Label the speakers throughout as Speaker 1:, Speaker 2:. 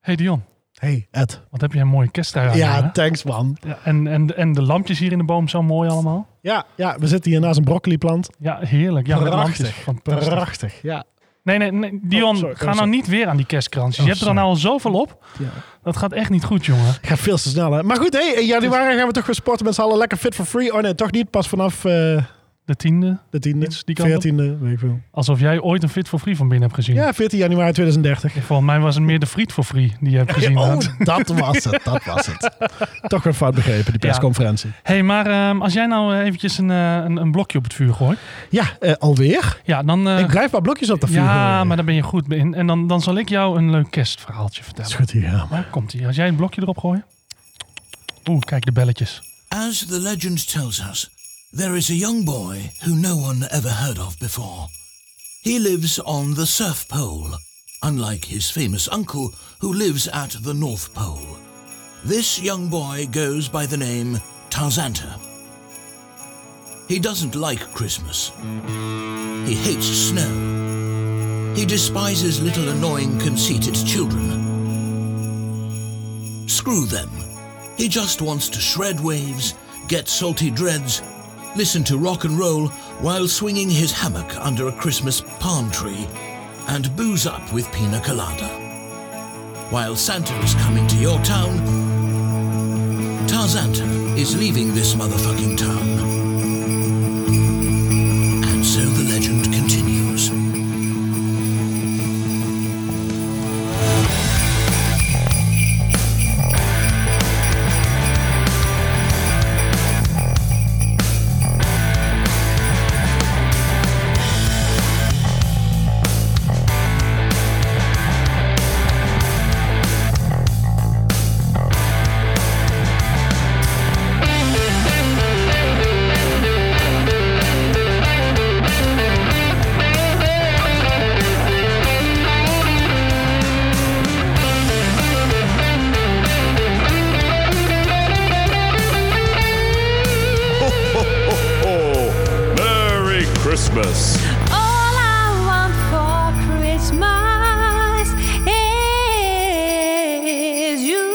Speaker 1: Hey Dion,
Speaker 2: Hey, Ed.
Speaker 1: wat heb je een mooie kersttrui aan.
Speaker 2: Ja,
Speaker 1: hè?
Speaker 2: thanks man.
Speaker 1: Ja, en, en, en de lampjes hier in de boom zo mooi allemaal.
Speaker 2: Ja, ja, we zitten hier naast een broccoliplant.
Speaker 1: Ja, heerlijk. Ja, met
Speaker 2: Prachtig.
Speaker 1: lampjes. Fantastisch.
Speaker 2: Prachtig, ja.
Speaker 1: Nee, nee, nee, Dion,
Speaker 2: Oh, sorry.
Speaker 1: ga
Speaker 2: Oh,
Speaker 1: nou
Speaker 2: sorry.
Speaker 1: niet weer aan die kerstkransjes.
Speaker 2: Oh,
Speaker 1: je hebt er nou al zoveel op.
Speaker 2: ja.
Speaker 1: Dat gaat echt niet goed, jongen.
Speaker 2: Ik ga veel te snel, hè. Maar goed, hey, in januari gaan we toch weer sporten met z'n allen. Lekker fit for free. Oh nee, toch niet. Pas vanaf eh,
Speaker 1: De tiende.
Speaker 2: de tiende,
Speaker 1: Iets die kant op.
Speaker 2: veertiende, weet ik veel.
Speaker 1: Alsof jij ooit een Fit for Free van binnen hebt gezien.
Speaker 2: Ja, 14 januari 2030.
Speaker 1: Volgens mij was het meer de Friet for Free die je hebt gezien.
Speaker 2: Oh,
Speaker 1: had.
Speaker 2: dat was het, dat was het. Toch weer fout begrepen, die
Speaker 1: Ja.
Speaker 2: persconferentie.
Speaker 1: hey, maar ehm, als jij nou eh, eventjes een, eh, een, een blokje op het vuur gooit.
Speaker 2: Ja, eh, alweer.
Speaker 1: Ja, dan... eh,
Speaker 2: ik blijf maar blokjes op de vuur.
Speaker 1: ja,
Speaker 2: gooien.
Speaker 1: maar daar ben je goed in. En dan, dan zal ik jou een leuk kerstverhaaltje
Speaker 2: Dat
Speaker 1: vertellen.
Speaker 2: is goed hier, ja.
Speaker 1: Waar komt hij? Als jij een blokje erop gooit. Oeh, kijk de belletjes.
Speaker 3: As the legend tells us, there is a young boy who no one ever heard of before. He lives on the South Pole, unlike his famous uncle who lives at the North Pole. This young boy goes by the name Tarzanta. He doesn't like Christmas. He hates snow. He despises little annoying conceited children. Screw them. He just wants to shred waves, get salty dreads, listen to rock and roll while swinging his hammock under a Christmas palm tree, and booze up with pina colada. While Santa is coming to your town, Tarzanta is leaving this motherfucking town. And so the legend continues.
Speaker 4: Oh, Merry Christmas.
Speaker 5: All I want for Christmas is you.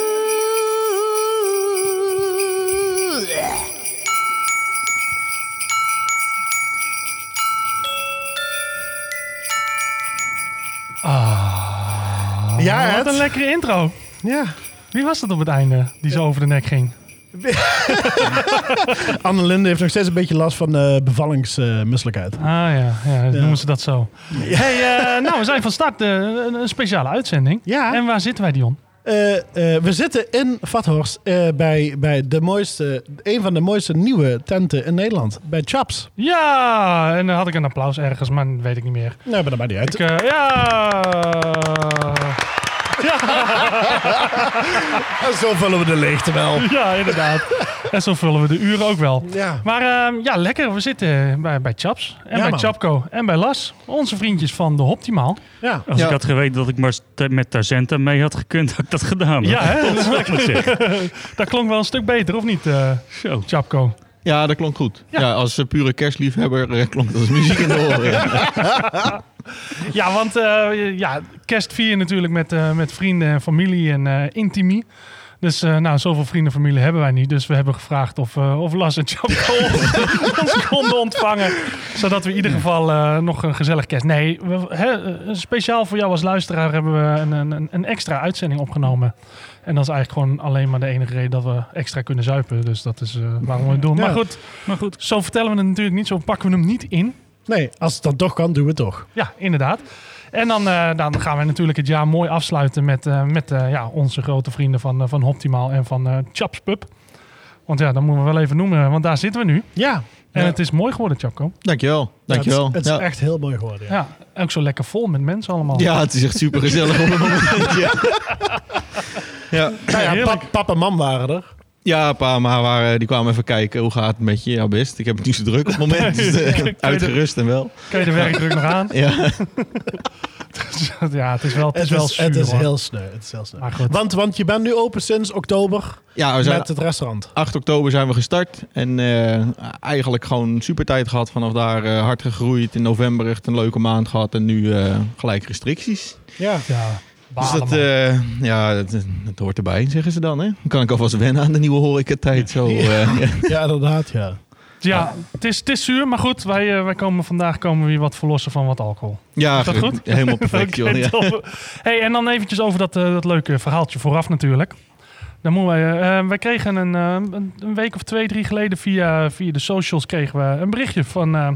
Speaker 2: Ja,
Speaker 1: Ah, Wat een
Speaker 2: Ed.
Speaker 1: lekkere intro.
Speaker 2: Ja.
Speaker 1: Wie was dat op het einde die zo over de nek ging?
Speaker 2: Annelinde heeft nog steeds een beetje last van eh bevallingsmisselijkheid.
Speaker 1: Ah ja, ja, noemen ze dat zo. Hey, eh, nou, we zijn van start eh, een, een speciale uitzending.
Speaker 2: Ja.
Speaker 1: En waar zitten wij, Dion?
Speaker 2: Eh, eh, we zitten in Vathorst eh, bij, bij de mooiste, een van de mooiste nieuwe tenten in Nederland. Bij Chaps.
Speaker 1: Ja, en dan had ik een applaus ergens, maar dat weet ik niet meer.
Speaker 2: Nou, maar dat maakt niet uit.
Speaker 1: Ik, eh, ja.
Speaker 2: En zo vullen we de leegte wel.
Speaker 1: ja, inderdaad. en zo vullen we de uren ook wel.
Speaker 2: Ja.
Speaker 1: Maar ehm, ja, lekker. We zitten bij, bij Chaps en
Speaker 2: Ja,
Speaker 1: bij
Speaker 2: man.
Speaker 1: Chapco en bij Las. Onze vriendjes van de Optimaal.
Speaker 2: Ja.
Speaker 6: Als ik had geweten dat ik maar st- met Tarzenta mee had gekund, had ik dat gedaan.
Speaker 1: Ja, hè?
Speaker 6: Dat is wat ik moet zeggen.
Speaker 1: Dat klonk wel een stuk beter, of niet, eh
Speaker 6: Zo.
Speaker 1: Chapco?
Speaker 7: Ja, dat klonk goed.
Speaker 1: Ja.
Speaker 7: Ja, als eh, pure kerstliefhebber eh, klonk dat als muziek in de oren. Ja.
Speaker 1: Ja, want eh, ja, kerst vier je natuurlijk met, eh, met vrienden en familie en eh intimie. Dus eh, nou, zoveel vrienden en familie hebben wij niet. Dus we hebben gevraagd of, eh, of Las en Chapco ons- ons konden ontvangen. Zodat we in ieder geval eh, nog een gezellig kerst... Nee, we- hè, eh, speciaal voor jou als luisteraar hebben we een, een- een, een extra uitzending opgenomen. En dat is eigenlijk gewoon alleen maar de enige reden dat we extra kunnen zuipen. Dus dat is eh, waarom we het doen. Maar
Speaker 2: Ja.
Speaker 1: goed,
Speaker 6: Maar goed,
Speaker 1: zo vertellen we het natuurlijk niet. Zo pakken we hem niet in.
Speaker 2: Nee, als het dan toch kan, doen we het toch.
Speaker 1: Ja, inderdaad. En dan, eh, dan gaan we natuurlijk het jaar mooi afsluiten met, eh, met eh, ja, onze grote vrienden van, eh, van Optimaal en van eh Chaps Pub. Want ja, dat moeten we wel even noemen, want daar zitten we nu.
Speaker 2: Ja.
Speaker 1: En
Speaker 7: Ja.
Speaker 1: het is mooi geworden, Chapko.
Speaker 7: Dankjewel. Dankjewel.
Speaker 2: Het, is- het is
Speaker 7: ja.
Speaker 2: echt heel mooi geworden. Ja.
Speaker 1: Ja, ook zo lekker vol met mensen allemaal.
Speaker 7: ja, het is echt super gezellig op het moment. Ja. Ja.
Speaker 2: Nou ja,
Speaker 1: Heerlijk.
Speaker 2: pap, pap en mam waren er.
Speaker 7: ja, pa en ma waren, die kwamen even kijken hoe gaat het met je. Ja, best. Ik heb het niet zo druk op het moment. Dus, eh, uitgerust en wel.
Speaker 1: Kun je de werkdruk nog aan?
Speaker 7: Ja.
Speaker 1: ja, het is wel, het is wel zuur,
Speaker 2: het is
Speaker 1: hoor.
Speaker 2: heel sneu. Het is heel sneu.
Speaker 1: Maar goed.
Speaker 2: Want, want je bent nu open sinds oktober
Speaker 7: ja, we zijn
Speaker 2: met het restaurant.
Speaker 7: 8 oktober zijn we gestart. En eh, eigenlijk gewoon super tijd gehad vanaf daar. eh, hard gegroeid. In november echt een leuke maand gehad. En nu eh, gelijk restricties.
Speaker 2: Ja.
Speaker 1: Ja,
Speaker 7: Dus
Speaker 1: Balen,
Speaker 7: dat,
Speaker 1: man.
Speaker 7: eh, ja, dat, dat hoort erbij, zeggen ze dan. Hè? Dan kan ik alvast wennen aan de nieuwe horecatijd. Zo, eh, ja.
Speaker 2: Ja, inderdaad, ja.
Speaker 1: ja, het is, het is zuur, maar goed. Wij, eh, wij komen vandaag komen we weer wat verlossen van wat alcohol.
Speaker 7: Ja,
Speaker 1: Is dat goed?
Speaker 7: helemaal perfect, joh.
Speaker 1: Oké,
Speaker 7: Ja.
Speaker 1: top. Hey, en dan eventjes over dat, eh, dat leuke verhaaltje vooraf natuurlijk. Dan moeten wij, eh, eh, wij kregen een, eh, een- een week of twee, drie geleden via, via de socials kregen we een berichtje van eh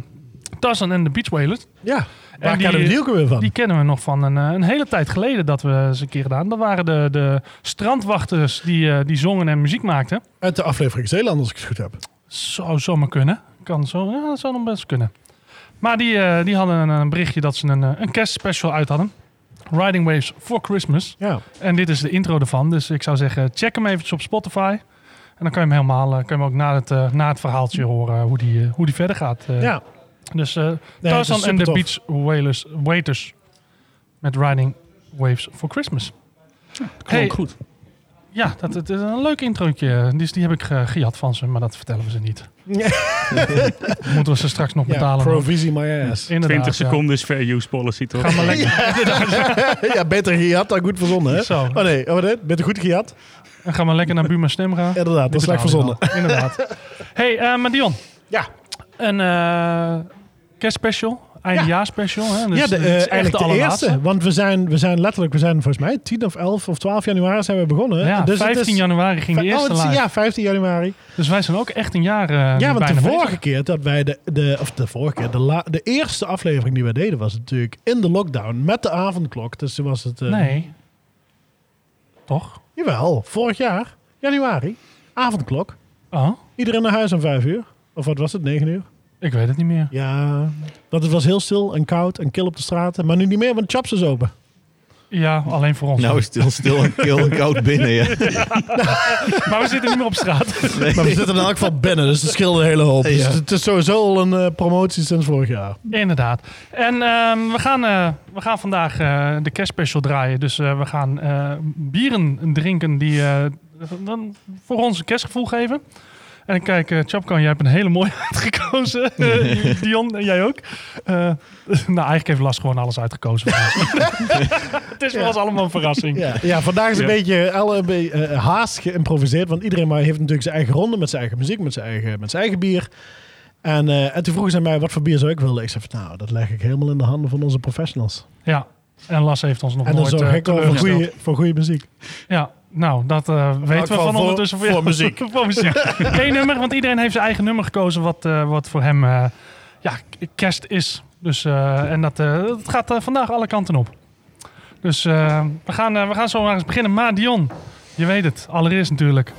Speaker 1: Tarzan en de Beach Whalers.
Speaker 2: Ja, waar
Speaker 1: die-
Speaker 2: kan de Nielke weer van?
Speaker 1: Die kennen we nog van een, eh, een hele tijd geleden dat we eens een keer gedaan. Dat waren de, de strandwachters die, eh, die zongen en muziek maakten.
Speaker 2: Uit de aflevering Zeeland, als ik het goed heb.
Speaker 1: Zou zomaar kunnen. Kan zo, ja, dat zou nog best kunnen. Maar die, eh, die hadden een, een berichtje dat ze een, eh, een kerstspecial uit hadden. Riding Waves for Christmas.
Speaker 2: Ja.
Speaker 1: En dit is de intro ervan. Dus ik zou zeggen, check hem eventjes op Spotify. En dan kan je hem helemaal, eh, kan je hem ook na het, eh, na het verhaaltje horen hoe die, eh, hoe die verder gaat. eh.
Speaker 2: Ja.
Speaker 1: Dus eh
Speaker 2: dat is
Speaker 1: Tarzan en de
Speaker 2: supertof.
Speaker 1: Beach Whalers, Waiters met Riding Waves for Christmas.
Speaker 6: Klonk
Speaker 1: Hey.
Speaker 6: goed.
Speaker 1: Ja, dat, het is een leuk introotje. Dus die heb ik eh, gejat van ze, maar dat vertellen we ze niet.
Speaker 2: Ja.
Speaker 1: Moeten we ze straks nog
Speaker 2: ja,
Speaker 1: betalen.
Speaker 2: provisie my ass.
Speaker 1: Inderdaad,
Speaker 6: 20
Speaker 1: ja.
Speaker 6: seconden is fair use policy, toch?
Speaker 1: Ga maar lekker.
Speaker 2: ja, beter gejat dan goed verzonnen, hè?
Speaker 1: Zo.
Speaker 2: Oh nee, oh, nee, beter goed gejat.
Speaker 1: En ga maar lekker naar Buma Stemra.
Speaker 2: Inderdaad, dat is slecht verzonnen.
Speaker 1: Inderdaad. hey, eh, maar Dion.
Speaker 2: Ja.
Speaker 1: Een eh kerstspecial. Eindejaarspecial. Hè? Dus
Speaker 2: ja, de,
Speaker 1: het
Speaker 2: eh,
Speaker 1: is echt
Speaker 2: eigenlijk de,
Speaker 1: allerlaatste.
Speaker 2: eerste. Want we zijn, we zijn letterlijk, we zijn volgens mij 10 of 11 of 12 januari zijn we begonnen.
Speaker 1: Ja,
Speaker 2: Dus het
Speaker 1: 15
Speaker 2: is-
Speaker 1: januari ging de
Speaker 2: Oh,
Speaker 1: eerste
Speaker 2: het is-
Speaker 1: live.
Speaker 2: Ja, 15 januari.
Speaker 1: Dus wij zijn ook echt een jaar eh
Speaker 2: ja, want de
Speaker 1: bijna
Speaker 2: vorige
Speaker 1: bezig.
Speaker 2: keer dat wij de, de of de vorige keer, de, la- Ah, de eerste aflevering die wij deden was natuurlijk in de lockdown met de avondklok. Dus toen was het. eh,
Speaker 1: Nee. Toch?
Speaker 2: Jawel, vorig jaar, januari, avondklok.
Speaker 1: Oh,
Speaker 2: Iedereen naar huis om 5 uur. Of wat was het, 9 uur?
Speaker 1: ik weet het niet meer.
Speaker 2: Ja, dat het was heel stil en koud en kil op de straten. Maar nu niet meer, want Chaps is open.
Speaker 1: Ja, alleen voor ons.
Speaker 7: Nou is het heel stil en kil en koud binnen. Ja.
Speaker 1: Maar we zitten niet meer op straat.
Speaker 2: Maar we zitten in elk geval binnen, dus dat scheelde een hele hoop.
Speaker 7: Dus
Speaker 2: het is sowieso al een promotie sinds vorig jaar.
Speaker 1: Inderdaad. En ehm, we, gaan, eh, we gaan vandaag eh, de kerstspecial draaien. Dus eh, we gaan eh, bieren drinken die eh, dan voor ons een kerstgevoel geven. En kijk, eh Chapkan, jij hebt een hele mooie uitgekozen. Eh, Dion, en jij ook. Eh, nou, eigenlijk heeft Las gewoon alles uitgekozen. voor ons. Het is voor ons allemaal een verrassing.
Speaker 2: Ja, ja vandaag is een
Speaker 6: Ja.
Speaker 2: beetje alle een beetje, eh, haast geïmproviseerd. Want iedereen maar heeft natuurlijk zijn eigen ronde met zijn eigen muziek, met zijn eigen, met zijn eigen bier. En, eh, en toen vroegen ze aan mij wat voor bier zou ik willen. Ik zei van nou, dat leg ik helemaal in de handen van onze professionals.
Speaker 1: Ja. En Las heeft ons nog
Speaker 2: en dan
Speaker 1: nooit
Speaker 2: zorg
Speaker 1: eh,
Speaker 2: ik wel voor
Speaker 1: teleurgesteld.
Speaker 2: goede, voor goede muziek.
Speaker 1: Ja, nou, dat eh, weten we
Speaker 2: van
Speaker 1: van
Speaker 2: voor-
Speaker 1: ondertussen.
Speaker 2: voor
Speaker 1: jou.
Speaker 2: muziek.
Speaker 1: voor muziek. Eén nummer, want iedereen heeft zijn eigen nummer gekozen wat, eh, wat voor hem eh, ja, k- kerst is. Dus, eh, en dat, eh, dat gaat eh, vandaag alle kanten op. Dus eh, we, gaan, eh, we gaan zo maar eens beginnen. Maar Dion, je weet het, allereerst natuurlijk.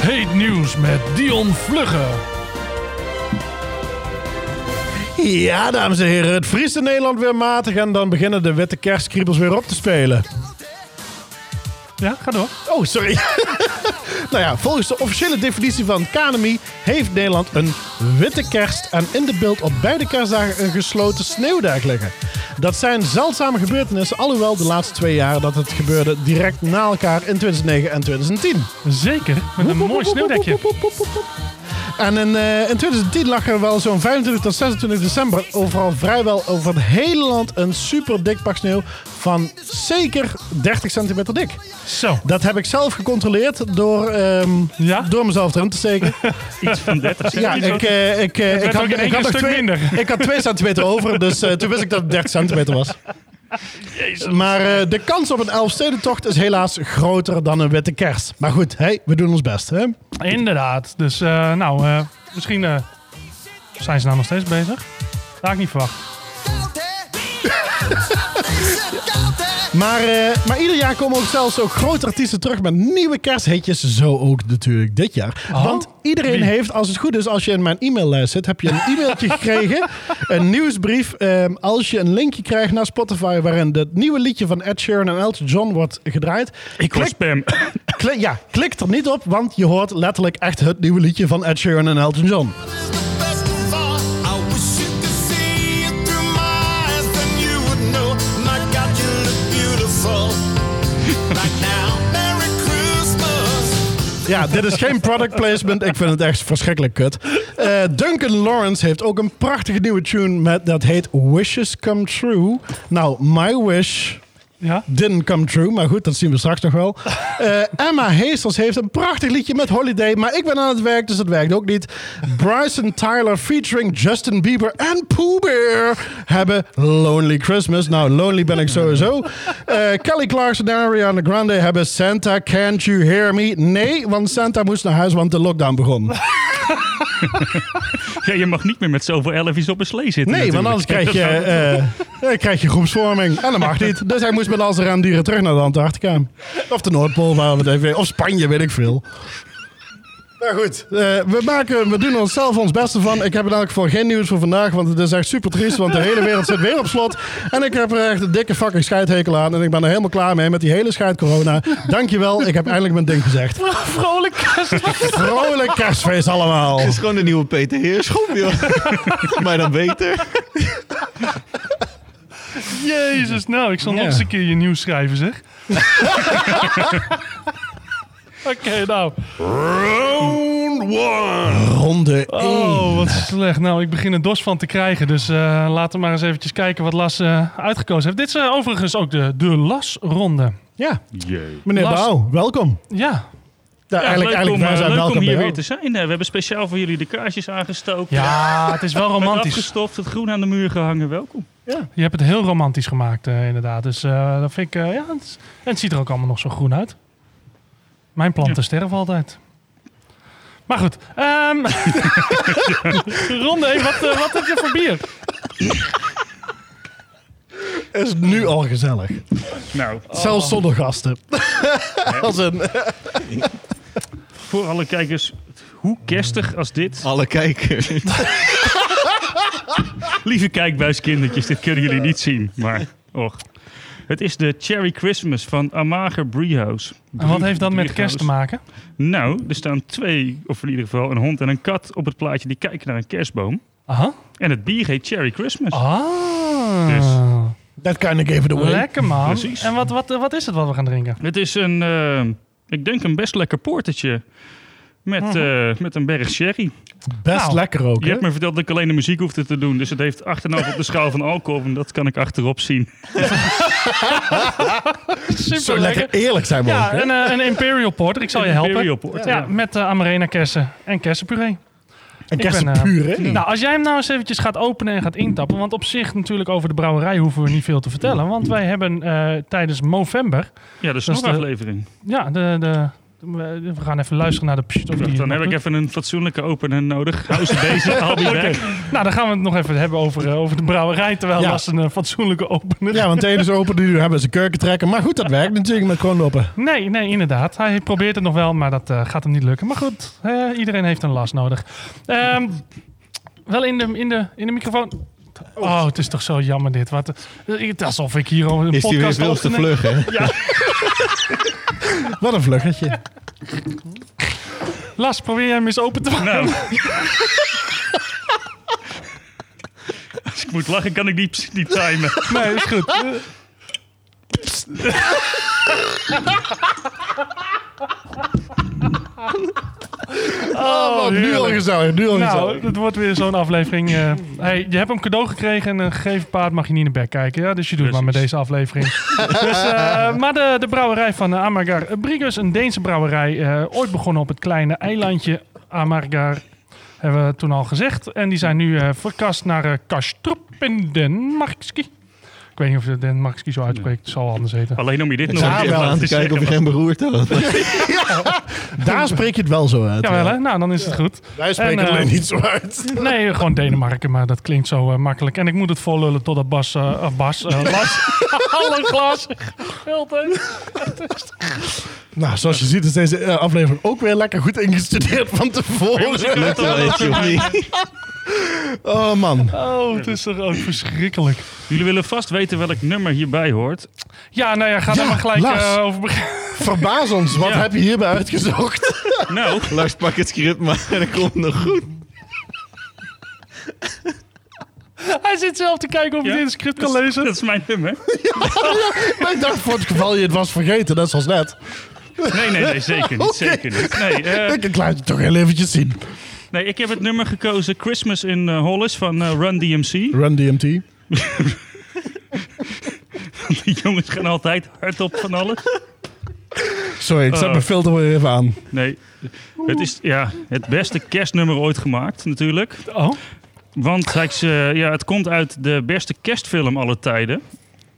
Speaker 1: Heet nieuws met Dion Vlugge.
Speaker 2: Ja, dames en heren, het vriest in Nederland weer matig. En dan beginnen de witte kerstkriebels weer op te spelen.
Speaker 1: Ja, ga door.
Speaker 2: Oh, sorry. nou ja, volgens de officiële definitie van KNMI heeft Nederland een witte kerst en in de beeld op beide kerstdagen een gesloten sneeuwdag liggen. Dat zijn zeldzame gebeurtenissen, alhoewel de laatste twee jaar dat het gebeurde direct na elkaar in 2009 en 2010.
Speaker 1: Zeker, met een mooi sneeuwdekje.
Speaker 2: En in, eh, in 2010 lag er wel zo'n 25 tot 26 december overal vrijwel over het hele land een super dik pak sneeuw van zeker 30 centimeter dik.
Speaker 1: Zo,
Speaker 2: Dat heb ik zelf gecontroleerd door, ehm,
Speaker 1: Ja?
Speaker 2: door mezelf erin te steken.
Speaker 6: Iets van 30
Speaker 2: Ja,
Speaker 6: cent.
Speaker 2: ik, eh, ik, eh, ik,
Speaker 1: werd ook
Speaker 2: had,
Speaker 1: in één
Speaker 2: ik, had
Speaker 1: keer
Speaker 2: nog
Speaker 1: een stuk
Speaker 2: twee,
Speaker 1: minder.
Speaker 2: ik had 2 centimeter over, dus eh, toen wist ik dat het 30 centimeter was. Maar eh, de kans op een Elfstedentocht is helaas groter dan een witte kerst. Maar goed, hey, we doen ons best. Hè?
Speaker 1: Inderdaad. Dus eh, nou, eh, misschien eh, zijn ze nou nog steeds bezig. Dat had ik niet verwacht.
Speaker 2: Maar, eh, maar ieder jaar komen ook zelfs ook grote artiesten terug met nieuwe kersthitjes. Zo ook natuurlijk dit jaar.
Speaker 1: Oh?
Speaker 2: Want iedereen
Speaker 1: Wie?
Speaker 2: heeft, als het goed is, als je in mijn e-maillijst zit, heb je een e-mailtje gekregen. Een nieuwsbrief. ehm, als je een linkje krijgt naar Spotify waarin het nieuwe liedje van Ed Sheeran en Elton John wordt gedraaid.
Speaker 6: Ik hoor
Speaker 2: Klik-
Speaker 6: spam.
Speaker 2: Klik, ja, klik er niet op, want je hoort letterlijk echt het nieuwe liedje van Ed Sheeran en Elton John. Ja, dit is geen product placement. Ik vind het echt verschrikkelijk kut. Eh, Duncan Lawrence heeft ook een prachtige nieuwe tune met dat heet Wishes Come True. Nou, my wish
Speaker 1: Ja?
Speaker 2: Didn't come true, maar goed, dat zien we straks nog wel. Eh, Emma Heesters heeft een prachtig liedje met Holiday, maar ik ben aan het werk, dus dat werkt ook niet. Bryson Tyler featuring Justin Bieber en Pooh Bear hebben Lonely Christmas. Nou, lonely ben ik sowieso. Eh, Kelly Clarkson en Ariana Grande hebben Santa Can't You Hear Me? Nee, want Santa moest naar huis, want de lockdown begon.
Speaker 6: Ja, je mag niet meer met zoveel Elvis op een slee zitten.
Speaker 2: Nee, want
Speaker 6: natuurlijk.
Speaker 2: anders krijg je, eh, dan krijg je groepsvorming. En dat mag niet. Dus hij moest met al zijn rendieren terug naar de Antarctica. Of de Noordpool, waar we het even, of Spanje, weet ik veel. Nou goed, eh, we, maken, we doen er onszelf ons beste van. Ik heb in elk geval geen nieuws voor vandaag, want het is echt super triest. Want de hele wereld zit weer op slot. En ik heb er echt een dikke fucking scheidhekel aan. En ik ben er helemaal klaar mee met die hele scheid corona. Dankjewel, ik heb eindelijk mijn ding gezegd.
Speaker 1: Vrolijk kerstfeest.
Speaker 2: Vrolijk kerstfeest allemaal.
Speaker 7: Het is gewoon de nieuwe Peter Heerschop, joh. maar dan beter.
Speaker 1: Jezus, nou, ik zal nog eens een keer je nieuws schrijven, zeg. Oké, nou.
Speaker 2: Ronde 1.
Speaker 1: Oh, wat slecht. Nou, ik begin er dorst van te krijgen. Dus eh, laten we maar eens eventjes kijken wat Las eh, uitgekozen heeft. Dit is eh, overigens ook de, de Las-ronde.
Speaker 2: Ja, meneer
Speaker 1: Lars-
Speaker 2: Bouw, welkom.
Speaker 1: Ja.
Speaker 6: Ja,
Speaker 2: Ja, eigenlijk,
Speaker 6: leuk
Speaker 2: eigenlijk
Speaker 6: om,
Speaker 2: wij
Speaker 6: eh,
Speaker 2: zijn
Speaker 6: leuk om
Speaker 2: welkom bij
Speaker 6: hier
Speaker 2: jou.
Speaker 6: weer te zijn. Eh, We hebben speciaal voor jullie de kaarsjes aangestoken.
Speaker 1: Ja, het is wel
Speaker 6: Het
Speaker 1: romantisch.
Speaker 6: Afgestoft, het groen aan de muur gehangen. Welkom.
Speaker 1: Je hebt het heel romantisch gemaakt, eh, inderdaad. Dus eh, dat vind ik... eh, ja, het is- en het ziet er ook allemaal nog zo groen uit. Mijn planten sterven altijd. Maar goed. ehm, ronde 1, wat, eh, wat heb je voor bier?
Speaker 2: is nu al gezellig.
Speaker 6: Nou,
Speaker 2: Zelfs zonder gasten. Als een,
Speaker 6: voor alle kijkers, hoe kerstig als dit.
Speaker 7: Alle kijkers.
Speaker 6: Lieve kijkbuiskindertjes, dit kunnen jullie niet zien. Maar, och. Het is de Cherry Christmas van Amager Brewhouse.
Speaker 1: En wat heeft dat met
Speaker 6: Brewhouse.
Speaker 1: kerst te maken?
Speaker 6: Nou, er staan twee, of in ieder geval een hond en een kat op het plaatje. Die kijken naar een kerstboom.
Speaker 1: Aha.
Speaker 6: En het bier heet Cherry Christmas.
Speaker 1: Ah.
Speaker 6: Dus-
Speaker 2: that kind of gave it away.
Speaker 1: Lekker man.
Speaker 6: Precies.
Speaker 1: En wat, wat, wat is het wat we gaan drinken?
Speaker 6: Het is een, eh, ik denk een best lekker portertje. Met, eh, met een berg sherry.
Speaker 2: Best
Speaker 1: Mhm. Nou,
Speaker 2: lekker ook,
Speaker 6: Je
Speaker 2: hè?
Speaker 6: hebt me verteld dat ik alleen de muziek hoefde te doen. Dus het heeft 8,5 op de schaal van alcohol. En dat kan ik achterop zien.
Speaker 1: Super
Speaker 2: Zo lekker eerlijk zijn we
Speaker 1: Ja,
Speaker 2: ook, hè?
Speaker 1: een, eh, een Imperial Porter. Ik zal je helpen.
Speaker 6: Imperial Porter,
Speaker 1: Ja,
Speaker 6: ja.
Speaker 1: met eh Amarena kersen en kersenpuree.
Speaker 2: En
Speaker 1: ik ben, eh,
Speaker 2: kersenpuur, hè?
Speaker 1: Nou, als jij hem nou eens eventjes gaat openen en gaat intappen. Want op zich natuurlijk over de brouwerij hoeven we niet veel te vertellen. Want wij hebben eh, tijdens Movember...
Speaker 6: Ja, de
Speaker 1: de-
Speaker 6: snoraflevering.
Speaker 1: Ja, de, de, we we gaan even luisteren naar de... pssst, of die
Speaker 6: Dan
Speaker 1: nog
Speaker 6: heb ik
Speaker 1: doet.
Speaker 6: even een fatsoenlijke opener nodig. Hou ze bezig, haal die weg.
Speaker 1: Nou, dan gaan we het nog even hebben over, eh, over de brouwerij. Terwijl
Speaker 2: Ja.
Speaker 1: Lars een eh, fatsoenlijke opener
Speaker 2: Ja, want de ene is open, die hebben ze kurken trekken. Maar goed, dat werkt natuurlijk met kroonlopen.
Speaker 1: Nee, nee, inderdaad. Hij probeert het nog wel, maar dat eh, gaat hem niet lukken. Maar goed, eh, iedereen heeft een las nodig. Ehm, wel in de, in, de, in de microfoon. Oh, het is toch zo jammer dit. Wat, eh, het is alsof ik hier al een
Speaker 7: Is die weer
Speaker 1: podcast
Speaker 7: Wils te
Speaker 1: opneem.
Speaker 7: vlug, hè?
Speaker 2: Wat een vluggetje.
Speaker 1: Las, probeer jij hem eens open te maken.
Speaker 6: Nou. Als ik moet lachen, kan ik niet, niet timen.
Speaker 1: Nee, is goed. Eh,
Speaker 2: Oh, nu al gezellig, nu al
Speaker 1: nou,
Speaker 2: gezellig.
Speaker 1: het wordt weer zo'n aflevering. eh, hey, je hebt hem cadeau gekregen en een gegeven paard mag je niet in de bek kijken. Ja? Dus je doet het maar met deze aflevering. dus, eh, maar de, de brouwerij van eh, Amargar Brigus, een Deense brouwerij. eh, ooit begonnen op het kleine eilandje Amargar. Hebben we toen al gezegd. En die zijn nu eh, verkast naar eh Kastrup in Denmarkski. Ik weet niet of je Denmarkski zo uitspreekt. Het zal anders heten.
Speaker 6: Alleen om je dit nog
Speaker 7: Zit
Speaker 6: een
Speaker 7: je
Speaker 6: keer
Speaker 2: wel
Speaker 7: wel
Speaker 6: te
Speaker 7: aan te
Speaker 6: laten
Speaker 7: kijken of je
Speaker 6: zeggen.
Speaker 7: geen beroerte had.
Speaker 2: Daar spreek je het wel zo uit.
Speaker 1: Jawel hè? Nou, dan is het goed.
Speaker 2: Wij spreken
Speaker 1: En,
Speaker 2: het
Speaker 1: eh,
Speaker 2: alleen niet zo uit.
Speaker 1: Nee, gewoon Denemarken, maar dat klinkt zo eh, makkelijk. En ik moet het vollullen totdat Bas... eh eh, Bas, eh, Las... alle glazen geld heeft.
Speaker 2: Nou, zoals je ziet is deze eh, aflevering ook weer lekker goed ingestudeerd van tevoren.
Speaker 7: Lukt wel eentje of niet?
Speaker 2: Oh man.
Speaker 1: Oh, het is toch ook verschrikkelijk.
Speaker 6: Jullie willen vast weten welk nummer hierbij hoort.
Speaker 1: Ja, nou ja, ga
Speaker 2: Ja,
Speaker 1: daar maar gelijk
Speaker 2: Lars.
Speaker 1: eh, over beginnen.
Speaker 2: Verbaas ons, wat
Speaker 6: Ja.
Speaker 2: heb je hierbij uitgezocht?
Speaker 6: Nou,
Speaker 7: Lars, pak het script maar. Dat komt nog goed.
Speaker 1: Hij zit zelf te kijken of hij
Speaker 6: Ja?
Speaker 1: in het script kan lezen.
Speaker 6: dat is mijn nummer.
Speaker 2: Maar ik dacht voor het geval je het was vergeten, net zoals net.
Speaker 6: Nee, nee, nee, zeker niet. Zeker niet. Nee, eh,
Speaker 2: Ik, ik laat het toch heel eventjes zien.
Speaker 6: nee, ik heb het nummer gekozen Christmas in eh, Hollis van eh, Run DMC.
Speaker 2: Run DMT.
Speaker 6: jongens gaan altijd hardop van alles.
Speaker 8: Sorry, ik zet
Speaker 6: Oh.
Speaker 8: mijn filter weer even aan.
Speaker 6: Nee, het is ja, het beste kerstnummer ooit gemaakt natuurlijk.
Speaker 1: Oh,
Speaker 6: Want hij is, eh, ja, het komt uit de beste kerstfilm aller tijden.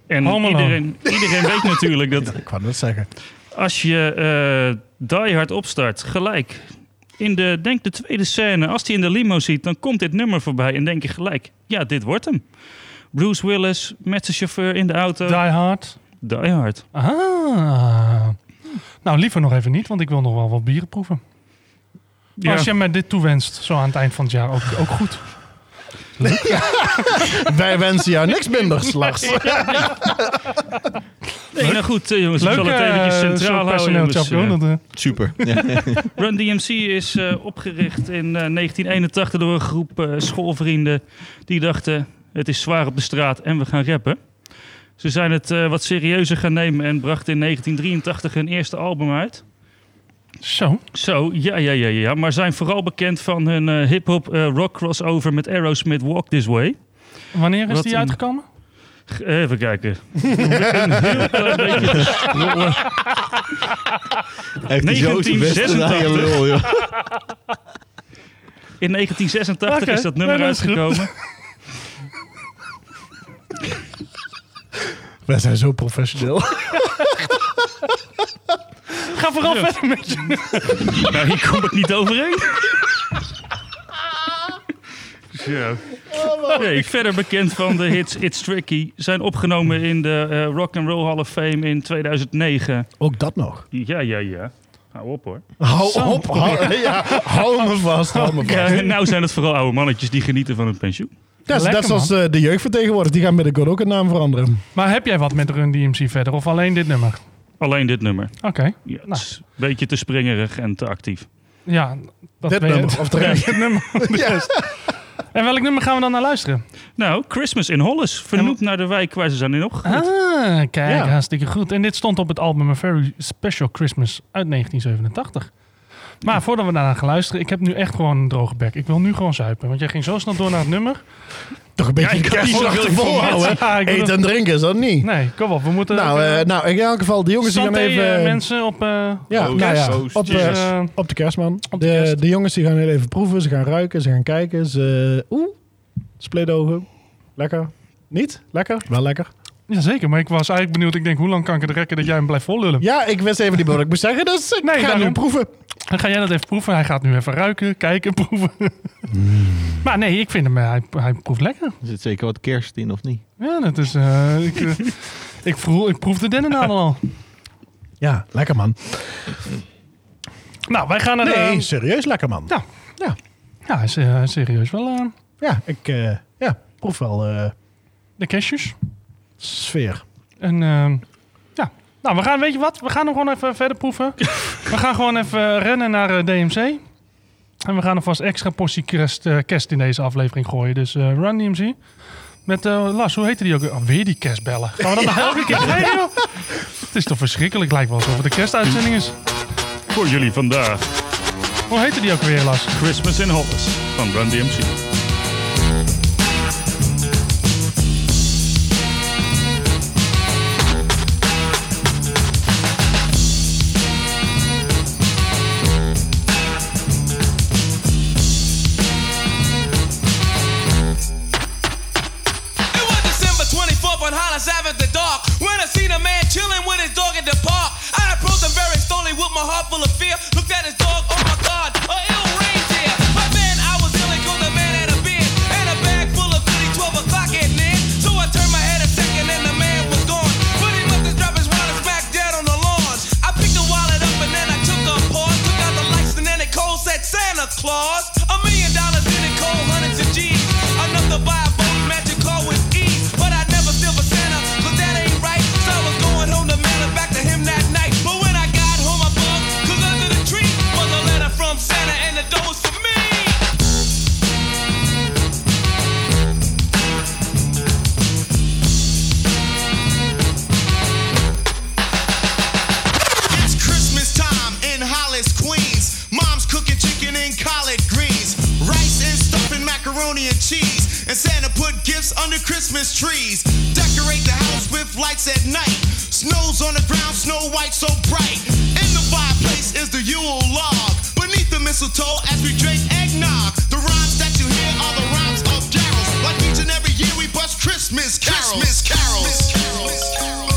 Speaker 6: En
Speaker 1: Home Alone.
Speaker 6: iedereen, iedereen weet natuurlijk dat
Speaker 2: Ik wou dat zeggen.
Speaker 6: als je eh, Die Hard opstart, gelijk. In de, denk de tweede scène, als hij in de limo ziet, dan komt dit nummer voorbij en denk je gelijk, ja, dit wordt hem. Bruce Willis met zijn chauffeur in de auto.
Speaker 1: Die Hard.
Speaker 6: Die Hard.
Speaker 1: Ah. Nou, liever nog even niet, want ik wil nog wel wat bieren proeven.
Speaker 6: Ja.
Speaker 1: Als je me dit toewenst, zo aan het eind van het jaar, ook, ook goed.
Speaker 2: Wij wensen jou niks minder, Lars.
Speaker 6: Nee, nou goed, eh, jongens,
Speaker 1: Leuk,
Speaker 6: ik zal het eventjes
Speaker 1: eh,
Speaker 6: centraal
Speaker 1: zo'n
Speaker 6: houden.
Speaker 1: personeel,
Speaker 6: jongens.
Speaker 1: Tjapko,
Speaker 6: Eh,
Speaker 1: dat, eh,
Speaker 7: Super. Ja.
Speaker 6: Run DMC is eh, opgericht in eh, 1981 door een groep eh, schoolvrienden die dachten: het is zwaar op de straat en we gaan rappen. Ze zijn het eh, wat serieuzer gaan nemen en brachten in 1983 hun eerste album uit.
Speaker 1: Zo,
Speaker 6: Zo, ja, ja, ja, ja. Maar zijn vooral bekend van hun eh, hip-hop eh, rock crossover met Aerosmith Walk This Way.
Speaker 1: wanneer is
Speaker 6: Wat
Speaker 1: die
Speaker 6: een-
Speaker 1: uitgekomen?
Speaker 6: G- Even kijken. een heel klein beetje te scrollen.
Speaker 7: Heeft die zo zijn best gedaan, je lul, joh.
Speaker 6: In 1986
Speaker 1: Oké,
Speaker 6: is dat nummer
Speaker 1: nee, dat is goed.
Speaker 6: uitgekomen.
Speaker 2: Wij zijn zo professioneel.
Speaker 1: Ga vooral verder met je.
Speaker 6: Nou, hier kom ik niet overheen. Ja. Nee, verder bekend van de hits It's Tricky. Zijn opgenomen in de eh, Rock and Roll Hall of Fame in 2009.
Speaker 2: Ook dat nog.
Speaker 6: Ja, ja, ja. Hou op hoor.
Speaker 2: Hou op. Hou, ja, hou me vast. Hou me vast.
Speaker 6: Ja, nou zijn het vooral oude mannetjes die genieten van hun pensioen.
Speaker 2: Dat is
Speaker 1: Lekker,
Speaker 2: net zoals eh, de jeugdvertegenwoordigers. Die gaan binnenkort ook een naam veranderen.
Speaker 1: Maar heb jij wat met Run DMC verder of alleen dit nummer?
Speaker 6: Alleen dit nummer.
Speaker 1: Oké, Nou.
Speaker 6: Ja, het is een beetje te springerig en te actief.
Speaker 1: ja. Dat
Speaker 2: Dit
Speaker 1: ben je-
Speaker 2: nummer, of de
Speaker 1: Ja,
Speaker 2: rest.
Speaker 1: dit nummer. En welk nummer gaan we dan naar luisteren?
Speaker 6: Nou, Christmas in Hollis. Vernoemd naar de wijk waar ze zijn in opgegroeid.
Speaker 1: Ah, kijk,
Speaker 2: Ja.
Speaker 1: hartstikke goed. En dit stond op het album A Very Special Christmas uit 1987. Maar voordat we daarna gaan luisteren, ik heb nu echt gewoon een droge bek. Ik wil nu gewoon zuipen, want jij ging zo snel door naar het nummer.
Speaker 2: Toch een beetje een kerstnacht volhouden.
Speaker 1: Ja, ik wil-
Speaker 2: Eten en drinken is dat niet.
Speaker 1: Nee, kom op, we moeten...
Speaker 2: Nou, eh, nou, in elk geval, de jongens die gaan
Speaker 1: Santé,
Speaker 2: even...
Speaker 1: eh, mensen op... eh,
Speaker 2: ja,
Speaker 7: Proost,
Speaker 2: nou ja,
Speaker 7: proost.
Speaker 2: op, eh,
Speaker 1: dus, eh,
Speaker 2: op de kerstman.
Speaker 1: op de
Speaker 2: de,
Speaker 1: kerst.
Speaker 2: de jongens die gaan heel even proeven. Ze gaan ruiken, ze gaan kijken. Ze, oeh, splitogen. Lekker. Niet? Lekker? Wel lekker.
Speaker 1: Jazeker, maar ik was eigenlijk benieuwd. Ik denk, hoe lang kan ik het rekken dat jij hem blijft vollullen?
Speaker 2: Ja, ik wist even niet meer wat ik moest zeggen, dus ik
Speaker 1: Nee,
Speaker 2: ga
Speaker 1: daarom.
Speaker 2: nu proeven.
Speaker 1: Dan ga jij dat even proeven. Hij gaat nu even ruiken, kijken, proeven.
Speaker 2: Mm.
Speaker 1: Maar nee, ik vind hem, eh, hij, hij proeft lekker.
Speaker 7: Er zit zeker wat kerst in, of niet?
Speaker 1: Ja, dat is... eh, ik, eh, ik, voel, ik proef de dennenadel al.
Speaker 2: Ja, lekker man.
Speaker 1: Nou, wij gaan naar...
Speaker 2: Nee,
Speaker 1: eh,
Speaker 2: serieus lekker man.
Speaker 1: Ja. ja, hij is, eh, hij is serieus wel... eh,
Speaker 2: Ja, ik eh, ja, proef wel eh,
Speaker 1: de kerstjes.
Speaker 2: sfeer.
Speaker 1: En ehm, ja, nou, we gaan, weet je wat? We gaan hem gewoon even verder proeven. we gaan gewoon even rennen naar eh, DMC. En we gaan alvast extra portie kerst, eh, kerst in deze aflevering gooien. Dus eh, Run DMC. Met eh, Lars, hoe heette die ook? Oh, weer die kerstbellen. Gaan we dat nou elke keer krijgen, joh? Het is toch verschrikkelijk, lijkt wel alsof het een kerstuitzending is.
Speaker 6: Voor jullie vandaag.
Speaker 1: Hoe heette die ook weer, Lars?
Speaker 6: Christmas in Hollis van Run DMC.
Speaker 9: It was December 24th on Hollis Avenue, the dark. When I seen a man chilling with his dog in the park, I approached him very slowly with my heart full of fear. Looked at his dog, oh my God, a ill reindeer. But then I was ill and cold, the man had a beard and a bag full of goodies, 12 o'clock at night. So I turned my head a second and the man was gone. But he must have dropped his wallet smack dead on the lawn. I picked the wallet up and then I took a pause, took out the lights and then it cold said Santa Claus. A million dollars in it cold, hundreds of G's. Enough to buy a boat, magic car with ease. But I never still for Santa, cause that ain't right. So I was going home to mail it back to him that night. But when I got home, I bugged, cause under the tree was a letter from Santa and the door was for me.
Speaker 10: It's Christmas time in Hollis, Queens. Mom's cooking chicken and collard greens, rice and stuffing macaroni and cheese. And Santa put gifts under Christmas trees. Decorate the house with lights at night. Snow's on the ground, snow white so bright. In the fireplace is the Yule log. Beneath the mistletoe as we drink eggnog. The rhymes that you hear are the rhymes of carols. Like each and every year we bust Christmas carols. Christmas carols.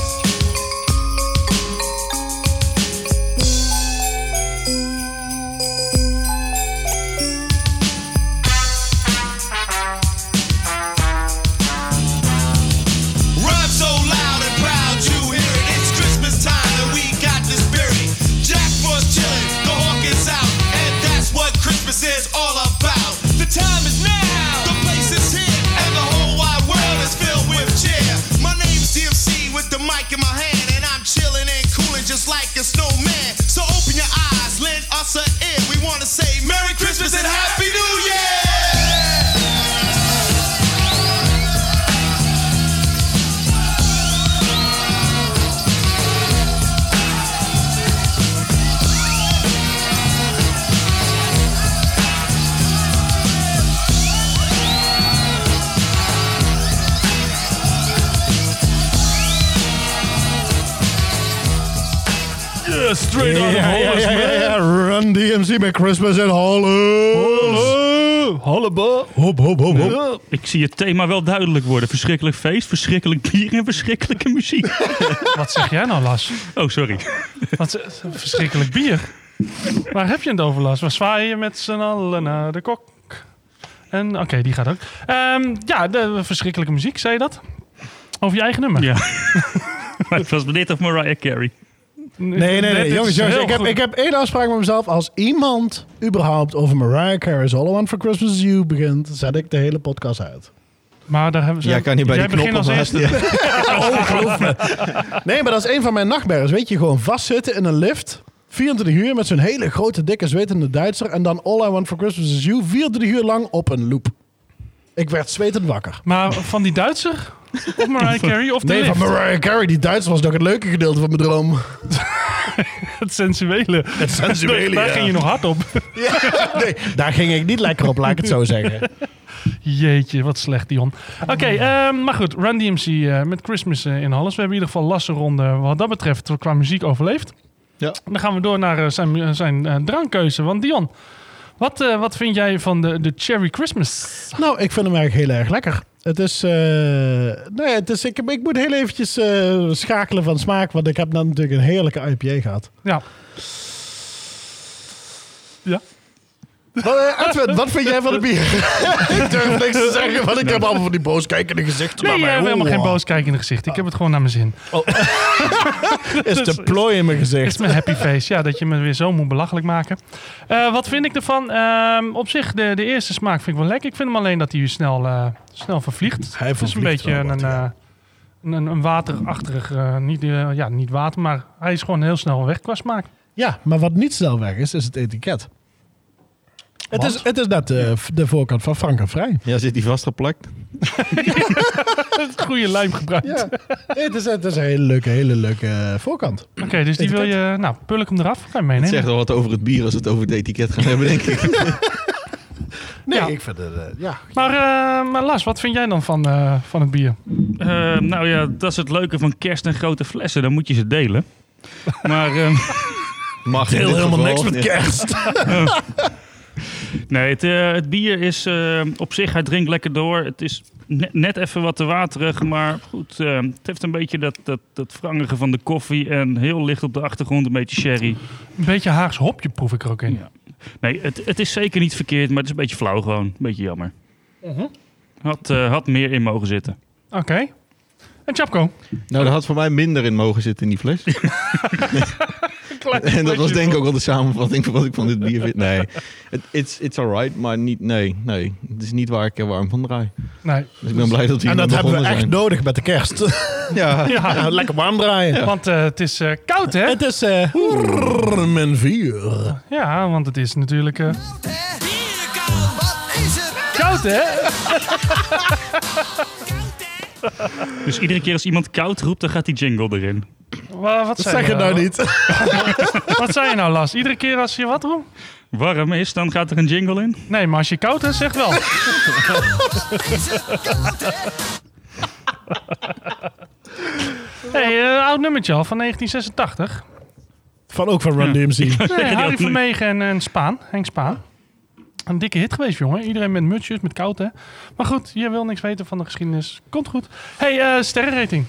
Speaker 10: Run so loud and proud, you hear it. It's Christmas time and we got the spirit. Jack Frost chillin', the hawk is out, and that's what Christmas is all about. The time is now, the place is here, and the whole wide world is filled with cheer. My name's DMC with the mic in my hand, and I'm chillin' and coolin' just like a snowman. So open your eyes, lend us an ear. We wanna say Merry Christmas and Happy New Year!
Speaker 1: Yeah, straight out of
Speaker 2: Ja, ja,
Speaker 1: Hollis,
Speaker 2: ja, ja, ja.
Speaker 1: man.
Speaker 2: Run DMC met Christmas in Hollis.
Speaker 1: Hollebo.
Speaker 2: Hop, hop, hop, hop.
Speaker 6: Ik zie het thema wel duidelijk worden. Verschrikkelijk feest, verschrikkelijk bier en verschrikkelijke muziek.
Speaker 1: Wat zeg jij nou, Las?
Speaker 6: Oh, sorry.
Speaker 1: Wat z- verschrikkelijk bier. Waar heb je het over, Las? Waar zwaaien je met z'n allen naar de kok? En oké, die gaat ook. Ehm, ja, de verschrikkelijke muziek, zei je dat? Over je eigen nummer?
Speaker 6: Ja. Maar het was dit of Mariah Carey.
Speaker 2: Nee, nee,
Speaker 1: Dit
Speaker 2: nee.
Speaker 1: is
Speaker 2: Jongens, jongens
Speaker 1: heel
Speaker 2: ik, heb,
Speaker 1: goed.
Speaker 2: ik heb één afspraak met mezelf. Als iemand überhaupt over Mariah Carey's All I Want For Christmas Is You begint, zet ik de hele podcast uit.
Speaker 1: Maar daar hebben ze...
Speaker 7: Jij kan niet bij
Speaker 1: Jij
Speaker 7: die knop
Speaker 1: begint als
Speaker 7: op
Speaker 1: eerste. Oh,
Speaker 2: Nee, maar dat is een van mijn nachtmerries. Weet je, gewoon vastzitten in een lift. 24 uur met zo'n hele grote, dikke, zwetende Duitser. En dan All I Want For Christmas Is You 24 uur lang op een loop. Ik werd zwetend wakker.
Speaker 1: Maar van die Duitser? Of Mariah Carey? Of de
Speaker 2: Nee,
Speaker 1: lift?
Speaker 2: van Mariah Carey, die Duitser was nog het leuke gedeelte van mijn droom.
Speaker 1: Het sensuele.
Speaker 2: Het sensuele,
Speaker 1: Daar ging je nog hard op.
Speaker 2: Nee, daar ging ik niet lekker op, laat ik het zo zeggen.
Speaker 1: Jeetje, wat slecht, Dion. Oké, ehm, maar goed. Run DMC eh, met Christmas eh, in alles. We hebben in ieder geval lassenronde wat dat betreft eh, qua muziek overleefd.
Speaker 7: Ja.
Speaker 1: Dan gaan we door naar eh, zijn, eh, zijn eh, drankkeuze. Want Dion, wat, eh, wat vind jij van de, de Cherry Christmas?
Speaker 2: Nou, ik vind hem eigenlijk heel erg lekker. Het is, eh, nee, het is, ik, heb- ik moet heel eventjes eh, schakelen van smaak, want ik heb dan natuurlijk een heerlijke IPA gehad.
Speaker 1: Ja. Ja.
Speaker 2: Wat, eh, Edwin, wat vind jij van de bier? ik durf niks te zeggen, want ik heb allemaal van die booskijkende gezichten
Speaker 1: Nee,
Speaker 2: bij
Speaker 1: jij
Speaker 2: mij.
Speaker 1: hebt helemaal geen
Speaker 2: Oeh. Oh.
Speaker 1: boos kijken in het gezicht. Ik heb het gewoon naar mijn zin.
Speaker 2: Is de plooi in mijn
Speaker 1: Het
Speaker 2: gezicht.
Speaker 1: is mijn happy face. Ja, dat je me weer zo moet belachelijk maken. Eh, wat vind ik ervan? Ehm, op zich, de, de eerste smaak vind ik wel lekker. Ik vind hem alleen dat hij snel, eh, snel vervliegt.
Speaker 2: Hij
Speaker 1: Het is een
Speaker 2: vervliegt
Speaker 1: beetje
Speaker 2: wel
Speaker 1: een,
Speaker 2: wat, ja.
Speaker 1: eh, een, een, een waterachtig, eh, niet, eh, ja, niet water, maar hij is gewoon heel snel weg qua smaak.
Speaker 2: Ja, maar wat niet snel weg is, is het etiket. Het
Speaker 1: Want?
Speaker 2: is, het is net eh, de voorkant van Frank en Vrij.
Speaker 7: Ja, zit die vastgeplakt?
Speaker 1: Goede lijm gebruikt.
Speaker 2: Ja, het is, het is een hele leuke, hele leuke eh, voorkant.
Speaker 1: Oké, dus die wil je... Nou, pul ik hem eraf. Kan je meenemen.
Speaker 7: Het zegt al wat over het bier als we het over het etiket gaan hebben, denk ik.
Speaker 2: Nee,
Speaker 1: Ja.
Speaker 2: ik vind het, eh, ja.
Speaker 1: Maar, eh, maar Lars, wat vind jij dan van, eh, van het bier?
Speaker 6: Eh, nou ja, dat is het leuke van kerst en grote flessen. Dan moet je ze delen. Maar ehm,
Speaker 7: Mag in
Speaker 2: Heel
Speaker 7: dit
Speaker 2: helemaal
Speaker 7: geval.
Speaker 2: niks met kerst.
Speaker 6: nee, het, eh, het bier is eh, op zich, hij drinkt lekker door. Het is ne- net even wat te waterig, maar goed. eh, het heeft een beetje dat, dat, dat wrangige van de koffie en heel licht op de achtergrond een beetje sherry.
Speaker 1: Een beetje Haags hopje proef ik er ook in.
Speaker 6: Ja. Nee, het, het is zeker niet verkeerd, maar het is een beetje flauw gewoon. Een beetje jammer. Had, eh, had meer in mogen zitten.
Speaker 1: Oké. En Chapko?
Speaker 7: Nou, daar had voor mij minder in mogen zitten in die fles. En dat was denk ik ook wel de samenvatting van wat ik van dit bier vind. Nee, het it's, it's alright, maar niet, nee, nee. Het is niet waar ik er warm van draai.
Speaker 1: Nee.
Speaker 7: Dus ik ben blij dat we hier
Speaker 2: En dat
Speaker 7: mee
Speaker 2: hebben we
Speaker 7: begonnen
Speaker 2: echt
Speaker 7: zijn.
Speaker 2: nodig met de kerst.
Speaker 7: Ja,
Speaker 1: Ja,
Speaker 2: Ja, lekker warm draaien.
Speaker 1: want eh, het is eh, koud, hè?
Speaker 2: Het is eh min vier.
Speaker 1: Ja, want het is natuurlijk eh, koud, hè?
Speaker 6: Dus iedere keer als iemand koud roept, dan gaat die jingle erin.
Speaker 1: Wa- Wat zei
Speaker 2: Zeg het nou niet.
Speaker 1: Wat zei je nou, Las? Iedere keer als je wat roept?
Speaker 6: Warm is, dan gaat er een jingle in.
Speaker 1: Nee, maar als je koud is, zeg wel. hey, eh, oud nummertje al van 1986.
Speaker 2: Van ook van Run DMC.
Speaker 1: Nee, Harry Vermegen en, en Spaan, Henk Spaan. Een dikke hit geweest, jongen. Iedereen met mutsjes, met koud, hè. Maar goed, je wil niks weten van de geschiedenis. Komt goed. hey, eh, sterrenrating.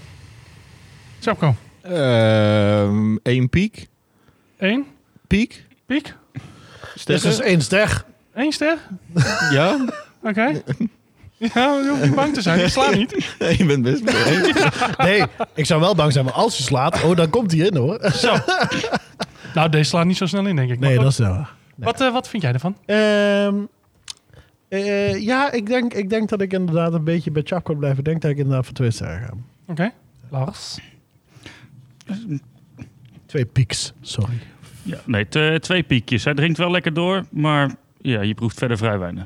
Speaker 1: Sapko.
Speaker 7: Ehm Eén piek.
Speaker 1: Eén?
Speaker 7: Piek.
Speaker 1: Piek?
Speaker 7: Sterren.
Speaker 2: Dus dat is één ster.
Speaker 1: Eén ster?
Speaker 7: Ja.
Speaker 1: Oké. Ja, je hoeft niet bang te zijn. Ik sla niet.
Speaker 7: Nee, je bent best
Speaker 2: Nee, ik zou wel bang zijn, maar als je slaat, oh, dan komt hij in hoor.
Speaker 1: Zo. Nou, deze slaat niet zo snel in, denk ik. Maar
Speaker 2: Nee,
Speaker 1: goed.
Speaker 2: dat is wel. waar.
Speaker 1: Wat, eh, wat vind jij ervan?
Speaker 2: Ehm, eh, ja, ik denk, ik denk dat ik inderdaad een beetje bij Chapko blijf. Ik denk dat ik inderdaad voor twee sterren ga.
Speaker 1: Oké. Lars?
Speaker 2: Twee pieks, sorry.
Speaker 6: Ja, nee, te- twee piekjes. Hij drinkt wel lekker door, maar ja, je proeft verder vrij weinig.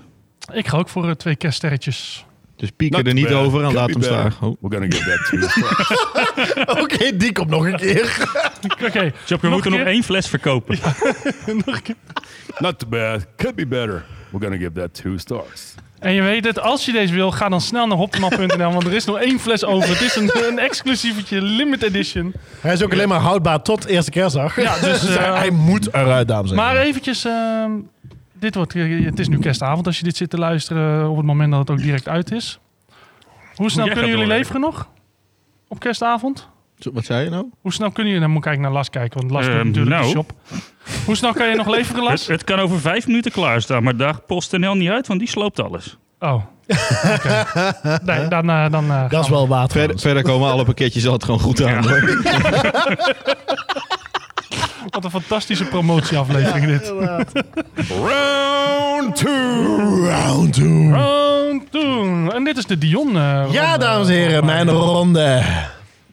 Speaker 1: Ik ga ook voor eh, twee kerststerretjes.
Speaker 7: Dus pieken
Speaker 2: Nou,
Speaker 7: er niet over en laat hem staan. Oh.
Speaker 4: We're gonna get back to you.
Speaker 2: Oké, die komt nog een keer.
Speaker 1: Oké.
Speaker 6: Job, we moeten
Speaker 1: Nog een
Speaker 6: nog
Speaker 1: keer?
Speaker 6: één fles verkopen.
Speaker 4: Not too bad. Could be better. We're gonna give that two stars.
Speaker 1: En je weet het, als je deze wil, ga dan snel naar hopteman.nl, want er is nog één fles over. Het is een, een exclusievetje, limited edition.
Speaker 2: Hij is ook alleen maar houdbaar tot eerste kerstdag.
Speaker 1: Ja, dus, eh,
Speaker 2: hij moet eruit, dames en heren.
Speaker 1: Maar eventjes, ehm, dit wordt, eh, het is nu kerstavond als je dit zit te luisteren eh, op het moment dat het ook direct uit is. Hoe snel
Speaker 6: jij
Speaker 1: kunnen
Speaker 6: gaat
Speaker 1: jullie
Speaker 6: door,
Speaker 1: leveren nog? Op kerstavond?
Speaker 7: Zo, Wat zei je nou?
Speaker 1: Hoe snel kunnen jullie, dan moet ik eigenlijk naar Las kijken, want Las doet
Speaker 6: Ehm,
Speaker 1: natuurlijk de
Speaker 6: nou.
Speaker 1: shop. Hoe snel kan je nog leveren,
Speaker 6: Het,
Speaker 1: Las?
Speaker 6: het kan over vijf minuten klaarstaan, maar daar PostNL niet uit, want die sloopt alles.
Speaker 1: Oh, oké. Nee, dan, eh, dan, eh,
Speaker 2: dat is wel water.
Speaker 7: Verder, verder komen alle pakketjes altijd gewoon goed aan. hoor.
Speaker 1: Wat een fantastische promotieaflevering dit.
Speaker 4: Round two.
Speaker 2: Round two.
Speaker 1: Round two. En dit is de Dion. eh,
Speaker 2: Ja,
Speaker 1: ronde.
Speaker 2: dames en heren, mijn ronde.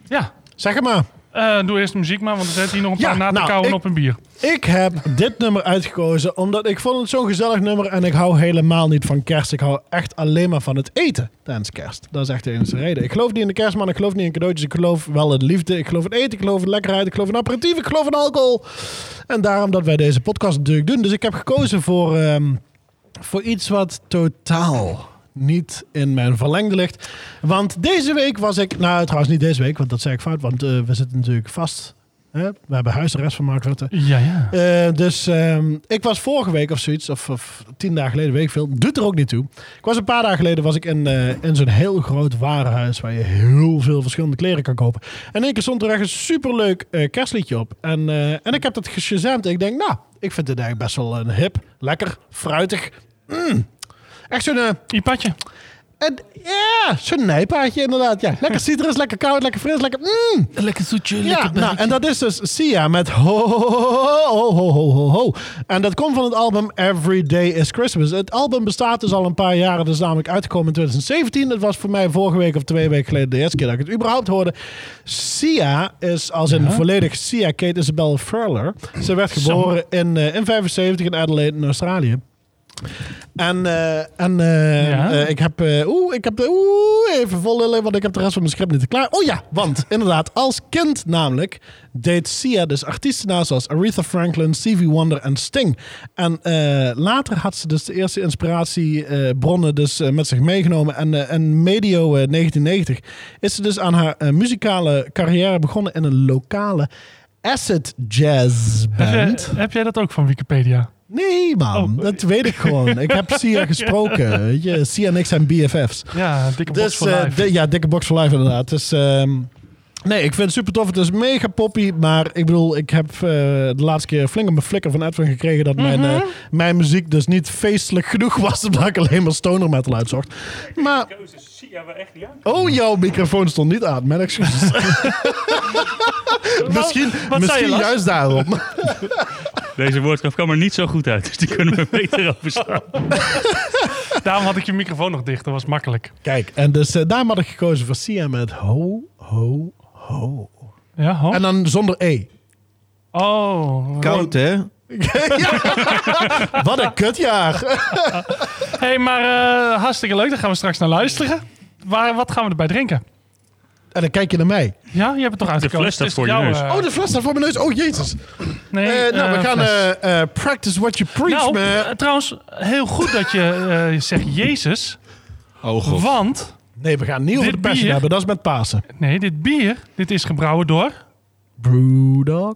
Speaker 1: Ja.
Speaker 2: Zeg het maar.
Speaker 1: Eh, doe eerst de muziek maar, want er zitten hier nog een
Speaker 2: Ja,
Speaker 1: paar na te
Speaker 2: nou,
Speaker 1: kouwen
Speaker 2: ik-
Speaker 1: op een bier.
Speaker 2: Ik heb dit nummer uitgekozen omdat ik vond het zo'n gezellig nummer en ik hou helemaal niet van kerst. Ik hou echt alleen maar van het eten tijdens kerst. Dat is echt de enige reden. Ik geloof niet in de kerstman, ik geloof niet in cadeautjes, ik geloof wel in liefde, ik geloof in eten, ik geloof in lekkerheid, ik geloof in aperitief, ik geloof in alcohol. En daarom dat wij deze podcast natuurlijk doen. Dus ik heb gekozen voor, ehm, voor iets wat totaal niet in mijn verlengde ligt. Want deze week was ik... Nou, trouwens niet deze week, want dat zei ik fout, want eh, we zitten natuurlijk vast... Hè? We hebben huisarrest van Mark Rutte.
Speaker 1: Ja, ja.
Speaker 2: Eh, dus ehm, ik was vorige week of zoiets, of, of tien dagen geleden, weet ik veel. Doet er ook niet toe. Ik was een paar dagen geleden was ik in, eh, in zo'n heel groot warenhuis waar je heel veel verschillende kleren kan kopen. En in één keer stond er echt een superleuk eh, kerstliedje op. En, eh, en ik heb dat geshazamd. Ik denk, nou, ik vind dit eigenlijk best wel een hip, lekker, fruitig. Mm. Echt zo'n... eh,
Speaker 1: Ipatje.
Speaker 2: en- ja, zo'n nijpaadje inderdaad. Ja, lekker citrus, lekker koud, lekker fris, lekker... mm.
Speaker 3: Lekker zoetje,
Speaker 2: Ja,
Speaker 3: lekker
Speaker 2: nou, en dat is dus Sia met ho ho ho ho ho ho ho. En dat komt van het album Every Day is Christmas. Het album bestaat dus al een paar jaren. Dat is namelijk uitgekomen in 2017. Dat was voor mij vorige week of twee weken geleden de eerste keer dat ik het überhaupt hoorde. Sia is als in volledig Sia Kate Isabel Furler. Ze werd geboren in, eh, in 75 in Adelaide in Australië. En, eh, en eh,
Speaker 1: Ja.
Speaker 2: eh, ik heb, eh, oeh, ik heb, de- oeh, even vol lullen, want ik heb de rest van mijn script niet klaar. Oh ja, want inderdaad, als kind namelijk deed Sia dus artiesten na zoals Aretha Franklin, Stevie Wonder en Sting. En eh, later had ze dus de eerste inspiratiebronnen dus eh, met zich meegenomen. En, eh, en medio eh, 1990 is ze dus aan haar eh, muzikale carrière begonnen in een lokale acid jazz
Speaker 1: Heb,
Speaker 2: band.
Speaker 1: jij- heb jij dat ook van Wikipedia?
Speaker 2: Nee, man.
Speaker 1: Oh.
Speaker 2: Dat weet ik gewoon. Ik heb Sia gesproken. Weet je, Sia en ik zijn BFF's.
Speaker 1: Ja, dikke box
Speaker 2: Dus,
Speaker 1: voor
Speaker 2: eh,
Speaker 1: live.
Speaker 2: di- ja, dikke box voor live inderdaad. Dus, ehm, nee, ik vind het super tof. Het is mega poppy. Maar ik bedoel, ik heb eh, de laatste keer flink op mijn flikker van Edwin gekregen dat mijn, eh, mijn muziek dus niet feestelijk genoeg was. Omdat ik alleen maar stoner metal uitzocht. Maar Oh, jouw microfoon stond niet aan. Mijn excuses. misschien
Speaker 1: wat zei je,
Speaker 2: misschien
Speaker 1: Lars?
Speaker 2: juist daarom.
Speaker 6: Deze woordgraf kwam er niet zo goed uit, dus die kunnen we beter overslaan.
Speaker 1: Daarom had ik je microfoon nog dicht. Dat was makkelijk.
Speaker 2: Kijk, en dus eh, daarom had ik gekozen voor Sia met ho, ho, ho.
Speaker 1: Ja, ho?
Speaker 2: En dan zonder E.
Speaker 1: Oh.
Speaker 7: Koud, hè?
Speaker 2: Wat een kutjaar.
Speaker 1: hey, maar eh, hartstikke leuk. Daar gaan we straks naar luisteren. Waar, wat gaan we erbij drinken?
Speaker 2: En dan kijk je naar mij.
Speaker 1: Ja, je hebt het toch uitgekozen?
Speaker 6: fles staat
Speaker 1: Het is
Speaker 6: voor je
Speaker 1: jouw,
Speaker 6: neus.
Speaker 1: eh,
Speaker 2: Oh, de fles staat voor mijn neus. Oh, jezus.
Speaker 1: nee,
Speaker 2: Eh, nou,
Speaker 1: eh,
Speaker 2: we gaan
Speaker 1: fles.
Speaker 2: eh, eh, practice what you preach,
Speaker 1: Nou,
Speaker 2: man.
Speaker 1: eh, trouwens, heel goed dat je eh, zegt Jezus.
Speaker 7: Oh god.
Speaker 1: Want
Speaker 2: Nee, we gaan niet over
Speaker 1: Dit
Speaker 2: de passion
Speaker 1: bier-
Speaker 2: hebben. Dat is met Pasen.
Speaker 1: Nee, dit bier, dit is gebrouwen door...
Speaker 2: Brewdog.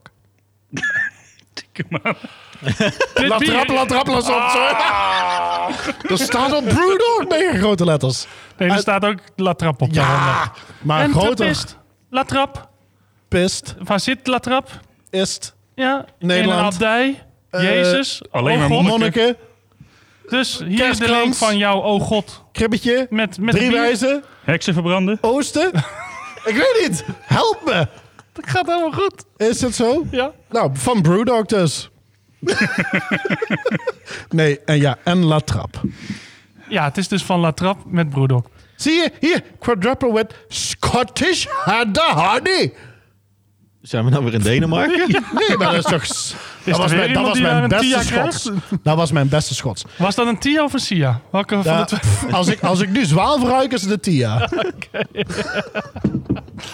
Speaker 1: Dit
Speaker 2: Laat
Speaker 1: bier- Ah.
Speaker 2: trappen, laat trappen, laat op. Er staat op Brewdog mega grote letters.
Speaker 1: Nee, er staat ook Latrap op.
Speaker 2: Ja, maar
Speaker 1: en
Speaker 2: groter.
Speaker 1: trappist. Latrap.
Speaker 2: Pist.
Speaker 1: Waar zit Latrap?
Speaker 2: Ist.
Speaker 1: Ja.
Speaker 2: Nederland.
Speaker 1: In een abdij.
Speaker 2: Eh,
Speaker 1: Jezus.
Speaker 2: alleen
Speaker 1: Oh
Speaker 2: maar
Speaker 1: God.
Speaker 2: monniken.
Speaker 1: Dus hier de
Speaker 2: Kerstkrans.
Speaker 1: link van jou, oh God.
Speaker 2: Kribbetje.
Speaker 1: Met, met
Speaker 2: Drie
Speaker 1: bier.
Speaker 2: wijzen.
Speaker 6: Heksen verbranden.
Speaker 2: Oosten. Ik weet niet. Help me.
Speaker 1: Dat gaat helemaal goed.
Speaker 2: Is het zo?
Speaker 1: Ja.
Speaker 2: Nou, van Brewdog dus. nee, en ja, en Latrap.
Speaker 1: Ja, het is dus van Latrap met Broedok.
Speaker 2: Zie je, hier, quadruple with Scottish Hadda Honey.
Speaker 7: Zijn we nou weer in Denemarken?
Speaker 2: Nee, maar dat is toch... s- dat was
Speaker 1: weer
Speaker 2: mijn, dat
Speaker 1: iemand
Speaker 2: was
Speaker 1: die daar
Speaker 2: mijn
Speaker 1: een
Speaker 2: beste
Speaker 1: Tia krijgt?
Speaker 2: Schots. Dat was mijn beste Schots.
Speaker 1: Was dat een Tia of een Sia? Welke van
Speaker 2: Ja,
Speaker 1: de twee?
Speaker 2: als, ik, als ik nu zwaal ruik, is het de Tia.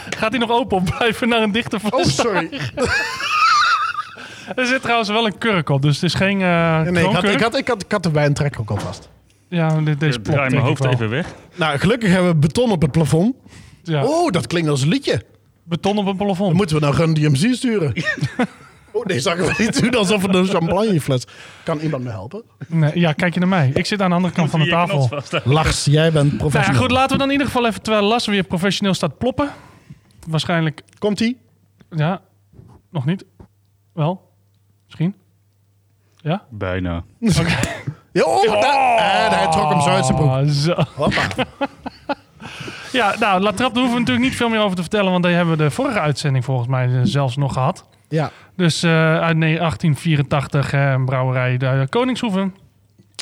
Speaker 1: Gaat hij nog open of blijven naar een dichter van
Speaker 2: Oh, sorry.
Speaker 1: Er zit trouwens wel een kurk op, dus het is geen eh
Speaker 2: Nee, ik had,
Speaker 1: kroonkurk.
Speaker 2: ik, had, ik, had, ik had de wijntrekker ook alvast.
Speaker 1: Ja, dit, deze
Speaker 6: Draai mijn
Speaker 1: plot denk ik
Speaker 6: hoofd
Speaker 1: wel.
Speaker 6: even weg.
Speaker 2: Nou, gelukkig hebben we beton op het plafond.
Speaker 1: Ja.
Speaker 2: Oh, dat klinkt als een liedje.
Speaker 1: Beton op een plafond.
Speaker 2: Moeten we nou Run DMC sturen? Oh, nee, zag ik niet doen alsof het een champagnefles. Kan iemand me helpen?
Speaker 1: Nee, ja, kijk je naar mij. Ik zit aan de andere kant van de
Speaker 6: Je knot
Speaker 1: tafel.
Speaker 6: vasthouden.
Speaker 2: Lars, jij bent
Speaker 1: Nou ja,
Speaker 2: professioneel.
Speaker 1: goed, laten we dan in ieder geval even, terwijl Lars weer professioneel staat ploppen. Waarschijnlijk,
Speaker 2: Komt-ie?
Speaker 1: ja, nog niet. Wel, misschien.
Speaker 4: Bijna.
Speaker 2: Ja, oh, da- en hij trok hem zo uit zijn broek.
Speaker 1: Ah, zo.
Speaker 2: Hoppa.
Speaker 1: Ja, nou, Latrap, daar hoeven we natuurlijk niet veel meer over te vertellen, want daar hebben we de vorige uitzending volgens mij eh, zelfs nog gehad.
Speaker 2: Ja.
Speaker 1: Dus eh, uit nee, 1884, eh, een brouwerij de Koningshoeven.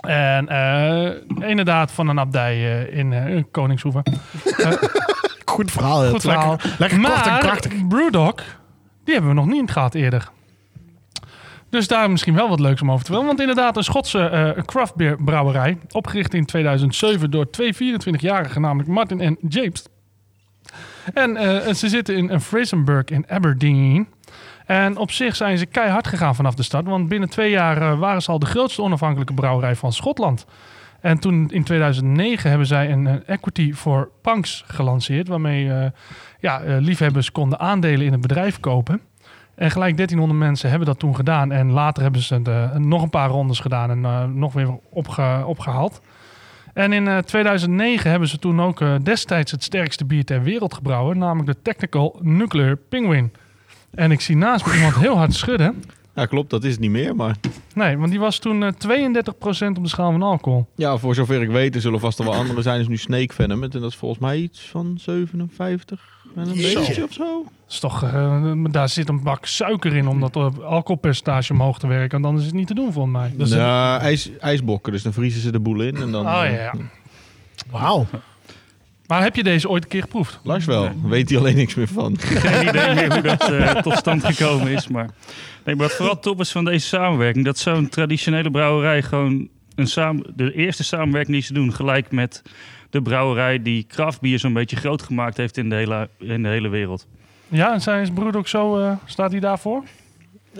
Speaker 1: En eh, inderdaad van een abdij eh, in eh, Koningshoeven.
Speaker 2: Goed verhaal.
Speaker 1: Goed verhaal.
Speaker 2: Lekker, lekker kort en
Speaker 1: maar
Speaker 2: krachtig.
Speaker 1: Brewdog, die hebben we nog niet gehad eerder. Dus daar misschien wel wat leuks om over te willen. Want inderdaad, een Schotse eh craftbeerbrouwerij. Opgericht in 2007 door twee 24-jarigen, namelijk Martin en James. En eh, ze zitten in een Frasenburg in Aberdeen. En op zich zijn ze keihard gegaan vanaf de start. Want binnen twee jaar eh, waren ze al de grootste onafhankelijke brouwerij van Schotland. En toen in 2009 hebben zij een eh, equity voor punks gelanceerd. Waarmee eh, ja, eh, liefhebbers konden aandelen in het bedrijf kopen. En gelijk 1300 mensen hebben dat toen gedaan. En later hebben ze de, nog een paar rondes gedaan en eh, nog weer opge, opgehaald. En in eh, 2009 hebben ze toen ook eh, destijds het sterkste bier ter wereld gebrouwen. Namelijk de Technical Nuclear Penguin. En ik zie naast me iemand heel hard schudden.
Speaker 7: Ja, klopt, dat is het niet meer, maar...
Speaker 1: Nee, want die was toen eh, 32% op de schaal van alcohol.
Speaker 7: Ja, voor zover ik weet, er zullen vast al wel anderen zijn. Er is nu Snake Venom, en dat is volgens mij iets van 57 en een beetje of zo.
Speaker 1: Dat is toch, eh, daar zit een bak suiker in om dat eh, alcoholpercentage omhoog te werken. Want anders is het niet te doen volgens mij. Dus,
Speaker 7: ja, Nou, ijs, ijsbokken, dus dan vriezen ze de boel in en dan...
Speaker 1: oh
Speaker 7: eh,
Speaker 1: ja, ja.
Speaker 2: Wauw.
Speaker 1: Maar heb je deze ooit een keer geproefd?
Speaker 7: Lars wel, weet hij alleen niks meer van.
Speaker 6: geen idee meer hoe dat eh, tot stand gekomen is. Maar, nee, maar wat vooral top is van deze samenwerking... dat zo'n traditionele brouwerij gewoon... Een samen, de eerste samenwerking die ze doen... gelijk met de brouwerij die craftbier zo'n beetje groot gemaakt heeft... in de hele, in de hele wereld.
Speaker 1: Ja, en zijn is broer ook zo, eh, staat hij daarvoor?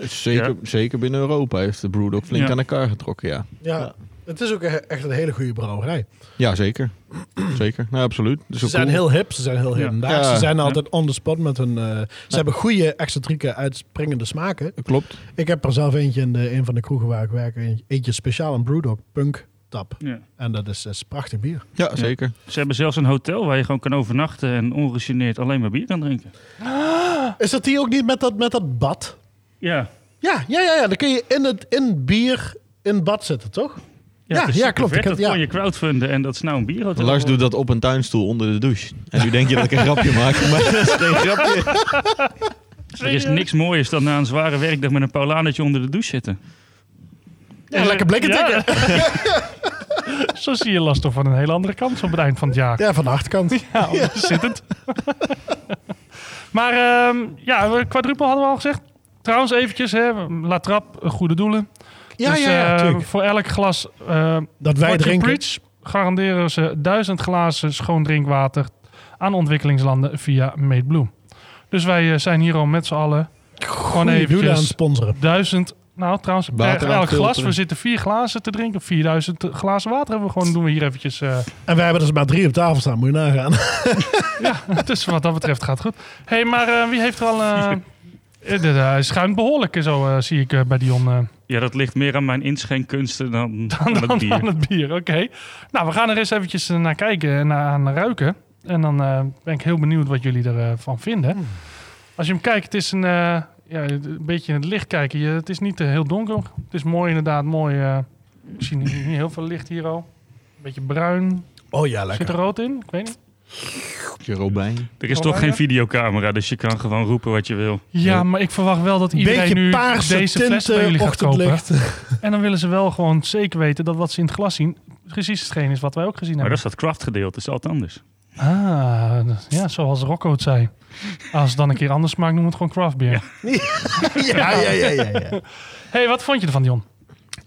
Speaker 7: Zeker,
Speaker 6: Ja.
Speaker 7: zeker binnen Europa heeft de Brewdog flink
Speaker 6: Ja.
Speaker 7: aan elkaar getrokken, ja.
Speaker 2: Ja. Het is ook e- echt een hele goede brouwerij.
Speaker 7: Ja, zeker. zeker, nou absoluut. Dat is
Speaker 2: Ze
Speaker 7: ook
Speaker 2: zijn
Speaker 7: cool.
Speaker 2: heel hip, ze zijn heel
Speaker 6: Ja.
Speaker 2: hedendaags.
Speaker 7: Ja.
Speaker 2: Ze zijn altijd on the spot met hun... eh, ze hebben goede, excentrieke, uitspringende smaken.
Speaker 7: Klopt.
Speaker 2: Ik heb er zelf eentje in de, een van de kroegen waar ik werk. een- Eentje speciaal, een Brewdog Punk Tap.
Speaker 6: Ja.
Speaker 2: En dat is, eh, is prachtig bier.
Speaker 7: Ja, zeker.
Speaker 6: Ze hebben zelfs een hotel waar je gewoon kan overnachten... en ongegeneerd alleen maar bier kan drinken.
Speaker 2: Is dat die ook niet met dat, met dat bad?
Speaker 6: Ja,
Speaker 2: Ja, ja, ja, ja. Dan kun je in, het, in bier in het bad zitten, toch? Ja,
Speaker 1: dus
Speaker 6: het is
Speaker 2: ja,
Speaker 6: super
Speaker 2: klopt.
Speaker 6: vet.
Speaker 2: Ik heb-
Speaker 6: dat
Speaker 2: ja.
Speaker 6: kon je crowdfunden en dat is nou een bierhotel.
Speaker 7: Lars doet dat op een tuinstoel onder de douche. En nu denk je dat ik een grapje maak, maar dat is geen grapje.
Speaker 6: Er is niks mooiers dan na een zware werkdag... met een paulanetje onder de douche zitten.
Speaker 2: Ja, lekker blikken
Speaker 1: Ja.
Speaker 2: tikken.
Speaker 1: Zo zie je last toch van een hele andere kant op het eind van het jaar.
Speaker 2: Ja, van de achterkant.
Speaker 1: Ja, daar zit het. maar ehm, ja, we- quadruple hadden we al gezegd. Trouwens, eventjes, hè, La Trap, goede doelen.
Speaker 2: Ja,
Speaker 1: dus,
Speaker 2: ja, ja,
Speaker 1: eh,
Speaker 2: tuurlijk.
Speaker 1: voor elk glas eh
Speaker 2: Dat wij
Speaker 1: What You
Speaker 2: drinken.
Speaker 1: Preach garanderen ze duizend glazen schoon drinkwater aan ontwikkelingslanden via Made Blue. Dus wij eh, zijn hier al met z'n allen gewoon
Speaker 2: Goeie doelen aan het
Speaker 1: eventjes
Speaker 2: sponsoren.
Speaker 1: duizend Nou, trouwens,
Speaker 7: Water
Speaker 1: per
Speaker 7: aan
Speaker 1: elk
Speaker 7: filteren.
Speaker 1: glas. We zitten vier glazen te drinken. 4000 glazen water hebben we gewoon. Doen we hier eventjes. eh,
Speaker 2: En wij hebben er maar drie op tafel staan, moet je nagaan.
Speaker 1: dus wat dat betreft gaat het goed. Hé, hey, maar eh, wie heeft er al... eh, eh, de- de- Hij schuimt behoorlijk zo, eh, zie ik eh, bij Dion. eh.
Speaker 6: Ja, dat ligt meer aan mijn inschenkkunsten dan, aan het bier.
Speaker 1: Aan het bier, oké. Nou, we gaan er eens eventjes eh, naar kijken en naar, aan ruiken. En dan eh, ben ik heel benieuwd wat jullie ervan van vinden.
Speaker 6: Hmm.
Speaker 1: Als je hem kijkt, het is een, eh, ja, een beetje in het licht kijken. Je, het is niet eh, heel donker. Het is mooi inderdaad, mooi. eh, ik zie niet, niet heel veel licht hier al. Een beetje bruin.
Speaker 2: Oh ja,
Speaker 1: Zit er rood in? Ik weet niet.
Speaker 7: Robijn.
Speaker 6: Er is toch geen videocamera, dus je kan gewoon roepen wat je wil.
Speaker 1: Ja, maar ik verwacht wel dat iedereen
Speaker 6: Beetje
Speaker 1: nu
Speaker 6: paarse
Speaker 1: deze fles bij
Speaker 6: tinten,
Speaker 1: jullie gaat kopen.
Speaker 6: ochtendlicht.
Speaker 1: En dan willen ze wel gewoon zeker weten dat wat ze in het glas zien... precies hetgeen is wat wij ook gezien
Speaker 6: Maar dat
Speaker 1: hebben.
Speaker 6: is dat craft gedeelte, is altijd anders.
Speaker 1: Ah, dat- ja, zoals Rocco het zei. Als het dan een keer anders smaakt, noem het gewoon craft beer.
Speaker 2: ja, ja, ja, ja, ja.
Speaker 1: hey, wat vond je ervan, Dion?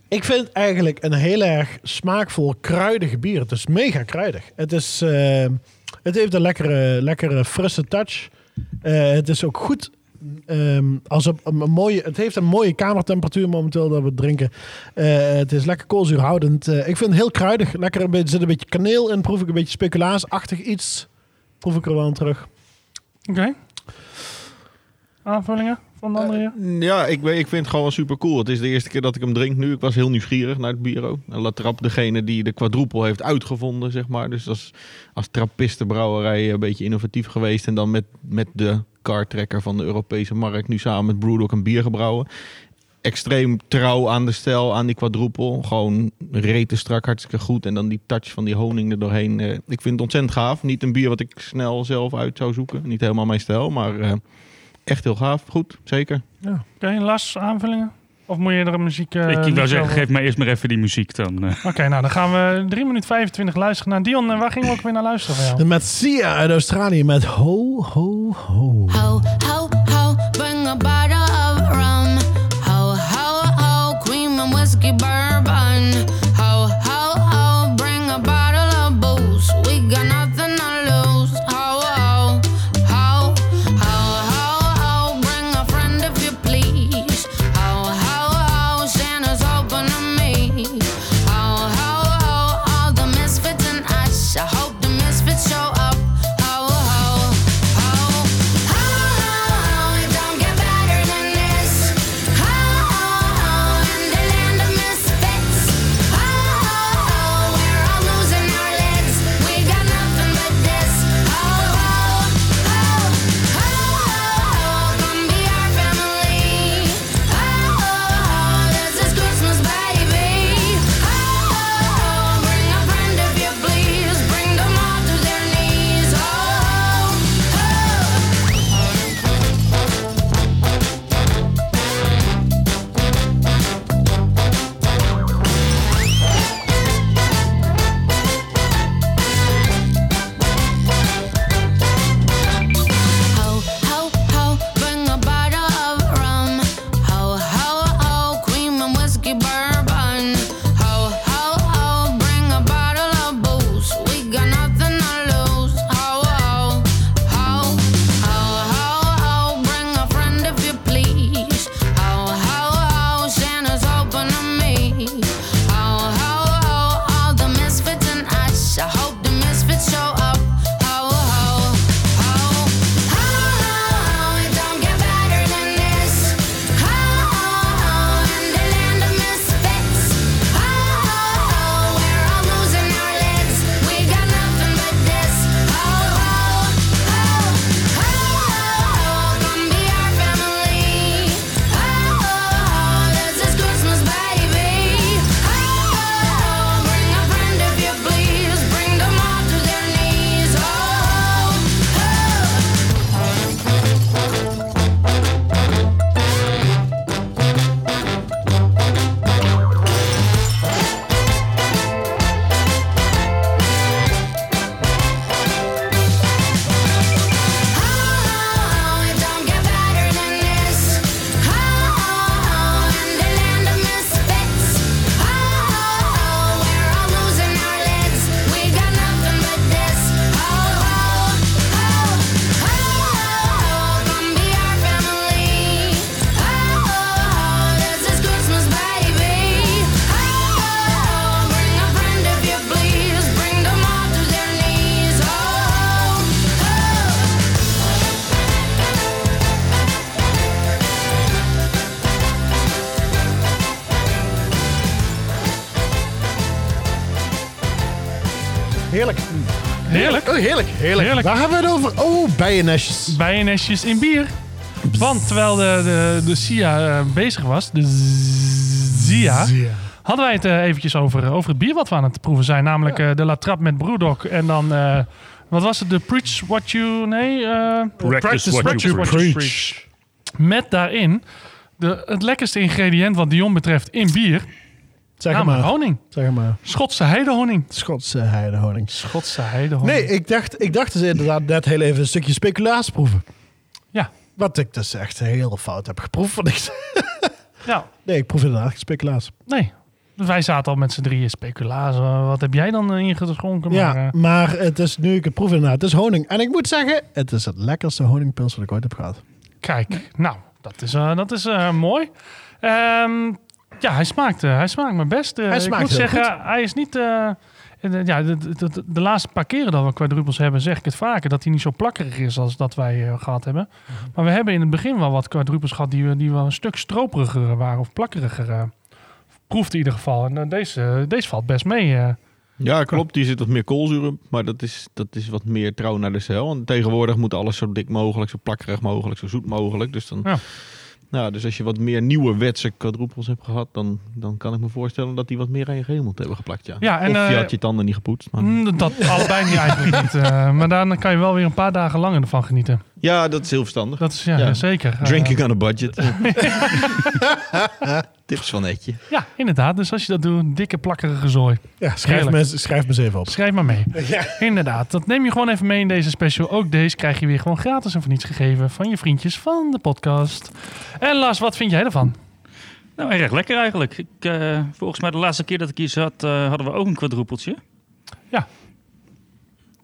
Speaker 2: Ik vind het eigenlijk een heel erg smaakvol, kruidige bier. Het is mega kruidig. Het, is, eh, het heeft een lekkere, lekkere frisse touch. Eh, het is ook goed. ehm, als op een mooie, het heeft een mooie kamertemperatuur momenteel dat we het drinken. Eh, het is lekker koolzuurhoudend. Eh, ik vind het heel kruidig. Lekker, een beetje- er zit een beetje kaneel in. Proef ik een beetje speculaasachtig iets. Proef ik er wel aan terug.
Speaker 1: Oké. Aanvullingen
Speaker 2: Eh,
Speaker 1: van de andere?
Speaker 7: Ja, ik, weet- ik vind het gewoon super cool. Het is de eerste keer dat ik hem drink nu. Ik was heel nieuwsgierig naar het bureau. En Latrap, degene die de quadruple heeft uitgevonden, zeg maar. Dus als, als trappistenbrouwerij eh, een beetje innovatief geweest. En dan met, met de kartrekker van de Europese markt nu samen met Brewdog een bier gebrouwen. Extreem trouw aan de stijl, aan die quadruple. Gewoon reten strak, hartstikke goed. En dan die touch van die honing er doorheen. Eh, ik vind het ontzettend gaaf. Niet een bier wat ik snel zelf uit zou zoeken. Niet helemaal mijn stijl, maar eh, echt heel gaaf. Goed, zeker.
Speaker 1: Ja. Oké, Lars, aanvullingen? Of moet je er een muziek... eh,
Speaker 6: ik
Speaker 1: liedje
Speaker 6: wou zeggen,
Speaker 1: over-
Speaker 6: geef mij eerst maar even die muziek dan. eh.
Speaker 1: Oké, nou dan gaan we 3 minuten 25 luisteren naar Dion. En waar gingen we ook weer naar luisteren van jou?
Speaker 2: Met Sia uit Australië met Ho, Ho, Ho.
Speaker 11: Ho, ho, ho, bring a bottle of rum. Ho, ho, ho, cream and whiskey bourbon. Ho, ho, ho, bring a bottle of booze. We got nothing to lose. Ho, ho, ho, ho, ho, ho, bring a friend if you please. Ho, ho, ho, Santa's open to me. Ho, ho, ho, all the misfits and us. I hope the misfits show up. Ho, ho, ho. Ho, ho, Oh,
Speaker 2: Heerlijk.
Speaker 1: Heerlijk.
Speaker 2: Oh, heerlijk, heerlijk. Waar hebben we het over? Oh, bijennestjes.
Speaker 1: Bijennestjes in bier. Want terwijl de, de, de SIA eh, bezig was, de ZIA, hadden wij het eh, eventjes over, over het bier wat we aan het proeven zijn. Namelijk eh, de La Trappe met Brewdog en dan... eh, wat was het? De Preach What You... Nee, eh,
Speaker 4: Practice What You Preach.
Speaker 1: Met daarin de, het lekkerste ingrediënt wat Dion betreft in bier.
Speaker 2: Zeg
Speaker 1: namelijk
Speaker 2: maar.
Speaker 1: honing.
Speaker 2: Zeg maar.
Speaker 1: Schotse heidehoning.
Speaker 2: Schotse heidehoning.
Speaker 1: Schotse heidehoning.
Speaker 2: Nee, ik dacht, ik dacht dus inderdaad net heel even een stukje speculaas proeven.
Speaker 1: Ja.
Speaker 2: Wat ik dus echt heel fout heb geproefd. Van niks.
Speaker 1: Ja.
Speaker 2: Nee, ik proef inderdaad geen speculaas.
Speaker 1: Nee. Dus wij zaten al met z'n drieën speculaas. eh, Wat heb jij dan eh, ingeschonken? Maar, eh,
Speaker 2: Ja, maar het is nu ik het proef inderdaad. Het is honing. En ik moet zeggen, het is het lekkerste honingpils wat ik ooit heb gehad.
Speaker 1: Kijk, nou, dat is, eh, dat is eh, mooi. Ehm, ja, hij smaakt, eh, hij smaakt mijn best. Eh,
Speaker 2: Hij smaakt
Speaker 1: ik moet
Speaker 2: heel
Speaker 1: zeggen,
Speaker 2: goed.
Speaker 1: hij is niet... eh, eh, ja, de, de, de- de laatste paar keren dat we quadruples hebben, zeg ik het vaker. Dat hij niet zo plakkerig is als dat wij eh, gehad hebben.
Speaker 2: Mhm.
Speaker 1: Maar we hebben in het begin wel wat quadruples gehad die, we- die wel een stuk stroperiger waren. Of plakkeriger. eh, proefde in ieder geval. En eh, deze, deze valt best mee. eh.
Speaker 7: Ja, klopt. Die zit wat meer koolzuur op. Maar dat is, dat is wat meer trouw naar de cel. Want tegenwoordig moet alles zo dik mogelijk, zo plakkerig mogelijk, zo zoet mogelijk. Dus, dan,
Speaker 1: Ja.
Speaker 7: Nou, dus als je wat meer nieuwe wetse quadrupels hebt gehad, dan, dan kan ik me voorstellen dat die wat meer aan je geheel moet hebben geplakt. Ja.
Speaker 1: Ja, en,
Speaker 7: of je
Speaker 1: eh,
Speaker 7: had je tanden niet gepoetst. Maar...
Speaker 1: Mm, dat allebei niet eigenlijk niet. eh, maar dan kan je wel weer een paar dagen langer ervan genieten.
Speaker 7: Ja, dat is heel verstandig.
Speaker 1: Dat is, ja, zeker.
Speaker 7: Drinking on a budget. Tips van Etje.
Speaker 1: Ja, inderdaad. Dus als je dat doet, dikke plakkerige zooi.
Speaker 2: Ja, schrijf me,
Speaker 1: Heerlijk.
Speaker 2: schrijf me eens even op.
Speaker 1: Schrijf maar mee. Inderdaad, dat neem je gewoon even mee in deze special. Ook deze krijg je weer gewoon gratis en voor niets gegeven van je vriendjes van de podcast. En Lars, wat vind jij ervan?
Speaker 6: Nou, erg lekker eigenlijk. Ik, eh, volgens mij de laatste keer dat ik hier zat, eh, hadden we ook een kwadroepeltje.
Speaker 1: Ja.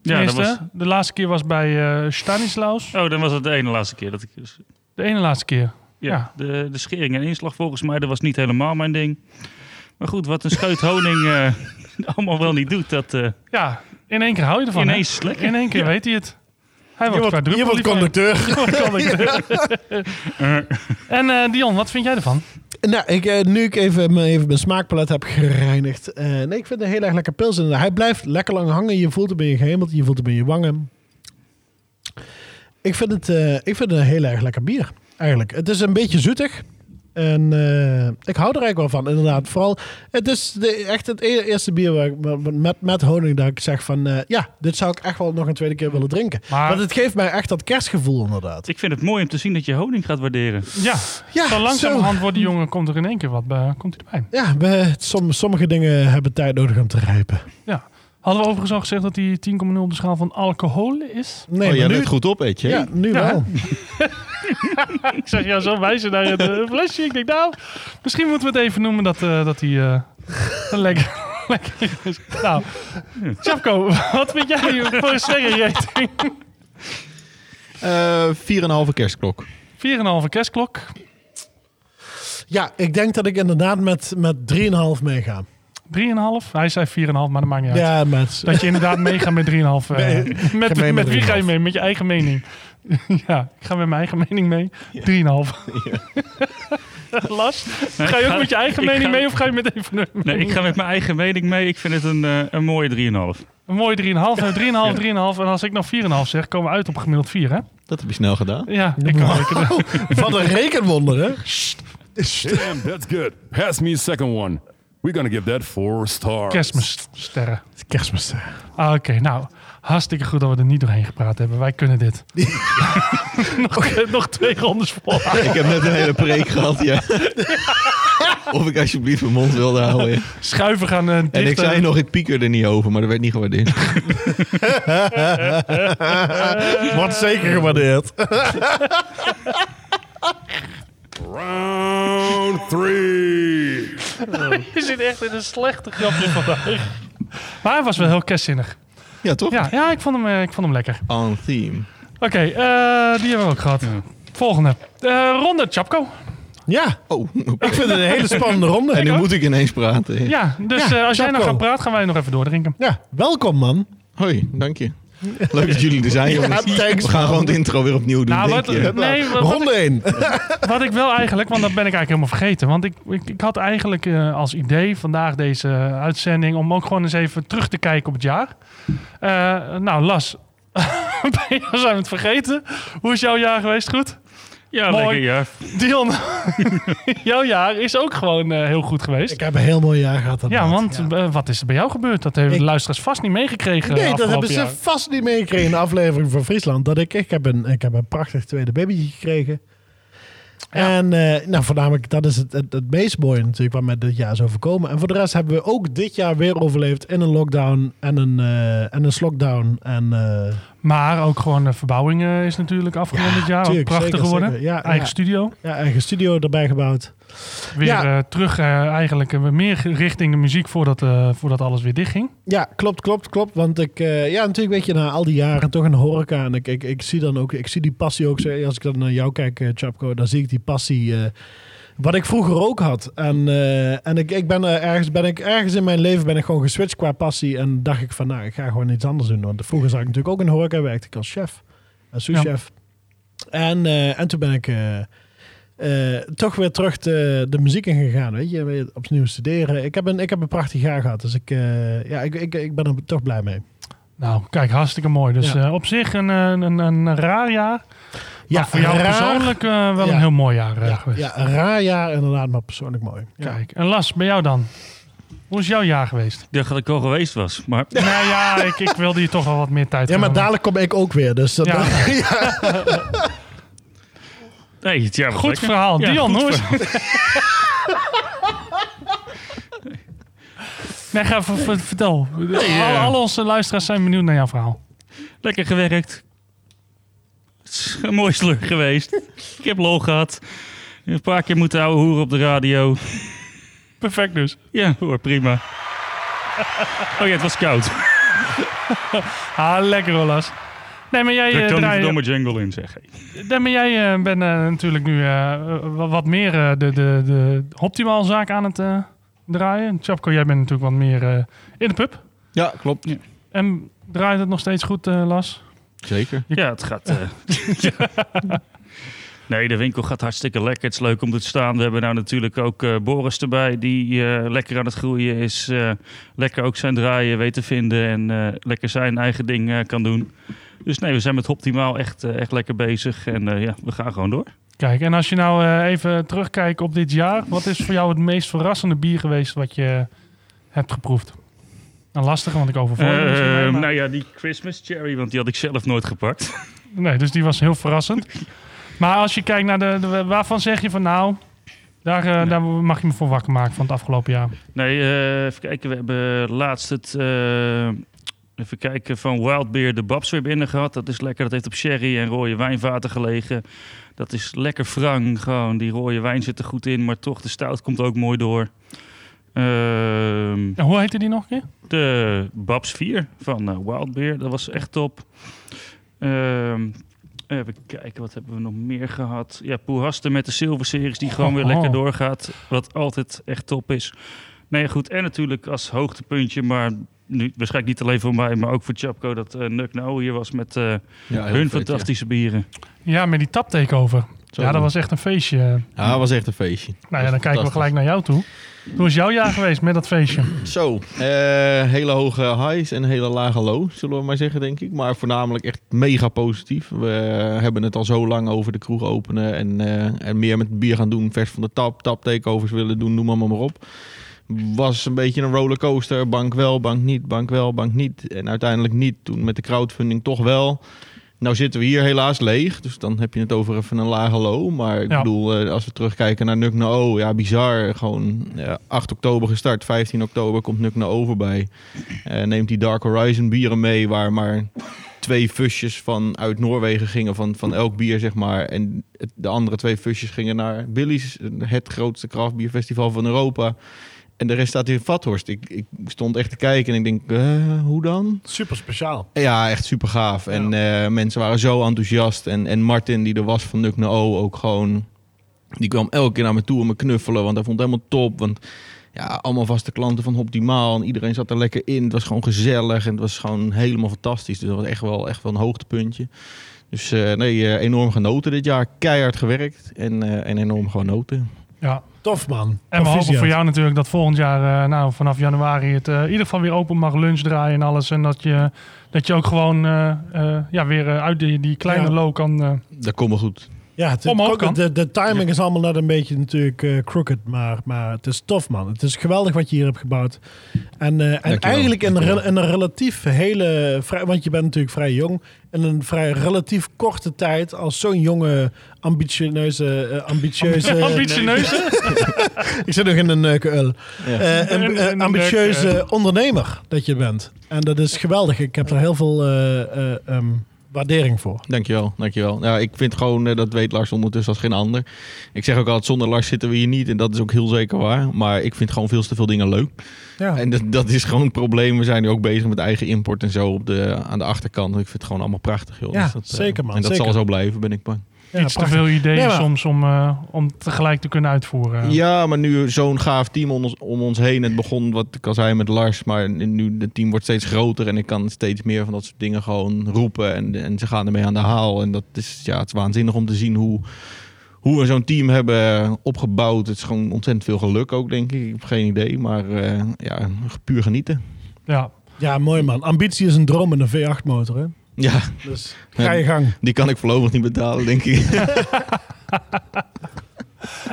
Speaker 6: Ja, dat
Speaker 1: Tenminste,
Speaker 6: was,
Speaker 1: De laatste keer was bij eh Stanislaus.
Speaker 6: oh, dan was het de ene laatste keer dat ik... dus-
Speaker 1: De ene laatste keer.
Speaker 6: Ja,
Speaker 1: Ja.
Speaker 6: De, de schering en inslag volgens mij, dat was niet helemaal mijn ding. Maar goed, wat een scheut honing eh, allemaal wel niet doet, dat... eh,
Speaker 1: Ja, in één keer hou je ervan.
Speaker 6: Ineens
Speaker 1: hè?
Speaker 6: lekker.
Speaker 1: In één keer
Speaker 6: Ja.
Speaker 1: weet hij het. Hij
Speaker 6: Je
Speaker 1: wordt
Speaker 6: wordt-
Speaker 1: quadruple
Speaker 6: je wordt
Speaker 1: liever.
Speaker 6: conducteur.
Speaker 1: Je wordt conducteur. en eh, Dion, wat vind jij ervan?
Speaker 2: Nou, ik, eh, nu ik even, mijn- even mijn smaakpalet heb gereinigd. eh, nee, ik vind het een heel erg lekker pils. inderdaad. Hij blijft lekker lang hangen. Je voelt hem in je gehemelte, je voelt hem in je wangen. Ik vind het, eh, ik vind het een heel erg lekker bier, eigenlijk. Het is een beetje zoetig. En eh, ik hou er eigenlijk wel van, inderdaad. Vooral, het is de, echt het e- eerste bier waar ik, met- met, met honing dat ik zeg van... eh, ja, dit zou ik echt wel nog een tweede keer willen drinken. Want het geeft mij echt dat kerstgevoel, inderdaad.
Speaker 6: Ik vind het mooi om te zien dat je honing gaat waarderen.
Speaker 1: Ja,
Speaker 2: Ja,
Speaker 1: zo langzamerhand wordt die jongen, komt er in één keer wat bij. Komt hij erbij.
Speaker 2: Ja, we, som, sommige dingen hebben tijd nodig om te rijpen.
Speaker 1: Ja. Hadden we overigens al gezegd dat die 10,0 op de schaal van alcohol is?
Speaker 2: Nee,
Speaker 7: oh, jij bent goed op, Etje. hè?
Speaker 1: ik zag jou zo wijzen naar het eh, flesje. Ik denk, nou, misschien moeten we het even noemen dat, eh, dat die eh, lekker, lekker is. Nou, Chapko, wat vind jij voor een sterrenrating?
Speaker 7: 4,5 Eh, kerstklok.
Speaker 1: 4,5 kerstklok.
Speaker 2: Ja, ik denk dat ik inderdaad met, met 3,5 meega.
Speaker 1: 3,5? Hij zei 4,5, maar dat maakt niet uit.
Speaker 2: Ja, met...
Speaker 1: Dat je inderdaad meegaat met 3,5. eh,
Speaker 2: Nee,
Speaker 1: met
Speaker 2: ik ga mee
Speaker 1: met,
Speaker 2: met
Speaker 1: wie ga je
Speaker 2: 3,5.
Speaker 1: mee? Met je eigen mening. ja, ik ga met mijn eigen mening mee. 3,5. Last.
Speaker 6: Nee,
Speaker 1: ga je
Speaker 6: ik
Speaker 1: ook
Speaker 6: ga-
Speaker 1: met je eigen
Speaker 6: ik
Speaker 1: mening
Speaker 6: ga-
Speaker 1: mee of ga je met even een
Speaker 6: Nee, ik ga met mijn eigen mening mee. Ik vind het een, eh, een mooie 3,5.
Speaker 1: Een mooie 3,5, eh, 3,5, 3,5. En als ik nog 4,5 zeg, komen we uit op gemiddeld 4, hè?
Speaker 7: Dat heb je snel gedaan.
Speaker 1: Ja, ik kan rekenen.
Speaker 2: Wat een rekenwonder, hè?
Speaker 4: Damn, that's good. Pass me a second one. We're gonna give that four stars.
Speaker 1: Kerstmissterren.
Speaker 2: Kerstmis.
Speaker 1: Ah, Oké, nou, hartstikke goed dat we er niet doorheen gepraat hebben. Wij kunnen dit. nog, nog twee rondes vol.
Speaker 7: Ik heb net een hele preek gehad, ja. Of ik alsjeblieft mijn mond wilde houden. ja.
Speaker 1: Schuiven gaan eh dicht.
Speaker 7: En ik zei
Speaker 1: eh,
Speaker 7: nog, ik piekerde niet over, maar dat werd niet gewaardeerd.
Speaker 2: Wordt zeker gewaardeerd.
Speaker 4: Round three.
Speaker 1: Je zit echt in een slechte grapje vandaag. Maar hij was wel heel kerstzinnig.
Speaker 7: Ja, toch? Oh.
Speaker 1: Ja, ja ik, vond hem, eh, ik vond hem lekker.
Speaker 7: On theme.
Speaker 1: Oké, eh, die hebben we ook gehad. Volgende. Eh, ronde Chapko.
Speaker 2: Ja.
Speaker 7: Oh,
Speaker 2: Ik vind het een hele spannende ronde.
Speaker 7: En nu moet ik ineens praten.
Speaker 1: Ja, dus
Speaker 2: Ja,
Speaker 1: eh, als jij nog
Speaker 2: Chapko.
Speaker 1: gaat praten, gaan wij nog even doordrinken.
Speaker 2: Ja, welkom man.
Speaker 7: Hoi, dank je. Leuk dat jullie er zijn,
Speaker 1: Ja,
Speaker 7: jongens.
Speaker 1: thanks,
Speaker 7: We gaan
Speaker 1: man.
Speaker 7: gewoon het intro weer opnieuw doen.
Speaker 1: Nou,
Speaker 7: denk
Speaker 1: wat,
Speaker 7: je.
Speaker 1: nee, wat, wat ik- Wat ik wel eigenlijk, want dat ben ik eigenlijk helemaal vergeten. Want ik, ik, ik had eigenlijk eh, als idee vandaag deze uitzending om ook gewoon eens even terug te kijken op het jaar. Eh, nou, Las, ben je- zijn we het vergeten? Hoe is jouw jaar geweest? Goed?
Speaker 6: Ja, lekker jaar.
Speaker 1: Dion, jouw jaar is ook gewoon eh, heel goed geweest. Ik
Speaker 2: heb een heel mooi jaar gehad.
Speaker 1: Ja, want eh, wat is er bij jou gebeurd? Dat hebben de luisteraars vast niet meegekregen.
Speaker 2: Nee, dat
Speaker 1: afgelopen
Speaker 2: hebben ze
Speaker 1: jaar.
Speaker 2: vast niet meegekregen in de aflevering van Friesland. Dat ik, ik, heb een, ik heb een prachtig tweede babytje gekregen. En eh, nou, voornamelijk, dat is het, het, het meest mooie natuurlijk wat mij dit jaar is overkomen. En voor de rest hebben we ook dit jaar weer overleefd in een lockdown en een, eh, en een slokdown. En, eh,
Speaker 1: Maar ook gewoon de verbouwing eh, is natuurlijk afgerond dit jaar. Ook prachtig geworden. Eigen studio.
Speaker 2: Ja, eigen studio erbij gebouwd.
Speaker 1: Weer eh, terug eh, eigenlijk eh, meer richting de muziek voordat, eh, voordat alles weer dichtging.
Speaker 2: Ja, klopt, klopt, klopt. Want ik, eh, ja, natuurlijk weet je, na al die jaren toch een horeca. En ik, ik, ik zie dan ook, ik zie die passie ook. zo- Als ik dan naar jou kijk, eh, Chapko, dan zie ik die passie. eh, wat ik vroeger ook had. En, eh, en ik, ik ben eh, ergens, ben ik, ergens in mijn leven ben ik gewoon geswitcht qua passie. En dacht ik van, nou, ik ga gewoon iets anders doen. Want vroeger zat ik natuurlijk ook in de horeca, werkte ik als chef. Als souschef. En, eh, en toen ben ik... eh, eh, toch weer terug de, de muziek in gegaan. Weet je, weer opnieuw studeren. Ik heb een, ik heb een prachtig jaar gehad. Dus ik, eh, ja, ik, ik, ik ben er toch blij mee.
Speaker 1: Nou, kijk, hartstikke mooi. Dus
Speaker 2: Ja.
Speaker 1: eh, op zich een, eh, een, een, een raar jaar.
Speaker 2: Ja,
Speaker 1: maar voor jou
Speaker 2: raar.
Speaker 1: persoonlijk eh, wel
Speaker 2: Ja.
Speaker 1: een heel mooi jaar eh,
Speaker 2: Ja,
Speaker 1: geweest.
Speaker 2: ja, een raar jaar inderdaad, maar persoonlijk mooi. Ja.
Speaker 1: Kijk, en Las, bij jou dan? Hoe is jouw jaar geweest?
Speaker 6: Ik dacht dat ik al geweest was, maar...
Speaker 1: nou ja, ik, ik wilde je toch wel wat meer tijd
Speaker 2: Ja, maar dadelijk kom ik ook weer. Dus dat,
Speaker 1: Ja.
Speaker 6: Nee, het jaar was
Speaker 1: Goed
Speaker 6: lekker.
Speaker 1: verhaal.
Speaker 6: Ja,
Speaker 1: Dion,
Speaker 6: goed
Speaker 1: hoe is
Speaker 6: verhaal.
Speaker 1: Nee, ga ver- ver- vertel.
Speaker 6: eh.
Speaker 1: Al, al onze luisteraars zijn benieuwd naar jouw verhaal.
Speaker 6: Lekker gewerkt. Het is een mooi slur geweest. ik heb lol gehad. Een paar keer moeten ouwe hoeren op de radio.
Speaker 1: Perfect dus.
Speaker 6: Ja, hoor, prima. Oh ja, het was koud.
Speaker 1: ah, lekker hoor, Las. Nee, maar jij
Speaker 6: Druk
Speaker 1: eh,
Speaker 6: dan die
Speaker 1: draai-
Speaker 6: verdomme jingle in, zeg.
Speaker 1: Nee, maar jij eh, bent eh, natuurlijk nu eh, eh, wa- wat meer eh, de, de, de optimaal zaak aan het eh, draaien. Chapko, jij bent natuurlijk wat meer eh, in de pub.
Speaker 7: Ja, klopt.
Speaker 1: En draait het nog steeds goed, eh, Las?
Speaker 7: Zeker.
Speaker 6: Ja, het gaat... eh, Nee, de winkel gaat hartstikke lekker. Het is leuk om te staan. We hebben nou natuurlijk ook eh, Boris erbij, die eh, lekker aan het groeien is. eh, lekker ook zijn draaien weet te vinden en eh, lekker zijn eigen ding eh, kan doen. Dus nee, we zijn met Optimaal echt, eh, echt lekker bezig. En eh, ja, we gaan gewoon door.
Speaker 1: Kijk, en als je nou eh, even terugkijkt op dit jaar, wat is voor jou het meest verrassende bier geweest wat je hebt geproefd? Een lastige, want ik overval je misschien
Speaker 6: Eh,
Speaker 1: mee, maar-
Speaker 6: nou ja, die Christmas cherry, want die had ik zelf nooit gepakt.
Speaker 1: Nee, dus die was heel verrassend. Maar als je kijkt naar de, de- waarvan zeg je van nou, daar, eh, daar mag je me voor wakker maken van het afgelopen jaar.
Speaker 6: Nee, eh, even kijken. We hebben laatst het... eh, even kijken, van Wild Beer de Babs weer binnen gehad. Dat is lekker. Dat heeft op sherry en rode wijnvaten gelegen. Dat is lekker frang. Gewoon, die rode wijn zit er goed in. Maar toch, de stout komt ook mooi door. Ehm,
Speaker 1: En hoe heette die nog een keer?
Speaker 6: de Babs 4 van eh, Wild Beer. Dat was echt top. Ehm, even kijken, wat hebben we nog meer gehad? Ja, Poehasten met de Silver Series, die gewoon weer
Speaker 1: Oh.
Speaker 6: lekker doorgaat. Wat altijd echt top is. Nee, goed. En natuurlijk als hoogtepuntje, maar nu, waarschijnlijk niet alleen voor mij, maar ook voor Chapco, dat eh Nuk Nou hier was met eh,
Speaker 7: heel
Speaker 6: hun
Speaker 7: vet, ja.
Speaker 6: fantastische bieren.
Speaker 1: Ja, met die tap takeover.
Speaker 7: Zo.
Speaker 1: Ja, dat was echt een feestje.
Speaker 7: Ja, dat was echt een feestje.
Speaker 1: nou ja, dan kijken we
Speaker 7: Fantastisch.
Speaker 1: gelijk naar jou toe. Hoe is jouw jaar geweest met dat feestje?
Speaker 7: Zo, eh, hele hoge highs en hele lage lows, zullen we maar zeggen, denk ik. Maar voornamelijk echt mega positief. We hebben het al zo lang over de kroeg openen en, eh, en meer met bier gaan doen. Vers van de tap, tap takeovers willen doen, noem maar, maar op. Was een beetje een rollercoaster. Bank wel, bank niet, bank wel, bank niet. En uiteindelijk niet. Toen met de crowdfunding toch wel. Nou zitten we hier helaas leeg, dus dan heb je het over even een lage low. Maar ik
Speaker 1: Ja.
Speaker 7: bedoel, eh, als we terugkijken naar Nuk No, ja bizar. Gewoon ja, 8 oktober gestart, 15 oktober komt Nuk No over bij. Eh, neemt die Dark Horizon bieren mee, waar maar twee fusjes van uit Noorwegen gingen van, van elk bier, zeg maar. En het- de andere twee fusjes gingen naar Billy's, het grootste kraftbierfestival van Europa. En de rest staat in Vathorst. Ik, ik stond echt te kijken en ik denk, eh, hoe dan?
Speaker 2: Super speciaal.
Speaker 7: Ja, echt super gaaf. En eh, mensen waren zo enthousiast. En, en Martin, die er was van Nuk No ook gewoon. Die kwam elke keer naar me toe om me knuffelen. Want hij vond het helemaal top. Want Ja, allemaal vaste klanten van Optimaal. En iedereen zat er lekker in. Het was gewoon gezellig. En het was gewoon helemaal fantastisch. Dus dat was echt wel, echt wel een hoogtepuntje. Dus eh, nee, eh, enorm genoten dit jaar. Keihard gewerkt. En, eh, en enorm genoten.
Speaker 1: Ja.
Speaker 2: Tof man.
Speaker 1: En we hopen
Speaker 7: Proficiat.
Speaker 1: voor jou natuurlijk dat volgend jaar, eh, nou vanaf januari, het eh, in ieder geval weer open mag, lunch draaien en alles. En dat je, dat je ook gewoon eh, eh, ja, weer eh, uit die, die kleine
Speaker 2: Ja.
Speaker 1: low kan. eh,
Speaker 7: Dat komt wel goed.
Speaker 2: Ja, het,
Speaker 1: Omhoog
Speaker 2: crooked,
Speaker 1: kan.
Speaker 2: de, de timing is allemaal net een beetje natuurlijk eh, crooked, maar, maar het is tof man. Het is geweldig wat je hier hebt gebouwd. En, eh, en
Speaker 7: Dankjewel.
Speaker 2: eigenlijk in, een rel- in een relatief hele, vrij, want je bent natuurlijk vrij jong, in een vrij relatief korte tijd als zo'n jonge ambitieuze... eh, ambitieuze
Speaker 1: Ambitieuze?
Speaker 2: Ik zit nog in een neuke ul.
Speaker 1: Ja.
Speaker 2: Eh, een-
Speaker 1: In- in
Speaker 2: eh,
Speaker 1: een
Speaker 2: ambitieuze
Speaker 1: neuke.
Speaker 2: ondernemer dat je bent. En dat is geweldig. Ik heb er heel veel eh, eh, ehm, waardering voor.
Speaker 7: Dankjewel, dankjewel. Ja, ik vind gewoon, eh, dat weet Lars ondertussen als geen ander. Ik zeg ook altijd, zonder Lars zitten we hier niet. En dat is ook heel zeker waar. Maar ik vind gewoon veel te veel dingen leuk.
Speaker 2: Ja.
Speaker 7: En dat, dat is gewoon een probleem. We zijn nu ook bezig met eigen import en zo op de, aan de achterkant. Ik vind het gewoon allemaal prachtig, joh.
Speaker 2: Ja,
Speaker 7: Dus dat, eh,
Speaker 2: zeker, man,
Speaker 7: En dat
Speaker 2: zeker.
Speaker 7: zal zo blijven, ben ik bang.
Speaker 1: iets te
Speaker 2: prachtig.
Speaker 1: veel ideeën
Speaker 2: Nee, maar-
Speaker 1: soms om, eh, om tegelijk te kunnen uitvoeren.
Speaker 7: Ja, maar nu zo'n gaaf team om ons, om ons heen. Het begon, wat ik al zei, met Lars. Maar nu het team wordt steeds groter. En ik kan steeds meer van dat soort dingen gewoon roepen. En, en ze gaan ermee aan de haal. En dat is, ja, het is waanzinnig om te zien hoe, hoe we zo'n team hebben opgebouwd. Het is gewoon ontzettend veel geluk ook, denk ik. Ik heb geen idee. Maar eh, ja, puur genieten.
Speaker 1: Ja.
Speaker 2: ja, mooi man. Ambitie is een droom in een V8-motor. hè?
Speaker 7: Ja.
Speaker 2: Dus ga je gang.
Speaker 7: Die kan ik voorlopig niet betalen, denk ik.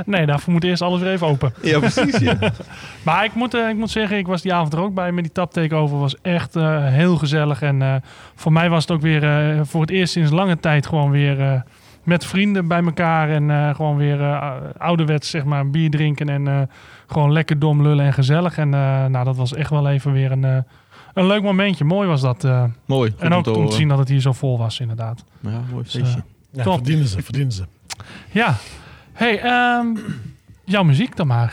Speaker 1: Nee, daarvoor moet eerst alles weer even open.
Speaker 7: Ja, precies, ja.
Speaker 1: maar ik moet, eh, ik moet zeggen, ik was die avond er ook bij met die tap takeover. was echt eh, heel gezellig. En eh, voor mij was het ook weer eh, voor het eerst sinds lange tijd gewoon weer eh, met vrienden bij elkaar. En eh, gewoon weer eh, ouderwets, zeg maar, bier drinken. En eh, gewoon lekker dom lullen en gezellig. En eh, nou, dat was echt wel even weer een, eh, een leuk momentje. Mooi was dat. eh.
Speaker 7: Mooi, goed om
Speaker 1: En ook
Speaker 7: te
Speaker 1: om te
Speaker 7: horen.
Speaker 1: zien dat het hier zo vol was, inderdaad.
Speaker 7: Ja, mooi
Speaker 1: eh,
Speaker 7: feestje.
Speaker 2: Ja,
Speaker 1: top.
Speaker 2: verdienen ze, verdienen ze.
Speaker 1: Ja. Hey, ehm, jouw muziek dan maar.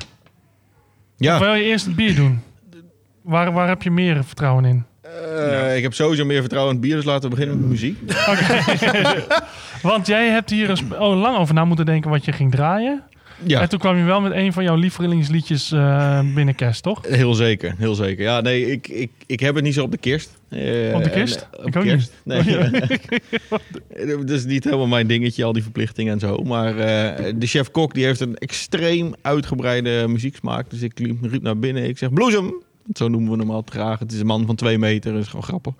Speaker 7: Ja.
Speaker 1: Of wil je eerst het bier doen? Waar, waar heb je meer vertrouwen in?
Speaker 7: Eh, Ik heb sowieso meer vertrouwen in het bier, dus laten we beginnen met muziek.
Speaker 1: Want jij hebt hier een sp- oh, lang over na moeten denken wat je ging draaien.
Speaker 7: Ja.
Speaker 1: En toen kwam je wel met een van jouw lievelingsliedjes eh binnen kerst, toch?
Speaker 7: Heel zeker, heel zeker. Ja, nee, ik, ik, ik heb het niet zo op de kerst. Eh,
Speaker 1: Op de
Speaker 7: en,
Speaker 1: kerst?
Speaker 7: eh,
Speaker 1: Ik ook
Speaker 7: Nee.
Speaker 1: niet. Oh,
Speaker 7: Eh, dat is niet helemaal mijn dingetje, al die verplichtingen en zo. Maar eh, de chef-kok die heeft een extreem uitgebreide muzieksmaak. Dus ik liep, riep naar binnen. Ik zeg, bloesem! Want Zo noemen we hem al traag. Het is een man van twee meter. Dat is gewoon grappig.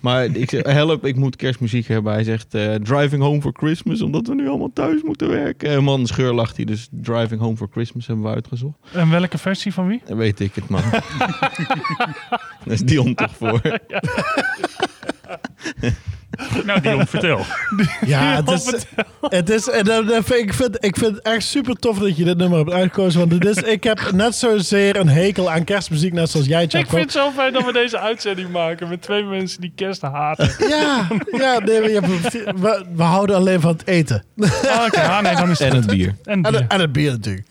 Speaker 7: Maar ik zeg, help, ik moet kerstmuziek hebben. Hij zegt, eh, driving home for Christmas. Omdat we nu allemaal thuis moeten werken. En man, scheur lacht hij. Dus driving home for Christmas hebben we uitgezocht.
Speaker 1: En welke versie van wie?
Speaker 7: Dan weet ik het, man. Daar is Dion toch voor.
Speaker 6: Nou, Dion, vertel.
Speaker 2: Ja, het is, het is en, dan- dan vind ik, ik vind, ik vind het echt super tof dat je dit nummer hebt uitgekozen. Want het is, ik heb net zozeer een hekel aan kerstmuziek, net zoals jij, Jacob.
Speaker 1: Ik vind het zo fijn dat we deze uitzending maken met twee mensen die kerst haten.
Speaker 2: Ja, ja nee, maar je hebt- we, we houden alleen van het eten.
Speaker 1: Oh, oké. Ah, nee, dan is het En goed. het bier. En
Speaker 2: En,
Speaker 1: het bier.
Speaker 2: en het bier natuurlijk.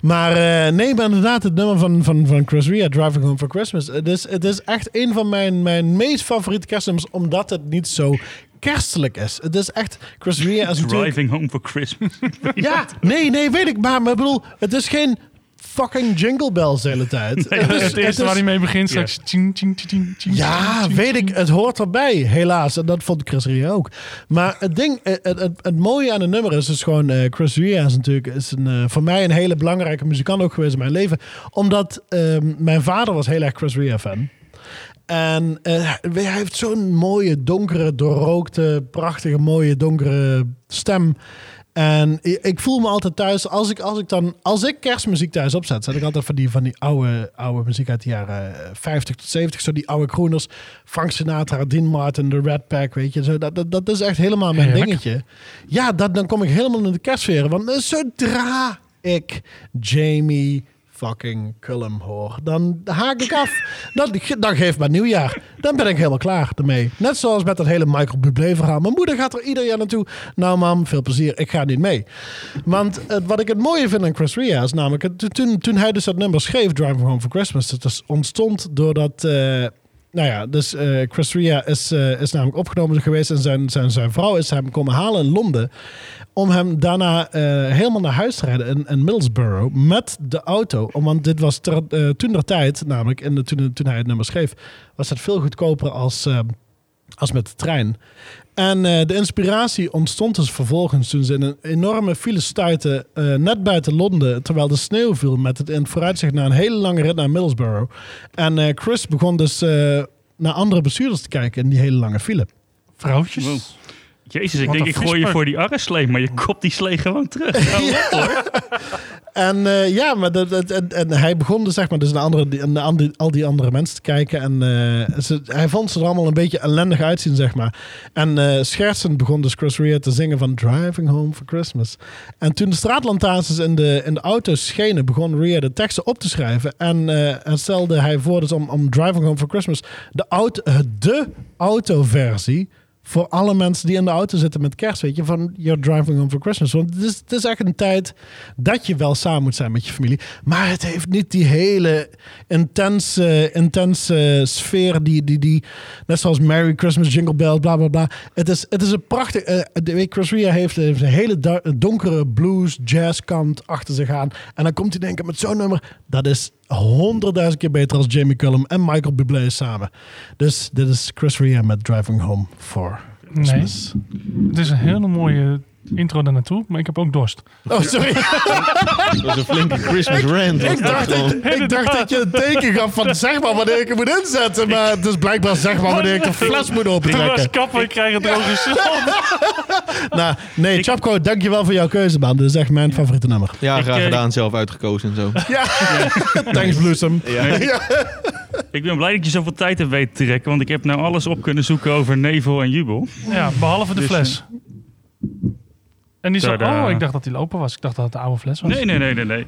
Speaker 2: Maar eh, nee, maar inderdaad, het nummer van, van, van Chris Rea, Driving Home for Christmas. Het is, het is echt een van mijn, mijn meest favoriete kerstnummers, omdat het niet zo kerstelijk is. Het is echt, Chris Rea is natuurlijk...
Speaker 6: Driving home for Christmas.
Speaker 2: Ja, nee, nee, weet ik. Maar, maar ik bedoel, het is geen fucking jingle bells de hele tijd.
Speaker 1: Nee, dat is het eerste
Speaker 2: is-
Speaker 1: waar hij mee begint. Straks. Tjing, tjing, tjing, tjing, tjing,
Speaker 2: Ja,
Speaker 1: tjing,
Speaker 2: weet ik. Het hoort erbij, helaas. En dat vond Chris Ria ook. Maar het ding, eh, het, het, het mooie aan het nummer is dus gewoon... eh, Chris Ria is natuurlijk is een, eh, voor mij een hele belangrijke muzikant ook geweest in mijn leven. Omdat ehm, mijn vader was heel erg Chris Ria fan. En eh, hij heeft zo'n mooie, donkere, doorrookte, prachtige, mooie, donkere stem. En i- ik voel me altijd thuis, als ik, als ik dan, als ik kerstmuziek thuis opzet, zet ik altijd van die, van die oude, oude muziek uit de jaren eh, 50 tot 70, zo die oude crooners, Frank Sinatra, Dean Martin, The Red Pack, weet je, zo, dat, dat, dat is echt helemaal mijn
Speaker 1: Heerlijk.
Speaker 2: dingetje. Ja, dat, dan kom ik helemaal in de kerstsfeer, want eh, zodra ik Jamie fucking Cullum hoor, dan haak ik af. Dan, dan geeft maar nieuwjaar. Dan ben ik helemaal klaar ermee. Net zoals met dat hele Michael Bublé verhaal. Mijn moeder gaat er ieder jaar naartoe. Nou mam, veel plezier. Ik ga niet mee. Want het- wat ik het mooie vind aan Chris Ria is namelijk... het- Toen, toen hij dus dat nummer schreef, Driving Home for Christmas... dat is- ontstond doordat... eh, Nou ja, dus eh, Chris Ria is, eh, is namelijk opgenomen geweest en zijn, zijn, zijn vrouw is hem komen halen in Londen. Om hem daarna eh, helemaal naar huis te rijden in, in Middlesbrough met de auto. Om- Want dit was eh, toen der tijd, namelijk in de, toen, toen hij het nummer schreef, was dat veel goedkoper als, eh, als met de trein. En eh, de inspiratie ontstond dus vervolgens toen ze in een enorme file stuiten eh, net buiten Londen, terwijl de sneeuw viel met het in het vooruitzicht naar een hele lange rit naar Middlesbrough. En eh, Chris begon dus eh, naar andere bestuurders te kijken in die hele lange file.
Speaker 1: Vrouwtjes?
Speaker 6: Jezus, ik
Speaker 2: Wat
Speaker 6: denk
Speaker 2: een
Speaker 6: ik gooi je
Speaker 2: visper.
Speaker 6: voor die arreslee, maar je kopt die slee gewoon terug. Nou,
Speaker 2: En eh, ja, maar dat, dat- en, en hij begon dus, zeg maar, dus naar, andere, die- naar aan die- al die andere mensen te kijken. En eh, ze, hij vond ze er allemaal een beetje ellendig uitzien, zeg maar. En eh schertsend begon dus Chris Rea te zingen van Driving Home for Christmas. En toen de straatlantaarns in de, in de auto schenen, begon Rea de teksten op te schrijven. En eh, en stelde hij voor dus om, om Driving Home for Christmas de, auto, de autoversie voor alle mensen die in de auto zitten met kerst, weet je, van you're driving home for Christmas. Want het is, het is echt een tijd dat je wel samen moet zijn met je familie. Maar het heeft niet die hele intense, intense sfeer die, die, die, net zoals Merry Christmas, Jingle Bell, bla bla bla. Het is, het is een prachtig, eh, de weet, Chris Rea heeft, heeft een hele da- donkere blues, jazz kant achter zich aan. En dan komt hij denken met zo'n nummer, dat is honderdduizend keer beter als Jamie Cullum en Michael Bublé samen. Dus dit is Chris Rea met Driving Home for
Speaker 1: Nee.
Speaker 2: Christmas.
Speaker 1: Het is een hele mooie intro daar naartoe, maar ik heb ook dorst.
Speaker 2: Oh, sorry.
Speaker 1: Dat is een flinke Christmas
Speaker 2: Ik-
Speaker 1: rant.
Speaker 2: Ik dacht, dat- ik, dacht dat je een teken gaf van zeg maar wanneer ik hem moet inzetten. Maar het is blijkbaar zeg maar wanneer Oh, ik de fles moet
Speaker 1: Ik was
Speaker 2: opentrekken.
Speaker 1: kapper, ik krijg het ook
Speaker 2: Nou, nee, Chapko, dankjewel voor jouw keuze, man. Dit is echt mijn favoriete nummer.
Speaker 7: Ja, graag
Speaker 6: eh,
Speaker 7: gedaan. Zelf uitgekozen en zo.
Speaker 2: Ja. Thanks, Bloesem.
Speaker 6: Nee. Ik ben blij dat je zoveel tijd hebt weten te trekken, want ik heb nou alles op kunnen zoeken over Nevel en Jubel.
Speaker 1: Ja, behalve de
Speaker 6: Dus,
Speaker 1: fles. En die zo,
Speaker 6: Tadaa.
Speaker 1: oh, ik dacht dat die lopen was. Ik dacht dat het de oude fles was.
Speaker 6: Nee, nee, nee, nee. Nee,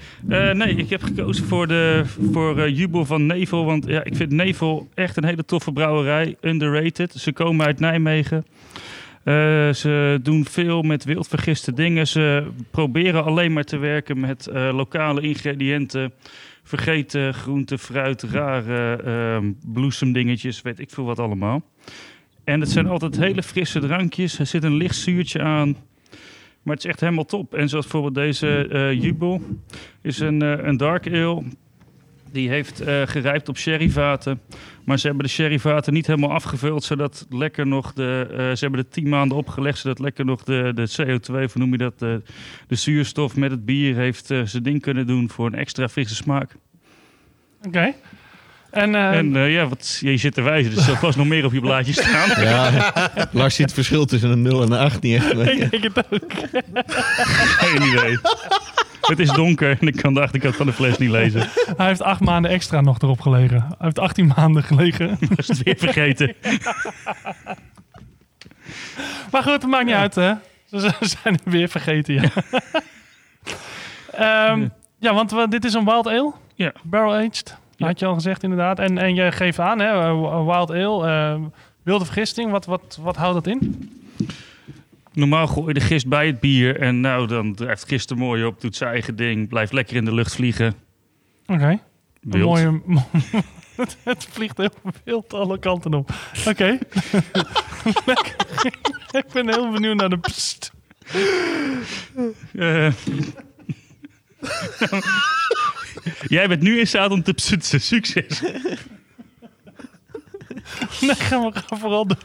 Speaker 6: Eh, nee ik heb gekozen voor, de, voor eh, Jubel van Nevel. Want ja, ik vind Nevel echt een hele toffe brouwerij. Underrated. Ze komen uit Nijmegen. Eh, ze doen veel met wildvergiste dingen. Ze proberen alleen maar te werken met eh, lokale ingrediënten. Vergeten groente, fruit, rare ehm, bloesemdingetjes, weet ik veel wat allemaal. En het zijn altijd hele frisse drankjes. Er zit een licht zuurtje aan. Maar het is echt helemaal top. En zoals bijvoorbeeld deze eh, Jubel is een, eh, een dark ale. Die heeft eh, gerijpt op sherryvaten. Maar ze hebben de sherryvaten niet helemaal afgevuld. Zodat lekker nog de... eh, ze hebben de 10 maanden opgelegd. Zodat lekker nog de, de CO2, of hoe noem je dat? De, de zuurstof met het bier heeft eh, zijn ding kunnen doen voor een extra frisse smaak.
Speaker 1: Oké. En, eh,
Speaker 6: en eh, ja, wat, je zit te wijzen. Dus er was nog meer op je blaadje staan.
Speaker 7: Ja, Lars ziet het verschil tussen een 0 en een 8 niet echt.
Speaker 6: Ik denk het ook. Geen idee. Het is donker en ik kan de achterkant van de fles niet lezen.
Speaker 1: hij heeft acht maanden extra nog erop gelegen. Hij heeft 18 maanden gelegen.
Speaker 6: Dat is het weer vergeten.
Speaker 1: Maar goed, het maakt niet uit, hè? Ze z- zijn het weer vergeten, ja. Ehm, ja, want we- dit is een wild ale.
Speaker 6: Ja.
Speaker 1: Barrel aged, had je al gezegd, inderdaad. En, en je geeft aan, hè, eh, wild ale, eh, wilde vergisting. Wat, wat, wat houdt dat in?
Speaker 6: Normaal gooi je de gist bij het bier en nou, dan drijft gist er mooi op, doet zijn eigen ding, blijft lekker in de lucht vliegen.
Speaker 1: Oké. Een
Speaker 6: Wild.
Speaker 1: mooie... het vliegt heel wild alle kanten op. Oké. Lekker. ik ben heel benieuwd naar de pst.
Speaker 6: Eh. Jij bent nu in staat om te psutsen. Succes.
Speaker 1: Nee, ga maar ga vooral doen.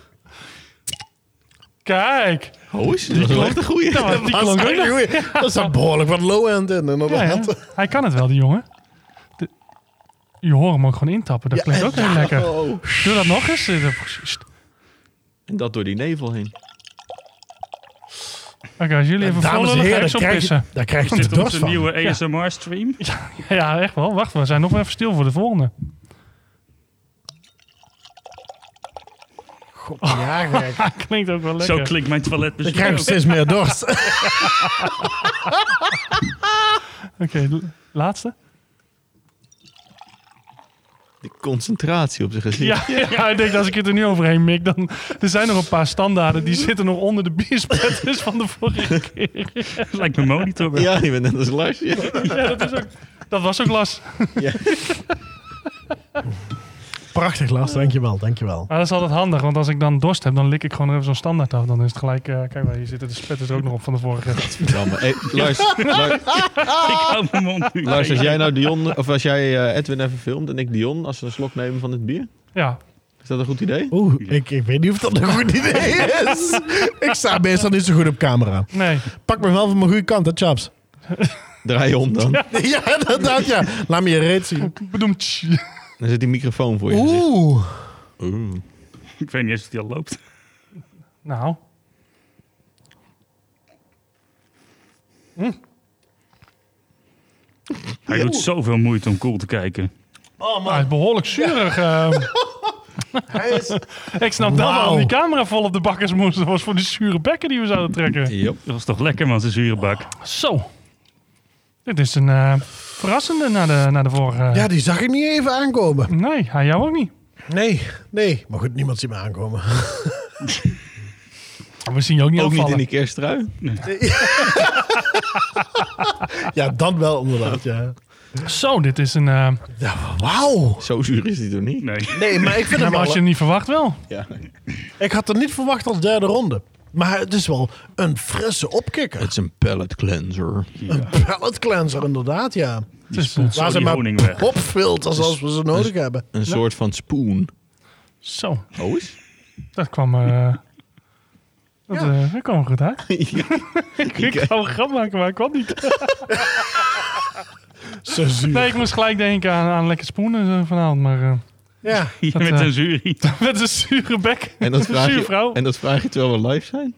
Speaker 1: Kijk.
Speaker 7: Oh, is dat
Speaker 1: klonk-
Speaker 7: echt een goeie?
Speaker 1: Ja, maar die klonk ook nog.
Speaker 2: Dat is een behoorlijk wat low-end in.
Speaker 1: Ja, ja.
Speaker 2: inderdaad.
Speaker 1: Hij kan het wel, die jongen. De- Je hoort hem ook gewoon intappen. Dat klinkt ook heel lekker.
Speaker 7: Oh.
Speaker 1: Doe dat nog eens. Eh, Oké,
Speaker 7: En dat door die nevel heen.
Speaker 1: als jullie even
Speaker 2: Dames en
Speaker 1: volgen,
Speaker 2: heren,
Speaker 1: dan ga
Speaker 2: krijg
Speaker 1: ik
Speaker 2: je-
Speaker 1: zo pissen.
Speaker 2: daar krijg je
Speaker 1: Dit
Speaker 2: de dorst
Speaker 1: onze
Speaker 2: van.
Speaker 6: Nieuwe
Speaker 1: Ja.
Speaker 6: ASMR-stream. Ja.
Speaker 1: Ja, echt wel. Wacht, we zijn nog wel even stil voor de volgende.
Speaker 2: ja,
Speaker 1: klinkt ook wel lekker.
Speaker 6: Zo klinkt mijn toilet
Speaker 2: Ik krijg nog steeds meer dorst.
Speaker 1: Oké, l- laatste.
Speaker 7: De concentratie op zijn
Speaker 1: Ja,
Speaker 7: gezicht.
Speaker 1: ja, ik denk als ik het er nu overheen mik, dan... Er zijn nog een paar standaarden, die zitten nog onder de bierspetters van de vorige keer.
Speaker 6: Lijkt mijn monitor
Speaker 7: Ja, die bent net als
Speaker 1: Oh,
Speaker 7: Lars. ja.
Speaker 1: Ja, dat, is ook, dat was ook last.
Speaker 2: prachtig Lars, dankjewel, dankjewel.
Speaker 1: Maar dat is altijd handig, want als ik dan dorst heb, dan lik ik gewoon even zo'n standaard af. Dan is het gelijk, eh, kijk maar, hier zitten de spetters ook nog op van de vorige.
Speaker 7: Hey, Lars, Lars, Lars, als jij nou Dion, of als jij eh, Edwin even filmt en ik Dion, als we een slok nemen van dit bier,
Speaker 1: Ja.
Speaker 7: is dat een goed idee?
Speaker 2: Oeh, ik, ik weet niet of dat een goed idee is. ik sta meestal niet zo goed op camera.
Speaker 1: Nee.
Speaker 2: Pak me wel van mijn goede kant, hè, chaps.
Speaker 7: Draai je om dan.
Speaker 2: Ja, inderdaad, ja. Laat me je reet zien.
Speaker 1: Bedoemd.
Speaker 7: Dan zit die microfoon voor je
Speaker 2: Oeh.
Speaker 7: gezicht.
Speaker 6: Ik weet niet eens of die al loopt.
Speaker 1: Nou.
Speaker 6: Hij doet zoveel moeite om cool te kijken.
Speaker 1: Oh man. Hij is behoorlijk zuurig. eh. ik snap dat
Speaker 6: Wauw.
Speaker 1: al. Die camera vol op de bakkers moest. Dat was voor de zure bekken die we zouden trekken.
Speaker 6: Dat was toch lekker, man, zijn zure bak.
Speaker 1: Zo. Dit is een eh, verrassende naar de, naar de vorige.
Speaker 2: Ja, die zag ik niet even aankomen.
Speaker 1: Nee, hij jou ook niet.
Speaker 2: Nee, nee. Maar goed, niemand ziet me aankomen.
Speaker 1: We zien je ook niet
Speaker 7: Ook niet
Speaker 1: afvallen.
Speaker 7: in die kersttrui?
Speaker 2: ja, dan wel inderdaad, ja.
Speaker 1: Zo, dit is een... eh,
Speaker 2: Wauw.
Speaker 7: Zo zuur is die toch niet?
Speaker 6: Nee.
Speaker 2: Nee, maar ik vind hem
Speaker 1: Nou, maar
Speaker 2: wel-
Speaker 1: als je hem niet verwacht wel.
Speaker 7: Ja.
Speaker 2: Ik had het niet verwacht als derde ronde. Maar het is wel een frisse opkikker.
Speaker 7: Het is een pallet cleanser.
Speaker 2: Een pallet cleanser, inderdaad, ja.
Speaker 1: Het is een
Speaker 2: Waar ze maar popfilters als we ze nodig hebben.
Speaker 7: Een soort van spoon.
Speaker 1: Zo,
Speaker 7: Oh, is?
Speaker 1: dat kwam... eh dat, eh, dat kwam goed uit. ik ik zou een grap maken, maar ik kwam niet.
Speaker 2: Zo zuur.
Speaker 1: Nee, ik moest gelijk denken aan, aan lekker spoenen eh, vanavond, maar... eh,
Speaker 2: Ja.
Speaker 1: Dat,
Speaker 6: Met
Speaker 1: eh,
Speaker 6: een zure.
Speaker 1: met een zure bek.
Speaker 7: En dat, vraag
Speaker 1: Zuur
Speaker 7: je,
Speaker 1: vrouw.
Speaker 7: en dat vraag je terwijl we live zijn?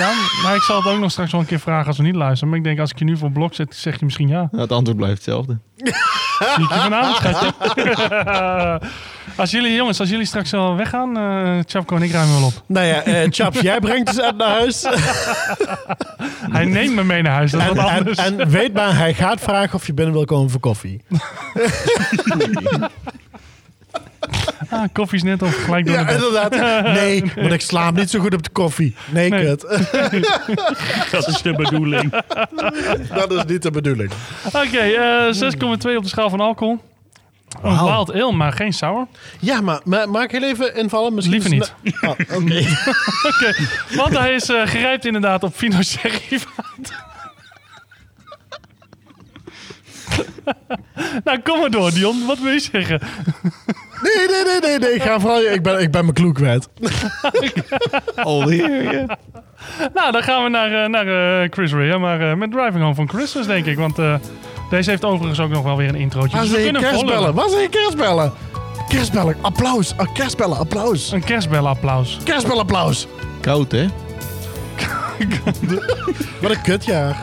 Speaker 1: Ja, maar ik zal het ook nog straks wel een keer vragen als we niet luisteren. Maar ik denk, als ik je nu voor blok zet, zeg je misschien ja.
Speaker 7: Nou, het antwoord blijft hetzelfde.
Speaker 1: Zie ik je vanavond, schatje. als jullie, jongens, als jullie straks wel weggaan, eh Chapko en ik ruimen wel op.
Speaker 2: Nou ja, eh, Chaps, jij brengt dus Ed naar huis.
Speaker 1: Hij neemt me mee naar huis, dat is
Speaker 2: En,
Speaker 1: wat
Speaker 2: en,
Speaker 1: anders.
Speaker 2: en weet maar, hij gaat vragen of je binnen wil komen voor koffie.
Speaker 1: Ah, koffie is net op, gelijk door de
Speaker 2: Ja,
Speaker 1: bed.
Speaker 2: inderdaad. Nee, want ik slaap niet zo goed op de koffie. Nee, kut.
Speaker 6: Dat is de bedoeling.
Speaker 2: Dat is niet de bedoeling.
Speaker 1: Oké, eh, 6,2 op de schaal van alcohol. Een
Speaker 2: Wauw.
Speaker 1: wild ale, maar geen sour.
Speaker 2: Ja, maar, maar mag ik heel even invallen? Misschien
Speaker 1: Liever
Speaker 2: is-
Speaker 1: niet.
Speaker 2: Oh, Oké.
Speaker 1: Oké, want hij is eh, gerijpt inderdaad op Fino Derivaat. nou, kom maar door, Dion. Wat wil je zeggen?
Speaker 2: Nee, nee, nee, nee, nee. Ik, ga vooral, ik, ben, ik ben mijn kloek kwijt.
Speaker 7: Alweer, ja.
Speaker 1: Nou, dan gaan we naar, eh, naar eh, Chris Rea, maar eh, met Driving Home van Christmas, denk ik. Want eh, deze heeft overigens ook nog wel weer een introotje.
Speaker 2: Waar
Speaker 1: dus we
Speaker 2: zijn je
Speaker 1: kunnen hem
Speaker 2: kerstbellen?
Speaker 1: volgen.
Speaker 2: Waar zijn je kerstbellen? Kerstbellen, applaus. Ah, kerstbellen, applaus.
Speaker 1: Een kerstbellenapplaus.
Speaker 2: Kerstbellen, applaus.
Speaker 7: Koud, hè?
Speaker 2: Wat een kutjaar.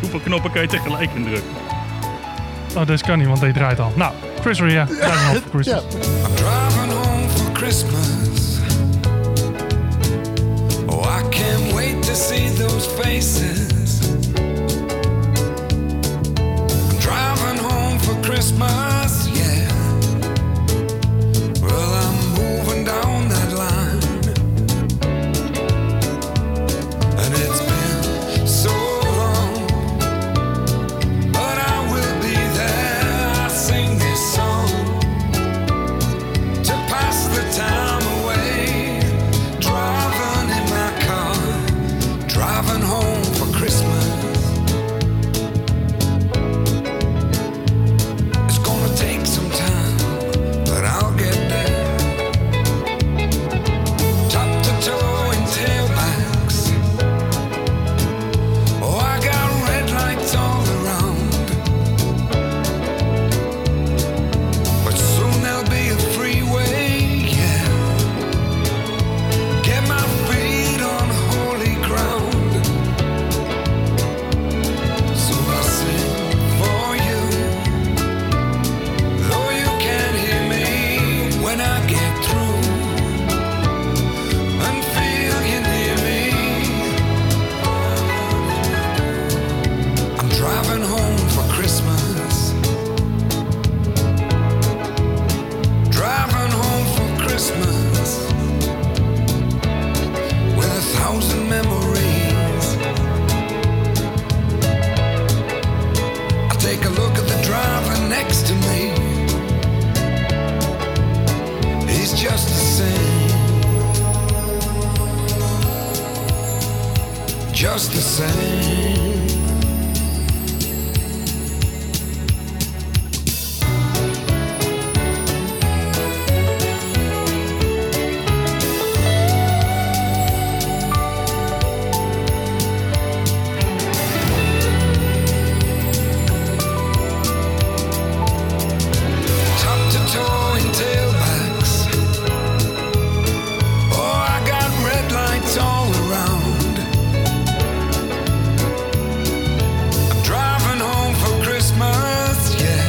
Speaker 6: Hoeveel knoppen kan je tegelijk indrukken?
Speaker 1: Oh, deze kan niet, want die draait al. Nou, Chris Rea, Driving Home for Christmas.
Speaker 12: Driving home for Christmas. Oh, I can't wait to see those faces. Driving home for Christmas, yeah. Well, I'm moving down that line. And it's been so long. But I will be there. I sing this song to pass the time away. Driving in my car, driving home for Christmas. It's gonna take some time, but I'll get there. Top to toe in tailbacks. Oh, I got red lights all around. But soon there'll be a freeway, yeah. Get my feet on holy ground. So I sing for you. Though you can't hear me when I get through. And feel you near me. I'm driving home for Christmas. driving home for Christmas with a thousand memories. I take a look at the driver next to me. just the same. Top to toe in tailbacks. Oh, I got red lights all around. I'm driving home for Christmas, yeah.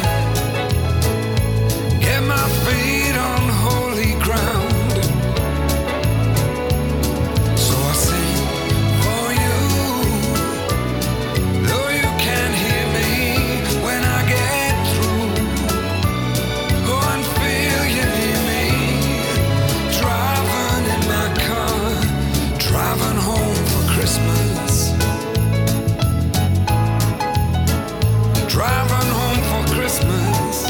Speaker 12: Get my feet on holy ground. So I sing for you. Though you can't hear me when I get through. Go and feel you near me. Driving in my car, driving home for Christmas. Driving home for Christmas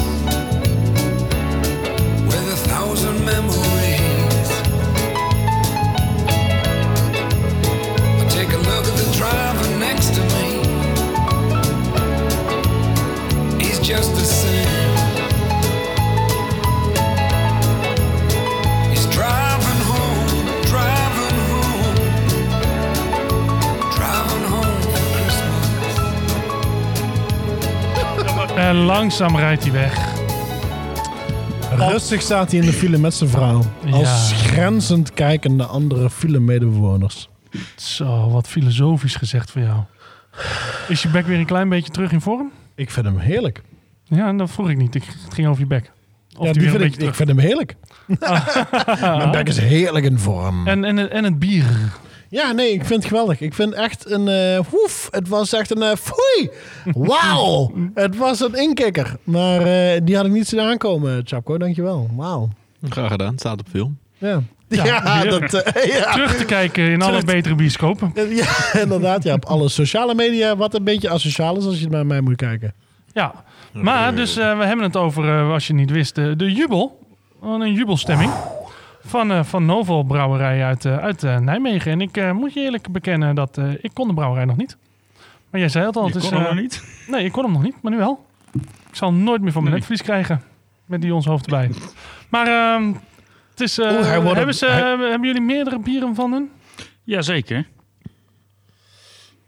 Speaker 12: with a thousand memories. I take a look at the driver next to me. He's just the same. He's driving home, driving home, driving home for Christmas.
Speaker 1: En langzaam rijdt hij weg.
Speaker 2: Rustig staat hij in de file met zijn vrouw. Als grenzend kijkende andere file-medebewoners.
Speaker 1: Zo, wat filosofisch gezegd van jou. Is je bek weer een klein beetje terug in vorm?
Speaker 2: Ik vind hem heerlijk.
Speaker 1: Ja, en dat vroeg ik niet. Ik, het ging over je bek. Of
Speaker 2: Ja, die
Speaker 1: die weer
Speaker 2: vind
Speaker 1: een
Speaker 2: ik,
Speaker 1: beetje
Speaker 2: ik vind hem heerlijk. Mijn bek is heerlijk in vorm.
Speaker 1: En, en, en het bier.
Speaker 2: Ja, nee, ik vind het geweldig. Ik vind echt een... eh woef, het was echt een... eh foei! Wauw! het was een inkikker. Maar eh, die had ik niet zien aankomen, Chapko. Dankjewel. Wauw.
Speaker 7: Graag gedaan, staat op film.
Speaker 2: Ja.
Speaker 1: Ja,
Speaker 2: Ja,
Speaker 1: weer.
Speaker 2: dat, eh, ja.
Speaker 1: Terug te kijken in alle
Speaker 2: Terug te-
Speaker 1: betere bioscopen.
Speaker 2: Ja, inderdaad. Ja, op alle sociale media. Wat een beetje asociaal is als je naar mij moet kijken.
Speaker 1: Ja, maar dus eh, we hebben het over, eh, als je het niet wist, eh, de jubel. Gewoon Een jubelstemming. Van, eh, van Novel Brouwerij uit, eh, uit eh, Nijmegen. En ik eh, moet je eerlijk bekennen dat eh, ik kon de brouwerij nog niet. Maar jij zei het al.
Speaker 6: Je
Speaker 1: het is,
Speaker 6: kon hem
Speaker 1: eh,
Speaker 6: nog niet?
Speaker 1: Nee, ik kon hem nog niet, maar nu wel. Ik zal hem nooit meer van mijn netvlies krijgen. Met die ons hoofd erbij. maar ehm, het is, eh,
Speaker 6: Oeh, Oh, hij wordt-
Speaker 1: hebben, ze,
Speaker 6: hij-
Speaker 1: hebben jullie meerdere bieren van hun?
Speaker 6: Jazeker.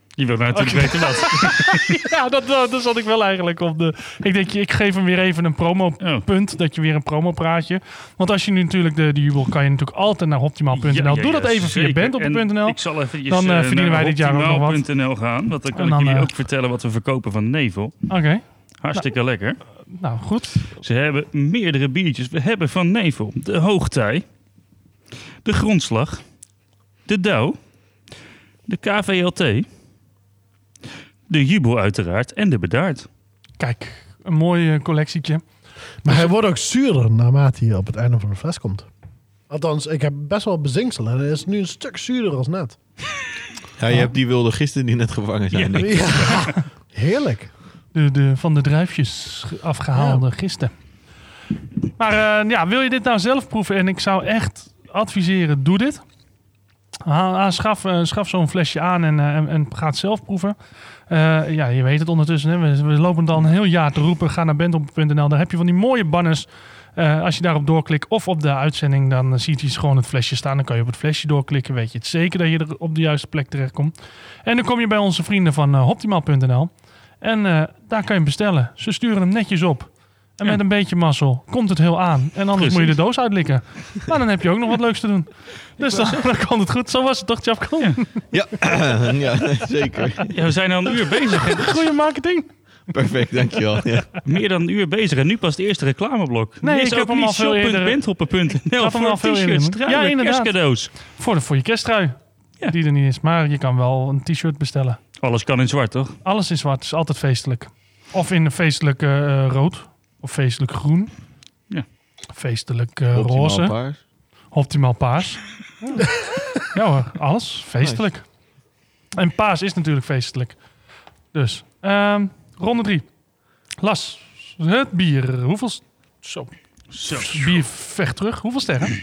Speaker 6: Je wilt nou natuurlijk weten wat.
Speaker 1: ja, dat, dat, dat zat ik wel eigenlijk op de... Ik denk, ik geef hem weer even een
Speaker 6: Oh.
Speaker 1: promopunt. Dat je weer een promopraatje... Want als je nu natuurlijk de, de jubel... kan je natuurlijk altijd naar optimaal.nl.
Speaker 6: Ja, ja,
Speaker 1: Nou, Doe dat
Speaker 6: ja,
Speaker 1: even via
Speaker 6: zeker.
Speaker 1: bandop.nl.
Speaker 6: En Ik zal even
Speaker 1: Dan eh, verdienen wij dit jaar ook nog wat.
Speaker 6: .nl gaan, want dan kan
Speaker 1: En
Speaker 6: ik
Speaker 1: dan,
Speaker 6: jullie
Speaker 1: eh, Ah,
Speaker 6: ook vertellen wat we verkopen van Nevel.
Speaker 1: Oké.
Speaker 6: Hartstikke lekker.
Speaker 1: Nou, goed.
Speaker 6: Ze hebben meerdere biertjes. We hebben van Nevel de Hoogtij, de Grondslag, de Douw, de KVLT, de Jubel uiteraard en de Bedaard.
Speaker 1: Kijk, een mooi eh, collectietje.
Speaker 2: Maar hij wordt ook zuurder naarmate hij op het einde van de fles komt. Althans, ik heb best wel bezinksel. En hij is nu een stuk zuurder als net.
Speaker 7: Ja,
Speaker 1: Ah.
Speaker 7: je hebt die wilde gisteren die net gevangen zijn. denk ik.
Speaker 2: Heerlijk.
Speaker 1: De, de, van de druifjes afgehaalde gisten. Maar eh, ja, wil je dit nou zelf proeven? En ik zou echt adviseren, doe dit. Ha- ha- schaf eh, schaf zo'n flesje aan en, eh, en, en ga het zelf proeven. Eh, ja, je weet het ondertussen. Hè? We, we lopen het al een heel jaar te roepen. Ga naar bentop.nl. Daar heb je van die mooie banners. Eh, als je daarop doorklikt of op de uitzending, dan eh, ziet hij gewoon het flesje staan. Dan kan je op het flesje doorklikken. Weet je het zeker dat je er op de juiste plek terechtkomt. En dan kom je bij onze vrienden van eh, Hoptimaal.nl. En eh, daar kan je hem bestellen. Ze sturen hem netjes op. En
Speaker 6: Ja.
Speaker 1: met een beetje mazzel komt het heel aan. En anders moet je
Speaker 6: Precies.
Speaker 1: de doos uitlikken. Maar dan heb je ook nog wat leuks te doen. Dus dan, dan kan het goed. Zo was het toch, Tjapko?
Speaker 7: Ja. ja, zeker.
Speaker 6: Ja, we zijn al een uur bezig.
Speaker 1: Goeie marketing.
Speaker 7: Perfect, dankjewel. Ja.
Speaker 6: Meer dan een uur bezig en nu pas het eerste reclameblok.
Speaker 1: Nee,
Speaker 6: Lees
Speaker 1: ik heb
Speaker 6: ook
Speaker 1: hem
Speaker 6: niet
Speaker 1: al veel eerder- Ik
Speaker 6: shop.bandhopper.nl
Speaker 1: had hem al
Speaker 6: voor
Speaker 1: veel eerder
Speaker 6: t-shirts,
Speaker 1: genoemd. Ja,
Speaker 6: struimen,
Speaker 1: inderdaad.
Speaker 6: kerstcadeaus.
Speaker 1: Voor, de, voor je kersttrui. Die er niet is. Maar je kan wel een t-shirt bestellen.
Speaker 6: Alles kan in zwart, toch?
Speaker 1: Alles in zwart is altijd feestelijk. Of in een feestelijk eh, rood. Of feestelijk groen.
Speaker 6: Ja.
Speaker 1: Feestelijk eh,
Speaker 6: Optimaal
Speaker 1: roze.
Speaker 6: paars.
Speaker 1: Optimaal paars. ja hoor, alles feestelijk. En paars is natuurlijk feestelijk. Dus, ehm, ronde drie. Las, het bier. Hoeveel... s- Zo. Bier vecht terug. Hoeveel sterren?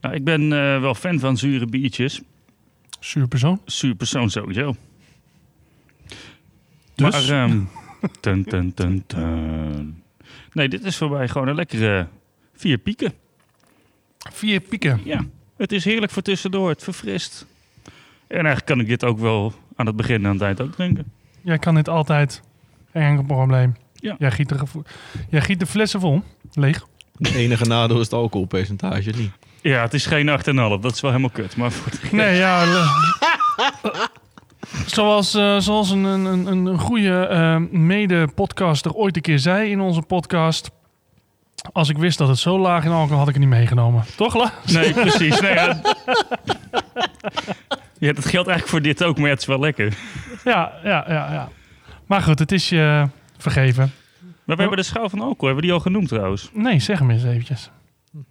Speaker 6: Nou, ik ben eh, wel fan van zure biertjes.
Speaker 1: Zuur persoon?
Speaker 6: Zuur persoon sowieso.
Speaker 1: Dus?
Speaker 6: Maar, ehm, dun, dun, dun, dun. Nee, dit is voor mij gewoon een lekkere vier pieken.
Speaker 1: Vier pieken?
Speaker 6: Ja. Het is heerlijk voor tussendoor. Het verfrist. En eigenlijk kan ik dit ook wel aan het begin en aan het eind ook drinken.
Speaker 1: Jij kan dit altijd. Geen enkel probleem.
Speaker 6: Ja.
Speaker 1: Jij, giet de gevo- Jij giet de flessen vol. Leeg.
Speaker 7: Het enige nadeel is het alcoholpercentage niet.
Speaker 6: Ja, het is geen 8,5. Dat is wel helemaal kut. Maar voor de rest-
Speaker 1: Nee, ja. le- zoals, eh, zoals een, een, een, een goede eh, mede-podcaster ooit een keer zei in onze podcast. Als ik wist dat het zo laag in alcohol had ik het niet meegenomen. Toch, La?
Speaker 6: Nee, precies. Nee, ja. ja, dat geldt eigenlijk voor dit ook, maar het is wel lekker.
Speaker 1: Ja, ja, ja, ja. Maar goed, het is je vergeven. Oh,
Speaker 6: Maar we hebben de schaal van alcohol. Hebben we die al genoemd trouwens?
Speaker 1: Nee, zeg hem eens eventjes.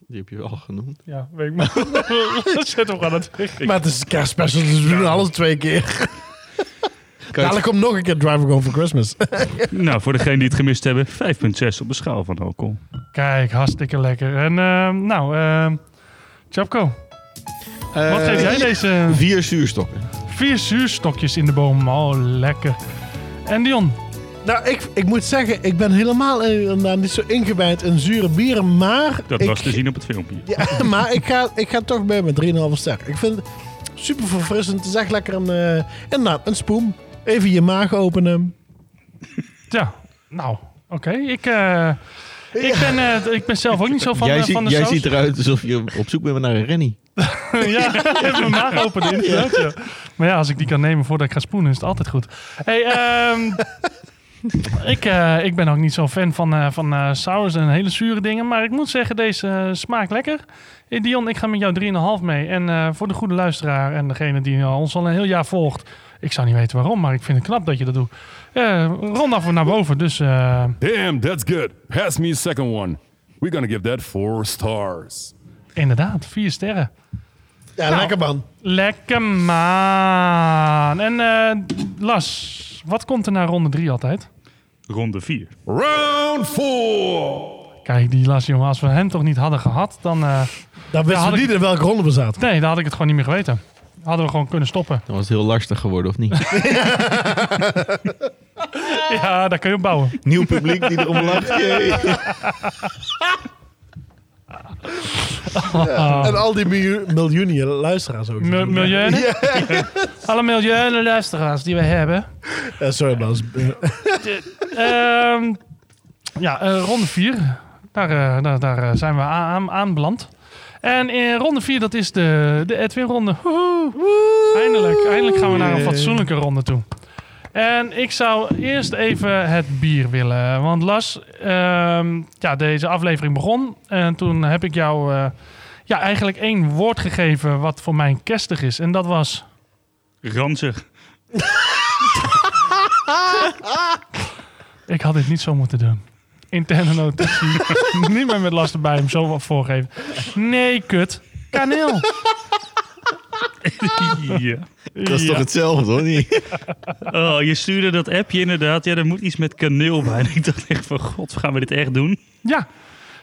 Speaker 7: Die heb je wel genoemd.
Speaker 1: Ja, weet ik maar. Zet hem aan het
Speaker 2: Maar het is een kerstspecial, dus we doen alles twee keer. Dadelijk komt nog een keer Driving Home for Christmas.
Speaker 6: Nou, voor degenen die het gemist hebben, 5,6 op de schaal van alcohol.
Speaker 1: Kijk, hartstikke lekker. En ehm, nou, ehm Chapko. Wat geef jij deze?
Speaker 7: Eh, Vier zuurstokken.
Speaker 1: Vier zuurstokjes in de boom. Oh, lekker. En Dion?
Speaker 2: Nou, ik, ik moet zeggen, ik ben helemaal eh, nou, niet zo ingewijd in zure bieren, maar...
Speaker 6: Dat
Speaker 2: ik,
Speaker 6: was te zien op het filmpje.
Speaker 2: Ja, maar ik ga, ik ga toch bij met 3,5 ster. Ik vind het super verfrissend. Het is echt lekker een, eh inderdaad, een spoem. Even je maag openen.
Speaker 1: Ja, nou, oké. Ik, eh, ik, ben, eh, ik ben zelf ook niet zo van,
Speaker 7: jij
Speaker 1: eh,
Speaker 7: ziet-
Speaker 1: van de
Speaker 7: jij
Speaker 1: saus.
Speaker 7: ziet eruit alsof je op zoek bent naar een rennie.
Speaker 1: ja, even mijn maag openen. inderdaad, ja. Maar ja, als ik die kan nemen voordat ik ga spoenen, is het altijd goed. Hey, ehm, ik, eh, ik ben ook niet zo fan van, eh van eh, sours en hele zure dingen. Maar ik moet zeggen, deze eh, smaakt lekker. Eh, Dion, ik ga met jou 3,5 mee. En eh, voor de goede luisteraar en degene die al- ons al een heel jaar volgt. Ik zou niet weten waarom, maar ik vind het knap dat je dat doet. Eh rond af en naar boven, dus... eh,
Speaker 4: Damn, that's good. Pass me a second one. We're gonna give that four stars.
Speaker 1: Inderdaad, vier sterren. Nou,
Speaker 2: Ja, lekker man.
Speaker 1: Lekker man. En eh, Las, wat komt er na ronde drie altijd?
Speaker 6: Ronde 4.
Speaker 4: Round 4!
Speaker 1: Kijk, die Las, jongen, als we hem toch niet hadden gehad, dan... eh
Speaker 2: dan
Speaker 7: wisten we niet
Speaker 2: in welke ronde we zaten.
Speaker 1: Nee, dan had ik het gewoon niet meer geweten. Hadden we gewoon kunnen stoppen.
Speaker 7: Dan was het heel lastig geworden, of niet?
Speaker 1: Ja, daar kun je op bouwen.
Speaker 7: Nieuw publiek die erom lacht. jee.
Speaker 1: Ja.
Speaker 2: En al die miljoen- miljoenen luisteraars ook.
Speaker 1: Mil- miljoenen?
Speaker 2: Ja.
Speaker 1: Alle miljoenen luisteraars die we hebben.
Speaker 2: Eh, sorry, Bas.
Speaker 1: Ehm, ja, eh, ronde 4. Daar, eh, daar, daar eh, zijn we aan, aan- aanbeland. En in ronde 4, dat is de, de Edwin-ronde. Woehoe. Eindelijk, eindelijk gaan we naar een
Speaker 2: Yeah.
Speaker 1: fatsoenlijke ronde toe. En ik zou eerst even het bier willen. Want Las, ehm, ja, deze aflevering begon. En toen heb ik jou eh, ja, eigenlijk één woord gegeven wat voor mij kerstig is. En dat was...
Speaker 6: Ranzig.
Speaker 1: Ik had dit niet zo moeten doen. Interne notitie. niet meer met last erbij hem zo wat voorgeven. Nee, kut. Kaneel.
Speaker 6: Ja.
Speaker 7: Dat is toch hetzelfde, hoor? Niet?
Speaker 6: Oh, je stuurde dat appje inderdaad. Ja, er moet iets met kaneel bij. En ik dacht echt van, god, gaan we dit echt doen?
Speaker 1: Ja,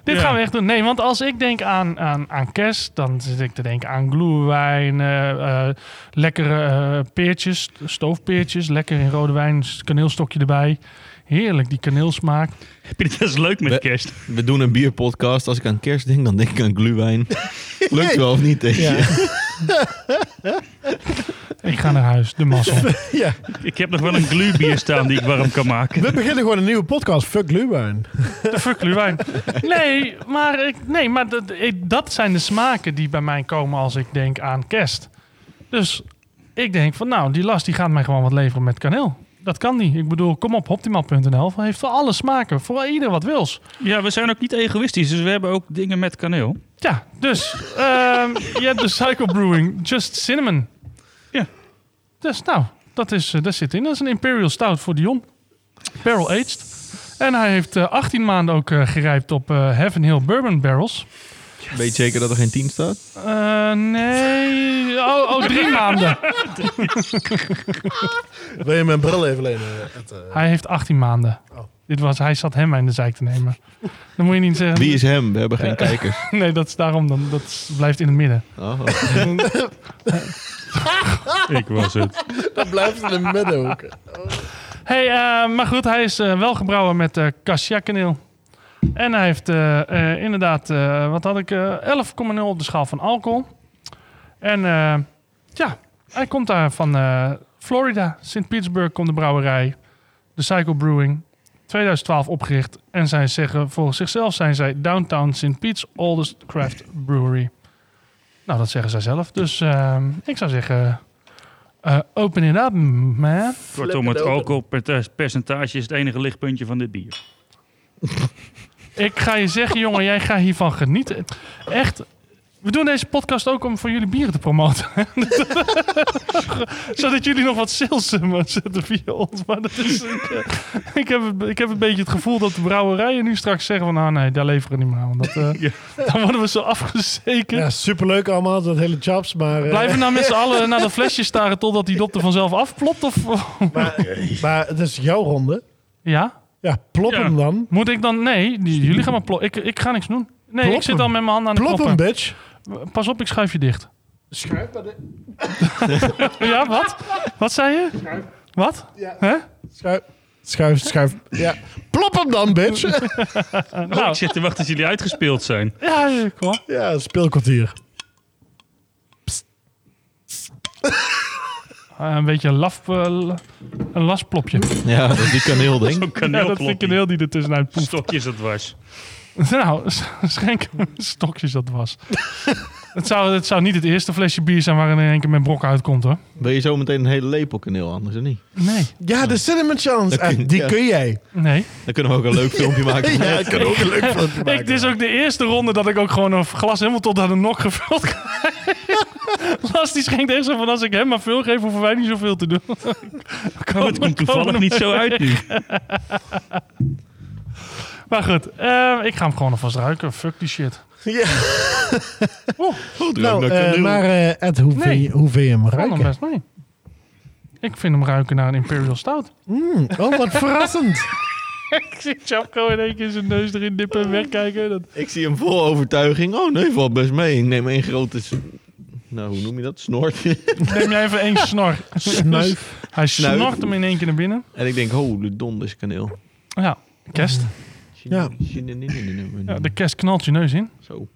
Speaker 1: dit
Speaker 6: Ja.
Speaker 1: gaan we echt doen. Nee, want als ik denk aan, aan, aan kerst, dan zit ik te denken aan glühwijn, eh, eh, lekkere eh, peertjes, stoofpeertjes, lekker in rode wijn, s- kaneelstokje erbij. Heerlijk, die kaneelsmaak.
Speaker 6: Heb je dit als leuk met kerst?
Speaker 7: We doen een bierpodcast. Als ik aan kerst denk, dan denk ik aan glühwein. Lukt wel of niet? tegen je?
Speaker 1: Ik ga naar huis, de mazzel.
Speaker 2: ja.
Speaker 6: Ik heb nog wel een gluurbier staan die ik warm kan maken.
Speaker 2: We beginnen gewoon een nieuwe podcast. Fuck Luwijn.
Speaker 1: De fuck Luwijn. Nee, maar, ik, nee, maar dat, ik- dat zijn de smaken die bij mij komen als ik denk aan kerst. Dus ik denk van nou, die last die gaat mij gewoon wat leveren met kaneel. Dat kan niet. Ik bedoel, kom op, optimaal.nl heeft voor alle smaken, voor ieder wat wils.
Speaker 6: Ja, we zijn ook niet egoïstisch, dus we hebben ook dingen met
Speaker 7: Oh.
Speaker 6: kaneel.
Speaker 1: Ja, dus ehm, je hebt de Cycle Brewing Just Cinnamon.
Speaker 6: Ja.
Speaker 1: Dus nou, dat, is, eh, dat zit in. Dat is een Imperial Stout voor Dion. Barrel aged. En hij heeft eh, 18 maanden ook eh, gerijpt op eh, Heaven Hill Bourbon Barrels.
Speaker 7: Weet je zeker dat er geen 10 staat?
Speaker 1: Eh, nee. Oh, oh, drie maanden.
Speaker 2: Wil je mijn bril even Oh. lenen? Ed, eh?
Speaker 1: Hij heeft 18 maanden. Dit was, hij zat hem in de zijk te nemen. Dan moet je niet zeggen.
Speaker 7: Wie is hem? We hebben geen kijkers.
Speaker 1: Nee, dat is daarom dan. Dat is- blijft in het midden.
Speaker 7: Oh.
Speaker 6: Ik was het.
Speaker 2: Dat blijft in de midden ook.
Speaker 1: Hey, eh, maar goed, hij is eh, wel gebrouwen met eh cassia kaneel. En hij heeft eh, eh, inderdaad, eh, wat had ik, eh, 11,0 op de schaal van alcohol. En eh, ja, hij komt daar van eh, Florida. St. Petersburg komt de brouwerij. De Cycle Brewing. 2012 opgericht. En zij zeggen, volgens zichzelf zijn zij Downtown St. Pete's oldest craft brewery. Nou, dat zeggen zij zelf. Dus eh, ik zou zeggen, eh, open it up, man.
Speaker 6: Kortom, het alcoholpercentage is het enige lichtpuntje van dit bier.
Speaker 1: Ik ga je zeggen, jongen, jij gaat hiervan genieten. Echt. We doen deze podcast ook om voor jullie bieren te promoten. Zodat jullie nog wat sales eh, maar zetten via ons. Maar dat is, ik, eh, ik, heb, een- ik heb een beetje het gevoel dat de brouwerijen nu straks zeggen van... ah nee, daar leveren we niet meer aan. Want dat, eh, Dan worden we zo afgezekerd.
Speaker 2: Ja, superleuk allemaal, dat hele jobs, maar... eh,
Speaker 1: Blijven we nou met z'n allen naar de flesjes staren totdat die dop er vanzelf afplopt? Of...
Speaker 2: Maar het is jouw ronde.
Speaker 1: Ja?
Speaker 2: Ja, plop hem dan.
Speaker 1: Moet ik dan... Nee, j- jullie gaan maar ploppen. Ik, ik ga niks doen. Nee,
Speaker 2: Plop
Speaker 1: ik zit
Speaker 2: hem.
Speaker 1: al met mijn handen aan de
Speaker 2: Plop hem,
Speaker 1: knoppen.
Speaker 2: bitch.
Speaker 1: Pas op, ik schuif je dicht.
Speaker 2: Schuif maar de...
Speaker 1: ja, wat? Wat zei je? Wat? Hè?
Speaker 2: Schuif, schuif, schuif. Ja. Plop hem dan, bitch.
Speaker 6: Nou, ik zit te wachten tot jullie uitgespeeld zijn.
Speaker 1: ja, kom maar.
Speaker 2: Ja, speelkwartier.
Speaker 1: Eh, een beetje een, laf, eh, la- een lasplopje.
Speaker 7: Ja, dat is die kaneelding. Zo'n
Speaker 1: Ja, dat is
Speaker 6: kaneelplopje.
Speaker 1: die kaneel die er tussenuit poeft.
Speaker 6: Stokjes dat was.
Speaker 1: Nou, s- schenk hem stokjes dat was. het, zou, het zou niet het eerste flesje bier zijn waarin in één keer mijn brok uitkomt hoor.
Speaker 7: Ben je zo meteen een hele lepel kaneel anders of niet?
Speaker 1: Nee.
Speaker 2: Ja, de cinnamon challenge.
Speaker 7: Dat kun-
Speaker 2: eh, die
Speaker 7: ja.
Speaker 2: kun jij.
Speaker 1: Nee.
Speaker 7: Dan kunnen we ook een leuk filmpje maken.
Speaker 2: Ja, ik kan ook een leuk filmpje maken.
Speaker 1: Ik, dit is ook de eerste ronde dat ik ook gewoon een glas helemaal tot aan de nok gevuld krijg. Las die schenkt echt zo van als ik hem maar veel geef, hoeven wij niet zoveel te doen.
Speaker 6: Oh, het komt toevallig niet zo uit nu.
Speaker 1: Maar goed, eh, ik ga hem gewoon alvast ruiken. Fuck die shit.
Speaker 2: Ja.
Speaker 1: Nou,
Speaker 7: Oh,
Speaker 2: Nou,
Speaker 1: eh,
Speaker 2: eh, maar eh, Ed, hoe, vind
Speaker 1: Nee.
Speaker 2: je, hoe vind je hem
Speaker 1: Ik vond hem
Speaker 2: ruiken?
Speaker 1: best mee. Ik vind hem ruiken naar een Imperial Stout.
Speaker 2: Mm, oh, wat verrassend.
Speaker 1: ik zie Chapko in één keer zijn neus erin dippen en wegkijken. Dat...
Speaker 7: Ik zie hem vol overtuiging. Oh nee, valt best mee. Ik neem één grote... s- Nou, hoe noem je dat? Snort.
Speaker 1: Neem jij even één snor.
Speaker 7: Snuif.
Speaker 1: Hij
Speaker 7: Snuif.
Speaker 1: snort hem in één keer naar binnen.
Speaker 7: en ik denk, oh, de donder is kaneel.
Speaker 1: Ja, kerst.
Speaker 2: Ja.
Speaker 1: Ja, de kerst knalt je neus in.
Speaker 7: Zo.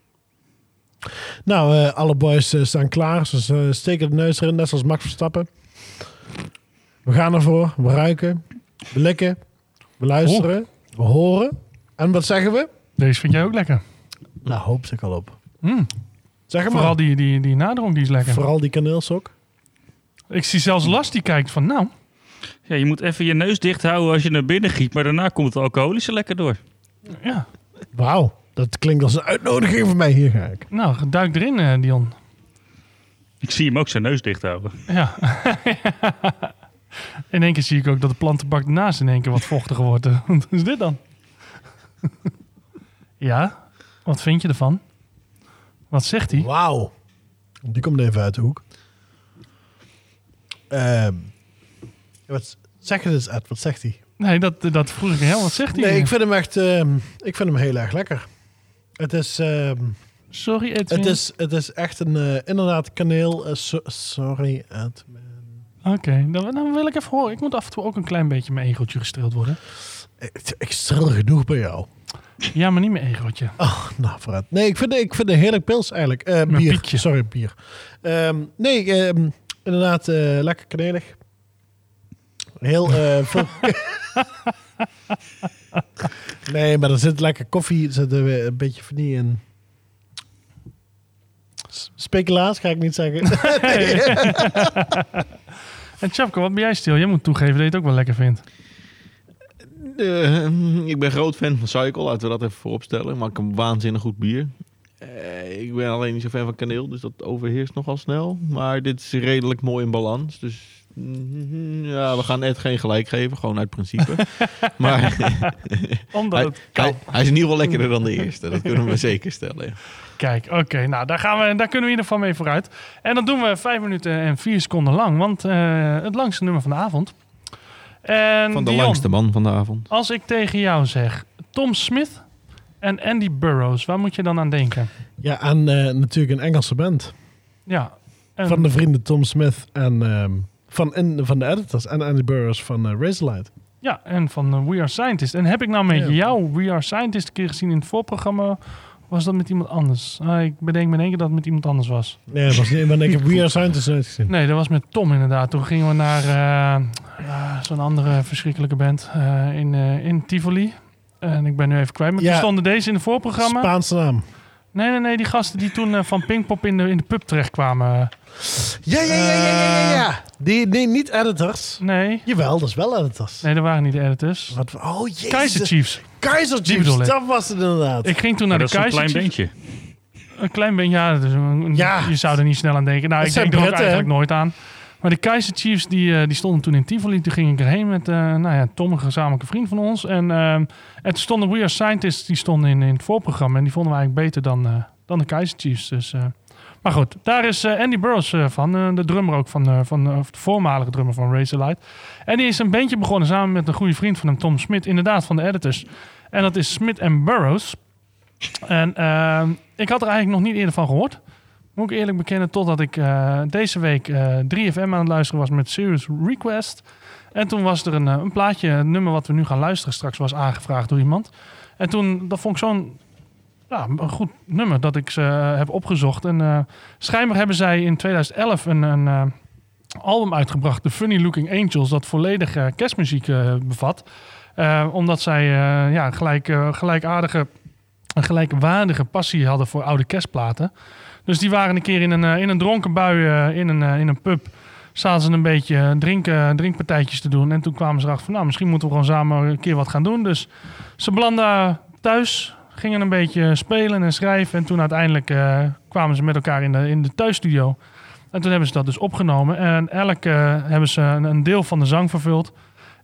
Speaker 2: Nou, eh, alle boys eh, staan klaar. Ze eh, steken de neus erin, net zoals Max Verstappen. We gaan ervoor. We ruiken. We likken. We luisteren.
Speaker 1: Oh.
Speaker 2: We horen. En wat zeggen we?
Speaker 1: Deze vind jij ook lekker.
Speaker 2: Nou, hoop ik al op.
Speaker 1: Mm.
Speaker 2: Zeg maar.
Speaker 1: Vooral die, die, die nadrong, die is lekker.
Speaker 2: Vooral die kaneelsok.
Speaker 1: Ik zie zelfs Las die kijkt van, nou...
Speaker 6: Ja, je moet even je neus dicht houden als je naar binnen giet, maar daarna komt het alcoholische lekker door.
Speaker 2: Wauw, dat klinkt als een uitnodiging voor mij. Hier ga ik.
Speaker 1: Nou, duik erin, eh, Dion.
Speaker 6: Ik zie hem ook zijn neus dicht houden.
Speaker 1: Ja. in één keer zie ik ook dat de plantenbak ernaast in één keer wat vochtiger wordt. Wat is dit dan? ja, wat vind je ervan? Wat zegt hij?
Speaker 2: Wauw. Die komt even uit de hoek. Ehm, wat, zeg het eens, Ed. Wat zegt hij?
Speaker 1: Nee, dat, dat vroeg ik heel. Wat zegt hij?
Speaker 2: Nee, ik vind hem echt... ehm, ik vind hem heel erg lekker. Het is... ehm,
Speaker 1: Sorry, Edwin.
Speaker 2: het is, het is echt een... eh, inderdaad, kaneel... eh, so- sorry, Ed.
Speaker 1: Oké, dan, dan wil ik even horen. Ik moet af en toe ook een klein beetje mijn egeltje gestreeld worden.
Speaker 2: Ik, ik stril genoeg bij jou.
Speaker 1: Ja, maar niet mijn egeltje.
Speaker 2: Oh, nou, Fred. Nee, ik vind, ik vind een heerlijk pils eigenlijk. Eh,
Speaker 1: Mijn
Speaker 2: bier.
Speaker 1: piekje.
Speaker 2: Sorry, bier. Ehm, nee, ehm, inderdaad, eh, lekker kanelig. Heel eh, veel... nee, maar er zit lekker koffie, er zit eh, een beetje vanille in. S- Speculaas ga ik niet zeggen. Nee.
Speaker 1: En Chapko, wat ben jij stil? Jij moet toegeven dat je het ook wel lekker vindt.
Speaker 7: Eh, ik ben groot fan van Cycle, laten we dat even voorop stellen. Maak een waanzinnig goed bier. Eh, ik ben alleen niet zo fan van kaneel, dus dat overheerst nogal snel. Maar dit is redelijk mooi in balans. Dus mhm, ja, we gaan Ed geen gelijk geven, gewoon uit principe. maar
Speaker 1: Omdat
Speaker 7: hij,
Speaker 1: het
Speaker 7: hij, hij is in ieder geval lekkerder dan de eerste, dat kunnen we zeker stellen. ja.
Speaker 1: Kijk, oké, nou daar, gaan we, daar kunnen we in ieder geval mee vooruit. En dat doen we 5 minuten en 4 seconden lang, want eh, het langste nummer van de avond. En
Speaker 7: Van de
Speaker 1: Dion,
Speaker 7: langste man van de avond.
Speaker 1: Als ik tegen jou zeg Tom Smith en Andy Burroughs, waar moet je dan aan denken?
Speaker 2: ja, en eh, natuurlijk een Engelse band.
Speaker 1: Ja, en-
Speaker 2: Van de vrienden Tom Smith en ehm, van, in, van de editors. En Andy Burroughs van eh Razorlight.
Speaker 1: Ja, en van eh, We Are Scientist. En heb ik nou met
Speaker 2: Ja.
Speaker 1: jou We Are Scientist een keer gezien in het voorprogramma? Of Was dat met iemand anders? Ah, ik bedenk me in één keer dat het met iemand anders was.
Speaker 2: Nee, dat was niet, want ik heb We Are Scientists nooit gezien.
Speaker 1: Nee, dat was met Tom inderdaad. Toen gingen we naar eh, ah, zo'n andere verschrikkelijke band eh, in, eh, in Tivoli. En ik ben nu even kwijt. Maar
Speaker 2: Ja.
Speaker 1: toen stonden deze in het voorprogramma.
Speaker 2: Spaanse naam.
Speaker 1: Nee, nee, nee. Die gasten die toen eh, van Pinkpop in de, in de pub terechtkwamen. Eh.
Speaker 2: Ja, ja, ja, ja, ja, ja, ja. Die, nee, niet editors.
Speaker 1: Nee.
Speaker 2: Jawel, dat is wel editors.
Speaker 1: Nee, dat waren niet de editors.
Speaker 2: Wat, oh, jezus.
Speaker 1: Kaiser Chiefs.
Speaker 2: Kaiser
Speaker 1: Die bedoel
Speaker 2: Chiefs,
Speaker 1: ik.
Speaker 2: dat was het inderdaad.
Speaker 1: Ik ging toen naar
Speaker 2: Maar
Speaker 1: de
Speaker 2: dat is
Speaker 1: Kaiser
Speaker 2: zo'n klein
Speaker 1: Chiefs. Een klein beetje, ja, dat is een- Je zou er niet snel aan denken. Nou,
Speaker 2: Het
Speaker 1: ik
Speaker 2: zijn
Speaker 1: denk er ook
Speaker 2: Britten, hè?
Speaker 1: eigenlijk nooit aan. Maar de Kaiser Chiefs, die, eh, die stonden toen in Tivoli. Toen ging ik erheen met, eh, nou ja, Tom, een gezamenlijke vriend van ons. En, ehm, en toen stonden We Are Scientists, die stonden in, in het voorprogramma. En die vonden we eigenlijk beter dan, eh, dan de Kaiser Chiefs. Dus, eh, maar goed, daar is eh, Andy Burroughs eh, van. eh, de drummer ook van, eh, van eh, of de voormalige drummer van Razorlight. En die is een bandje begonnen samen met een goede vriend van hem, Tom Smit. Inderdaad, van de editors. En dat is Smit and Burroughs. En ehm, ik had er eigenlijk nog niet eerder van gehoord. Moet ik eerlijk bekennen, totdat ik eh, deze week eh, 3FM aan het luisteren was met Serious Request. En toen was er een, eh, een plaatje, een nummer wat we nu gaan luisteren straks, was aangevraagd door iemand. En toen, dat vond ik zo'n ja, een goed nummer dat ik ze eh, heb opgezocht. En eh, schijnbaar hebben zij in 2011 een, een eh, album uitgebracht, The Funny Looking Angels, dat volledig eh, kerstmuziek eh, bevat. Eh, omdat zij eh, ja, gelijk, eh, gelijkaardige een gelijkwaardige passie hadden voor oude kerstplaten. Dus die waren een keer in een, eh, in een dronken bui eh, in, een, eh, in een pub. Zaten ze een beetje eh, drinken, drinkpartijtjes te doen. En toen kwamen ze erachter van, nou, misschien moeten we gewoon samen een keer wat gaan doen. Dus ze belanden daar thuis, gingen een beetje spelen en schrijven. En toen uiteindelijk eh, kwamen ze met elkaar in de, in de thuisstudio. En toen hebben ze dat dus opgenomen. En elk eh, hebben ze een, een deel van de zang vervuld.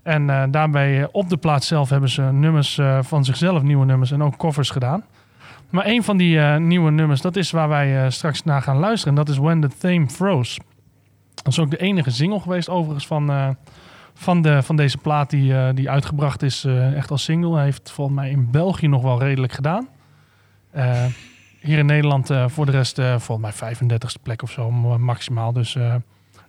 Speaker 1: En eh, daarbij eh, op de plaat zelf hebben ze nummers eh, van zichzelf, nieuwe nummers en ook covers gedaan. Maar een van die eh, nieuwe nummers, dat is waar wij eh, straks naar gaan luisteren. En dat is When the Thame Froze. Dat is ook de enige single geweest overigens van, eh, van, de, van deze plaat die, eh, die uitgebracht is eh, echt als single. Hij heeft volgens mij in België nog wel redelijk gedaan. Eh, hier in Nederland eh, voor de rest eh, volgens mij 35ste plek of zo ma- maximaal. Dus eh,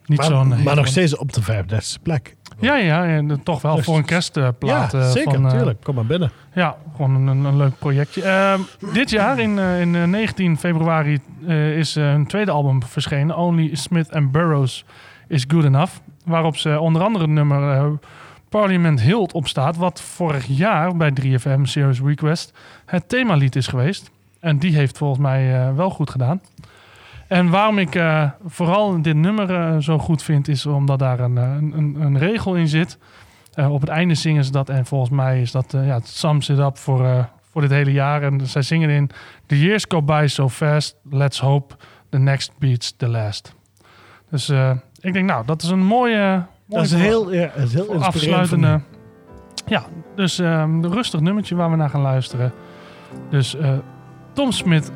Speaker 1: niet
Speaker 2: maar,
Speaker 1: zo'n...
Speaker 2: Maar
Speaker 1: heel-
Speaker 2: nog steeds op de 35e plek.
Speaker 1: Ja, ja, en dat toch wel
Speaker 2: Dus-
Speaker 1: voor een kerstplaat.
Speaker 2: ja,
Speaker 1: eh,
Speaker 2: zeker,
Speaker 1: van, eh,
Speaker 2: tuurlijk. Kom maar binnen.
Speaker 1: ja, gewoon een- een, een leuk projectje. Ehm, dit jaar, in, eh, in eh, 19 februari, eh, is eh, hun tweede album verschenen. Only Smith and Burroughs is Good Enough. Waarop ze onder andere het nummer eh, Parliament Hilt op staat. Wat vorig jaar bij 3FM Serious Request het themalied is geweest. En die heeft volgens mij eh, wel goed gedaan. En waarom ik eh, vooral dit nummer eh, zo goed vind, is omdat daar een, eh, een, een- een regel in zit. Eh, op het einde zingen ze dat en volgens mij is dat eh, ja, het sums it up voor, eh, voor dit hele jaar. En zij zingen in The years go by so fast, let's hope the next beats the last. Dus eh, ik denk nou, dat is een mooie, mooie
Speaker 2: Dat is
Speaker 1: voor-
Speaker 2: heel, ja, dat is heel
Speaker 1: voor
Speaker 2: inspirerend
Speaker 1: afsluitende...
Speaker 2: van-
Speaker 1: Ja, dus ehm, een rustig nummertje waar we naar gaan luisteren. Dus eh, Tom Smit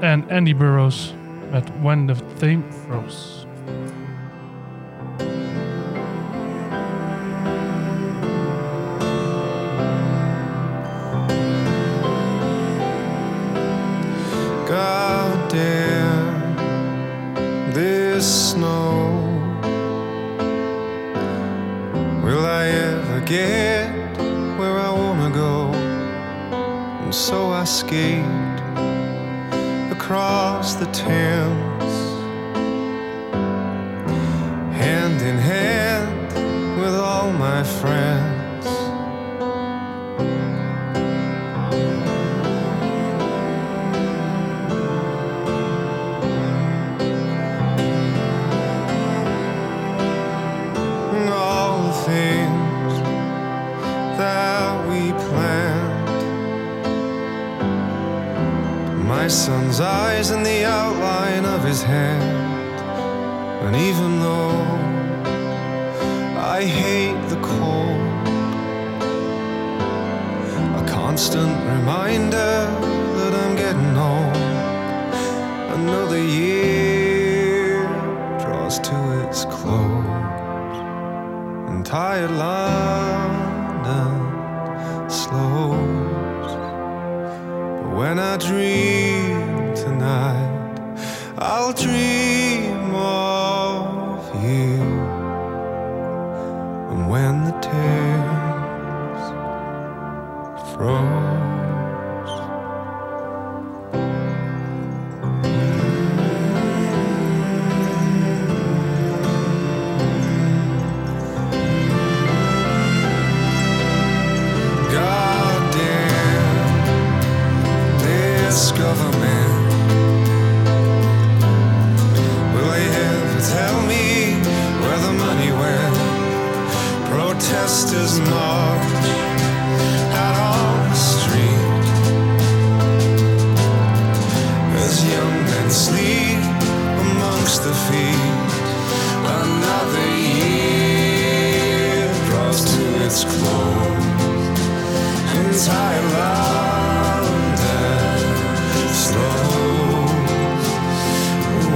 Speaker 1: en Andy Burroughs met When the Theme Froze.
Speaker 13: God damn this snow. Will I ever get where I wanna go? And so I skate across the Thames, hand in hand with all my friends. and all the things that we planned. My son's eyes and the outline of his hand. And even though I hate the cold, a constant reminder that I'm getting old. Another year draws to its close and tired London slows. But when I dream tonight, I'll dream of you. And when the Thames
Speaker 5: Goddamn this government. Will they ever tell me where the money went? Protesters march out on the street as young men sleep amongst the feet. Another year draws to its close. Entire London slow.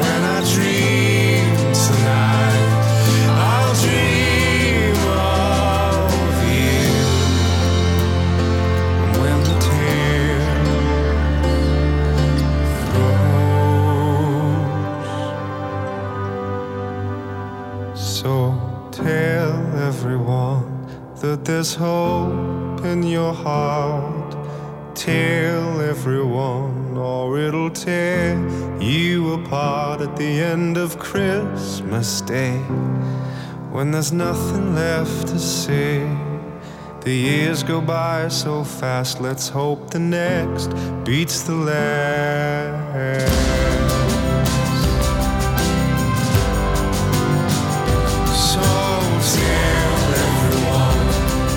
Speaker 5: When I dream tonight, I'll dream of you. And When the tear flows, so tell everyone that there's hope in your heart. Tell everyone, or it'll tear you apart at the end of Christmas Day. When there's nothing left to say, the years go by so fast. Let's hope the next beats the last. So tell everyone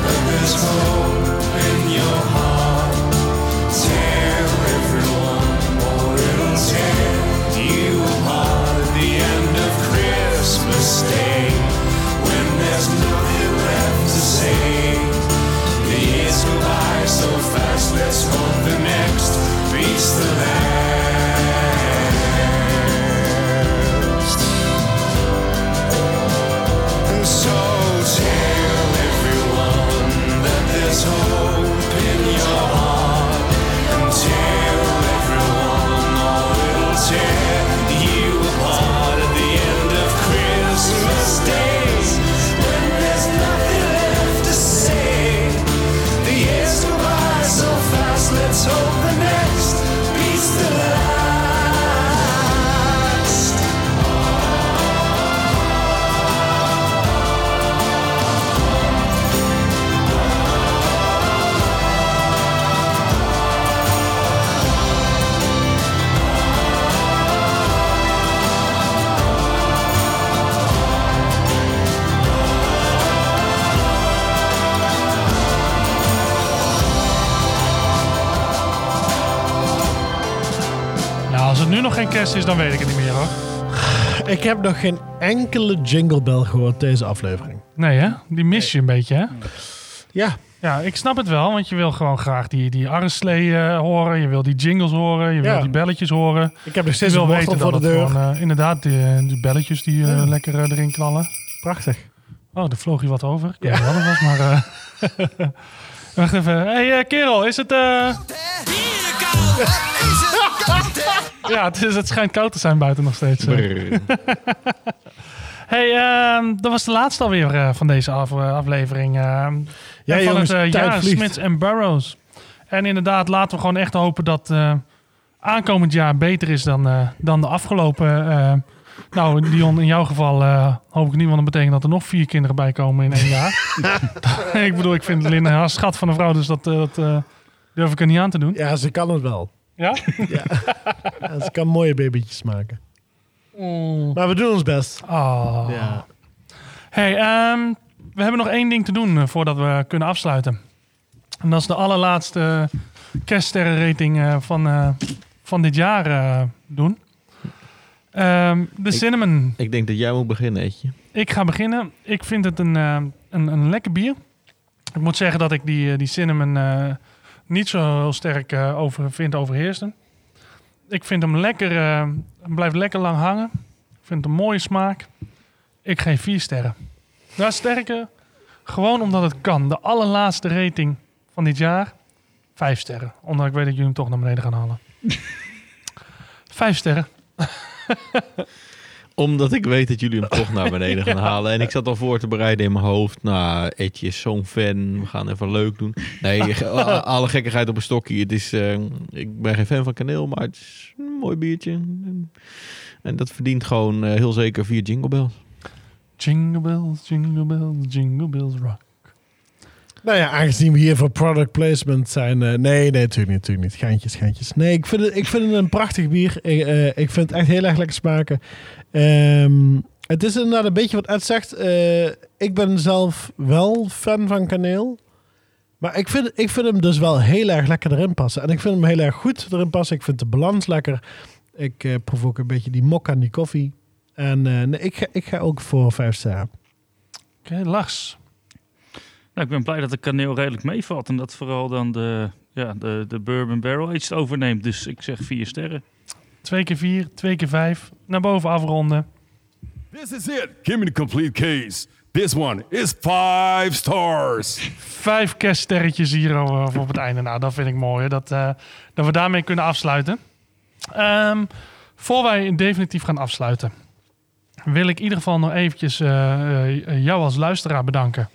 Speaker 5: that there's hope in your heart. Tell everyone, or it'll tear you apart at the end of Christmas Day. When there's nothing left to say, the years go by so fast. Let's hope the next beats the last. And so tell everyone that there's hope in your heart. And tell everyone all it'll tear you apart at the end of Christmas days. When there's nothing left to say, the years go by so fast. Let's hope the next beats the last.
Speaker 1: Nou, als het nu nog geen kerst is, dan weet ik het niet meer hoor.
Speaker 2: Ik heb nog geen enkele jingle bell gehoord deze aflevering.
Speaker 1: Nee hè? Die mis je een beetje hè?
Speaker 2: Ja.
Speaker 1: Ja, ik snap het wel, want je wil gewoon graag die, die arreslee eh, horen. Je wil die jingles horen, je
Speaker 2: Ja.
Speaker 1: wil die belletjes horen.
Speaker 2: Ik heb nog steeds
Speaker 1: Je wil
Speaker 2: een wortel
Speaker 1: weten
Speaker 2: voor
Speaker 1: dat
Speaker 2: de
Speaker 1: het
Speaker 2: deur.
Speaker 1: gewoon, eh, inderdaad, die, die belletjes die eh,
Speaker 2: Ja.
Speaker 1: lekker eh, erin knallen.
Speaker 2: Prachtig.
Speaker 1: Oh, daar vloog je wat over. Ik weet niet wat het was, maar... eh, Wacht even. hey, eh, kerel, is het... eh, Ja, het, is, het schijnt koud te zijn buiten nog steeds. eh.
Speaker 7: Brrr.
Speaker 1: hey, ehm, dat was de laatste alweer eh, van deze af- eh, aflevering. ehm.
Speaker 2: Ja,
Speaker 1: En van
Speaker 2: jongens,
Speaker 1: het eh,
Speaker 2: tijd
Speaker 1: jaar
Speaker 2: vliegt.
Speaker 1: Smits en Burrows. En inderdaad, laten we gewoon echt hopen dat eh, aankomend jaar beter is dan, eh, dan de afgelopen. eh. nou, Dion, in jouw geval eh, hoop ik niet, want dat betekent dat er nog vier kinderen bij komen in één jaar. ik bedoel, ik vind Lin een schat van een vrouw, dus dat, eh, dat eh, durf ik er niet aan te doen.
Speaker 2: Ja, ze kan het wel.
Speaker 1: Ja?
Speaker 2: Ja, ze kan mooie babytjes maken.
Speaker 1: Mm.
Speaker 2: Maar we doen ons best.
Speaker 1: Oh.
Speaker 2: Ja.
Speaker 1: Hey, ehm, we hebben nog één ding te doen eh, voordat we kunnen afsluiten. En dat is de allerlaatste kerststerrenrating eh, van, eh, van dit jaar eh, doen. Ehm, de Cinnamon.
Speaker 7: Ik denk dat jij moet beginnen, Eetje.
Speaker 1: Ik ga beginnen. Ik vind het een, eh, een, een lekker bier. Ik moet zeggen dat ik die, eh, die cinnamon eh, niet zo heel sterk eh, over, vind overheersen. Ik vind hem lekker. eh, hij blijft lekker lang hangen. Ik vind het een mooie smaak. Ik geef vier sterren. Nou, sterker. Gewoon omdat het kan. De allerlaatste rating van dit jaar. Vijf sterren. Omdat ik weet dat jullie hem toch naar beneden gaan halen. vijf sterren.
Speaker 7: Omdat ik weet dat jullie hem toch naar beneden gaan
Speaker 6: Ja.
Speaker 7: halen. En ik zat al voor te bereiden in mijn hoofd. Nou, Edje is zo'n fan. We gaan even leuk doen. Nee, ge- a- alle gekkigheid op een stokje. Het is, eh, ik ben geen fan van kaneel, maar het is een mooi biertje. En- En dat verdient gewoon eh, heel zeker vier jingle bells.
Speaker 1: Jingle bells, jingle bells, jingle bells rock.
Speaker 2: Nou ja, aangezien we hier voor product placement zijn. eh, nee, nee, natuurlijk niet, natuurlijk niet. Geintjes, geintjes. Nee, ik vind het, ik vind het een prachtig bier. Ik, eh, ik vind het echt heel erg lekker smaken. Ehm, het is inderdaad een beetje wat Ed zegt. eh, ik ben zelf wel fan van kaneel. Maar ik vind, ik vind hem dus wel heel erg lekker erin passen. En ik vind hem heel erg goed erin passen. Ik vind de balans lekker. Ik eh, proef ook een beetje die mokka en die koffie. En eh, nee, ik, ga, ik ga ook voor vijf sterren.
Speaker 1: Oké, Lars.
Speaker 6: Nou, ik ben blij dat de kaneel redelijk meevalt. En dat vooral dan de, ja, de, de Bourbon Barrel Aged overneemt. Dus ik zeg vier sterren.
Speaker 1: Twee keer vier, twee keer vijf. Naar boven afronden.
Speaker 4: This is it. Give me the complete case. This one is five stars.
Speaker 1: Vijf kerststerretjes hier al, eh, op het einde. Nou, dat vind ik mooi. hè. Dat, eh, dat we daarmee kunnen afsluiten. Ehm, voor wij definitief gaan afsluiten, wil ik in ieder geval nog eventjes eh, eh, jou als luisteraar bedanken.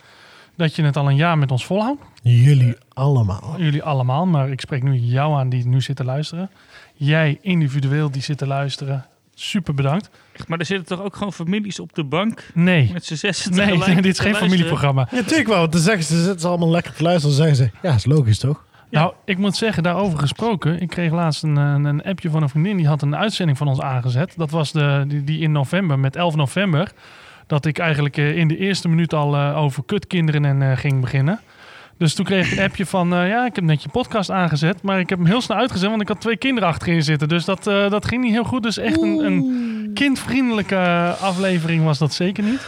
Speaker 1: Dat je het al een jaar met ons volhoudt.
Speaker 2: Jullie allemaal.
Speaker 1: Jullie allemaal, maar ik spreek nu jou aan die nu zit te luisteren. Jij individueel die zit te luisteren. Super bedankt.
Speaker 6: Maar er zitten toch ook gewoon families op de bank?
Speaker 1: Nee.
Speaker 6: Met z'n zessen
Speaker 1: Nee,
Speaker 6: tegelijk
Speaker 1: dit is
Speaker 6: te
Speaker 1: geen
Speaker 6: luisteren?
Speaker 1: familieprogramma.
Speaker 2: Ja, natuurlijk wel. Want dan zeggen ze, ze zitten allemaal lekker te luisteren. Dan zeggen ze, ja, is logisch toch?
Speaker 1: Nou, ik moet zeggen, daarover gesproken. Ik kreeg laatst een, een, een appje van een vriendin. Die had een uitzending van ons aangezet. Dat was de, die, die in november, met 11 november. Dat ik eigenlijk eh, in de eerste minuut al eh, over kutkinderen en, eh, ging beginnen. Dus toen kreeg ik een appje van, eh, ja, ik heb net je podcast aangezet. Maar ik heb hem heel snel uitgezet, want ik had twee kinderen achterin zitten. Dus dat, eh, dat ging niet heel goed. Dus echt een, een kindvriendelijke aflevering was dat zeker niet.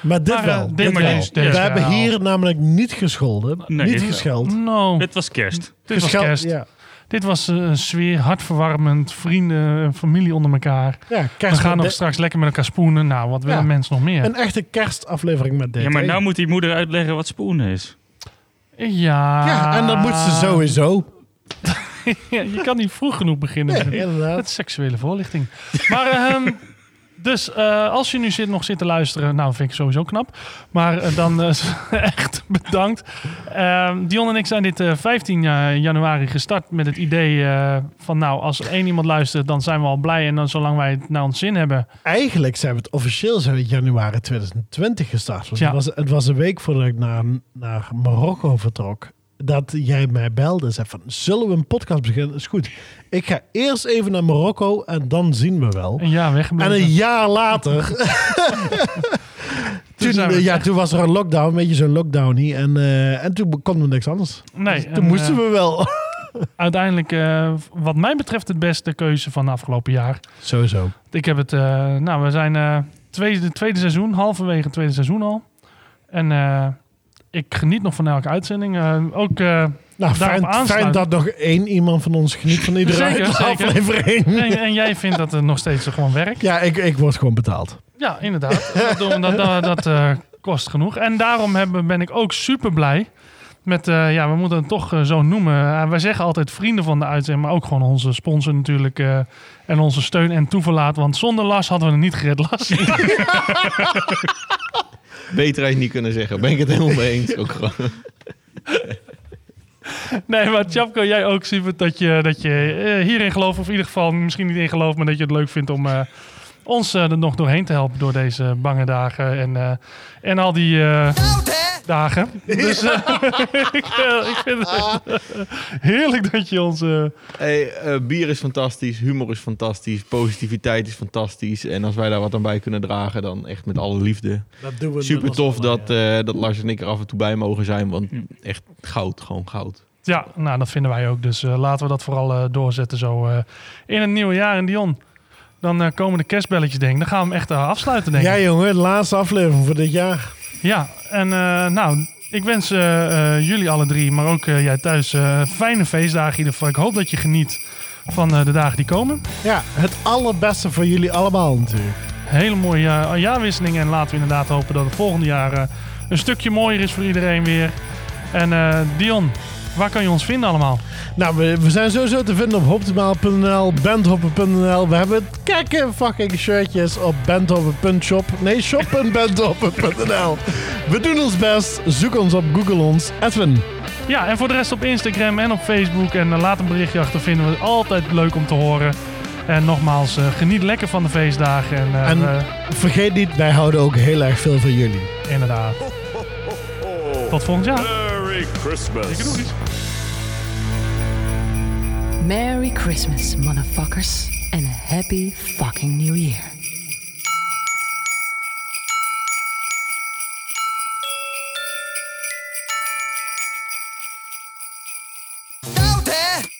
Speaker 2: Maar dit
Speaker 1: Maar, eh,
Speaker 2: wel.
Speaker 1: dit
Speaker 2: dit
Speaker 1: maar
Speaker 2: wel.
Speaker 1: deze- eh, deze
Speaker 2: We hebben
Speaker 1: wel.
Speaker 2: hier namelijk niet gescholden. niet
Speaker 1: dit-
Speaker 2: gescheld.
Speaker 1: No.
Speaker 6: Dit was kerst.
Speaker 1: Dit was
Speaker 2: Gescheld,
Speaker 1: kerst.
Speaker 2: ja.
Speaker 1: Dit was eh, een sfeer, hartverwarmend, vrienden, eh, familie onder elkaar.
Speaker 2: Ja,
Speaker 1: We
Speaker 2: kerst
Speaker 1: gaan
Speaker 2: met
Speaker 1: nog
Speaker 2: de-
Speaker 1: straks lekker met elkaar spoenen. Nou, wat willen
Speaker 2: Ja.
Speaker 1: mensen nog meer?
Speaker 2: Een echte kerstaflevering met dit.
Speaker 6: Ja, maar
Speaker 2: hè?
Speaker 6: nou moet die moeder uitleggen wat spoenen is.
Speaker 1: Ja.
Speaker 2: Ja, en dat moet ze sowieso.
Speaker 1: Ja, je kan niet vroeg genoeg beginnen.
Speaker 2: Nee,
Speaker 1: Dat is seksuele voorlichting. Maar ehm, dus eh, als je nu zit, nog zit te luisteren, nou vind ik sowieso knap. Maar eh, dan eh, echt bedankt. Ehm, Dion en ik zijn dit eh, 15 eh, januari gestart met het idee eh, van nou, als er één iemand luistert, dan zijn we al blij. En dan zolang wij het naar ons zin hebben.
Speaker 2: Eigenlijk zijn we het officieel zijn we in januari 2020 gestart. Want
Speaker 1: Ja.
Speaker 2: het, was, het was een week voordat ik naar, naar Marokko vertrok. Dat jij mij belde en zei van, zullen we een podcast beginnen? Is goed. Ik ga eerst even naar Marokko en dan zien we wel.
Speaker 1: Een jaar weggebleven.
Speaker 2: En een jaar later... toen,
Speaker 1: zijn we
Speaker 2: eh, ja,
Speaker 1: terug.
Speaker 2: toen was er een lockdown, een beetje zo'n lockdown hier. En, eh, en toen konden we niks anders.
Speaker 1: Nee,
Speaker 2: Dus toen
Speaker 1: en,
Speaker 2: moesten
Speaker 1: eh,
Speaker 2: we wel.
Speaker 1: Uiteindelijk, eh, wat mij betreft, het beste keuze van het afgelopen jaar.
Speaker 2: Sowieso.
Speaker 1: Ik heb het, eh, nou, we zijn eh tweede, tweede seizoen, halverwege het tweede seizoen al. En eh, ik geniet nog van elke uitzending. Eh, ook eh,
Speaker 2: Nou,
Speaker 1: daarop
Speaker 2: fijn, fijn
Speaker 1: aansluiten.
Speaker 2: dat nog één iemand van ons geniet van iedere
Speaker 1: Zeker, zeker.
Speaker 2: aflevering.
Speaker 1: En, en jij vindt dat het nog steeds gewoon werkt?
Speaker 2: Ja, ik, ik word gewoon betaald.
Speaker 1: Ja, inderdaad. Dat, doen we, dat, dat, dat, eh, kost genoeg. En daarom hebben, ben ik ook super blij met, eh, ja, we moeten het toch eh, zo noemen. Eh, wij zeggen altijd vrienden van de uitzending, maar ook gewoon onze sponsor natuurlijk. eh, en onze steun en toeverlaat. Want zonder Lars hadden we het niet gered, Lars.
Speaker 7: Beter had je het niet kunnen zeggen. Ben ik het helemaal mee eens. Ook gewoon.
Speaker 1: nee, maar Tjapko, jij ook super dat je, dat je eh, hierin gelooft. Of in ieder geval misschien niet in gelooft, maar dat je het leuk vindt om... eh, ons eh, er nog doorheen te helpen door deze bange dagen en, eh, en al die eh, dagen. Dus eh, ik, eh, ik vind het heerlijk dat je ons... eh,
Speaker 7: Hey, eh, bier is fantastisch, humor is fantastisch, positiviteit is fantastisch. En als wij daar wat aan bij kunnen dragen, dan echt met alle liefde.
Speaker 2: Dat doen we
Speaker 7: Super
Speaker 2: met
Speaker 7: tof dat, eh, dat Lars en ik er af en toe bij mogen zijn, want echt goud, gewoon goud.
Speaker 1: Ja, nou dat vinden wij ook. Dus eh, laten we dat vooral eh, doorzetten zo eh, in het nieuwe jaar. En Dion, dan eh, komen de kerstbelletjes denk ik. Dan gaan we hem echt eh, afsluiten denk ik.
Speaker 2: Ja, jongen, de laatste aflevering voor dit jaar.
Speaker 1: Ja, en eh, nou, ik wens eh, eh, jullie alle drie, maar ook eh, jij thuis, eh, fijne feestdagen in ieder geval. Ik hoop dat je geniet van eh, de dagen die komen.
Speaker 2: Ja, het allerbeste voor jullie allemaal natuurlijk.
Speaker 1: Hele mooie eh, jaarwisseling en laten we inderdaad hopen dat het volgende jaar eh, een stukje mooier is voor iedereen weer. En eh, Dion, waar kan je ons vinden allemaal?
Speaker 2: Nou, we, we zijn sowieso te vinden op hoptimaal.nl, bandhopper.nl. We hebben het gekke fucking shirtjes op bandhopper.shop. Nee, shop.bandhopper.nl. We doen ons best. Zoek ons op, Google ons. Edwin.
Speaker 1: Ja, en voor de rest op Instagram en op Facebook. En eh, laat een berichtje achter, vinden we het altijd leuk om te horen. En nogmaals, eh, geniet lekker van de feestdagen. En, eh,
Speaker 2: En
Speaker 1: we-
Speaker 2: vergeet niet, wij houden ook heel erg veel van jullie.
Speaker 1: inderdaad. Tot volgend jaar.
Speaker 4: Merry Christmas.
Speaker 5: Merry Christmas, motherfuckers, and a happy fucking new year.
Speaker 14: Go there,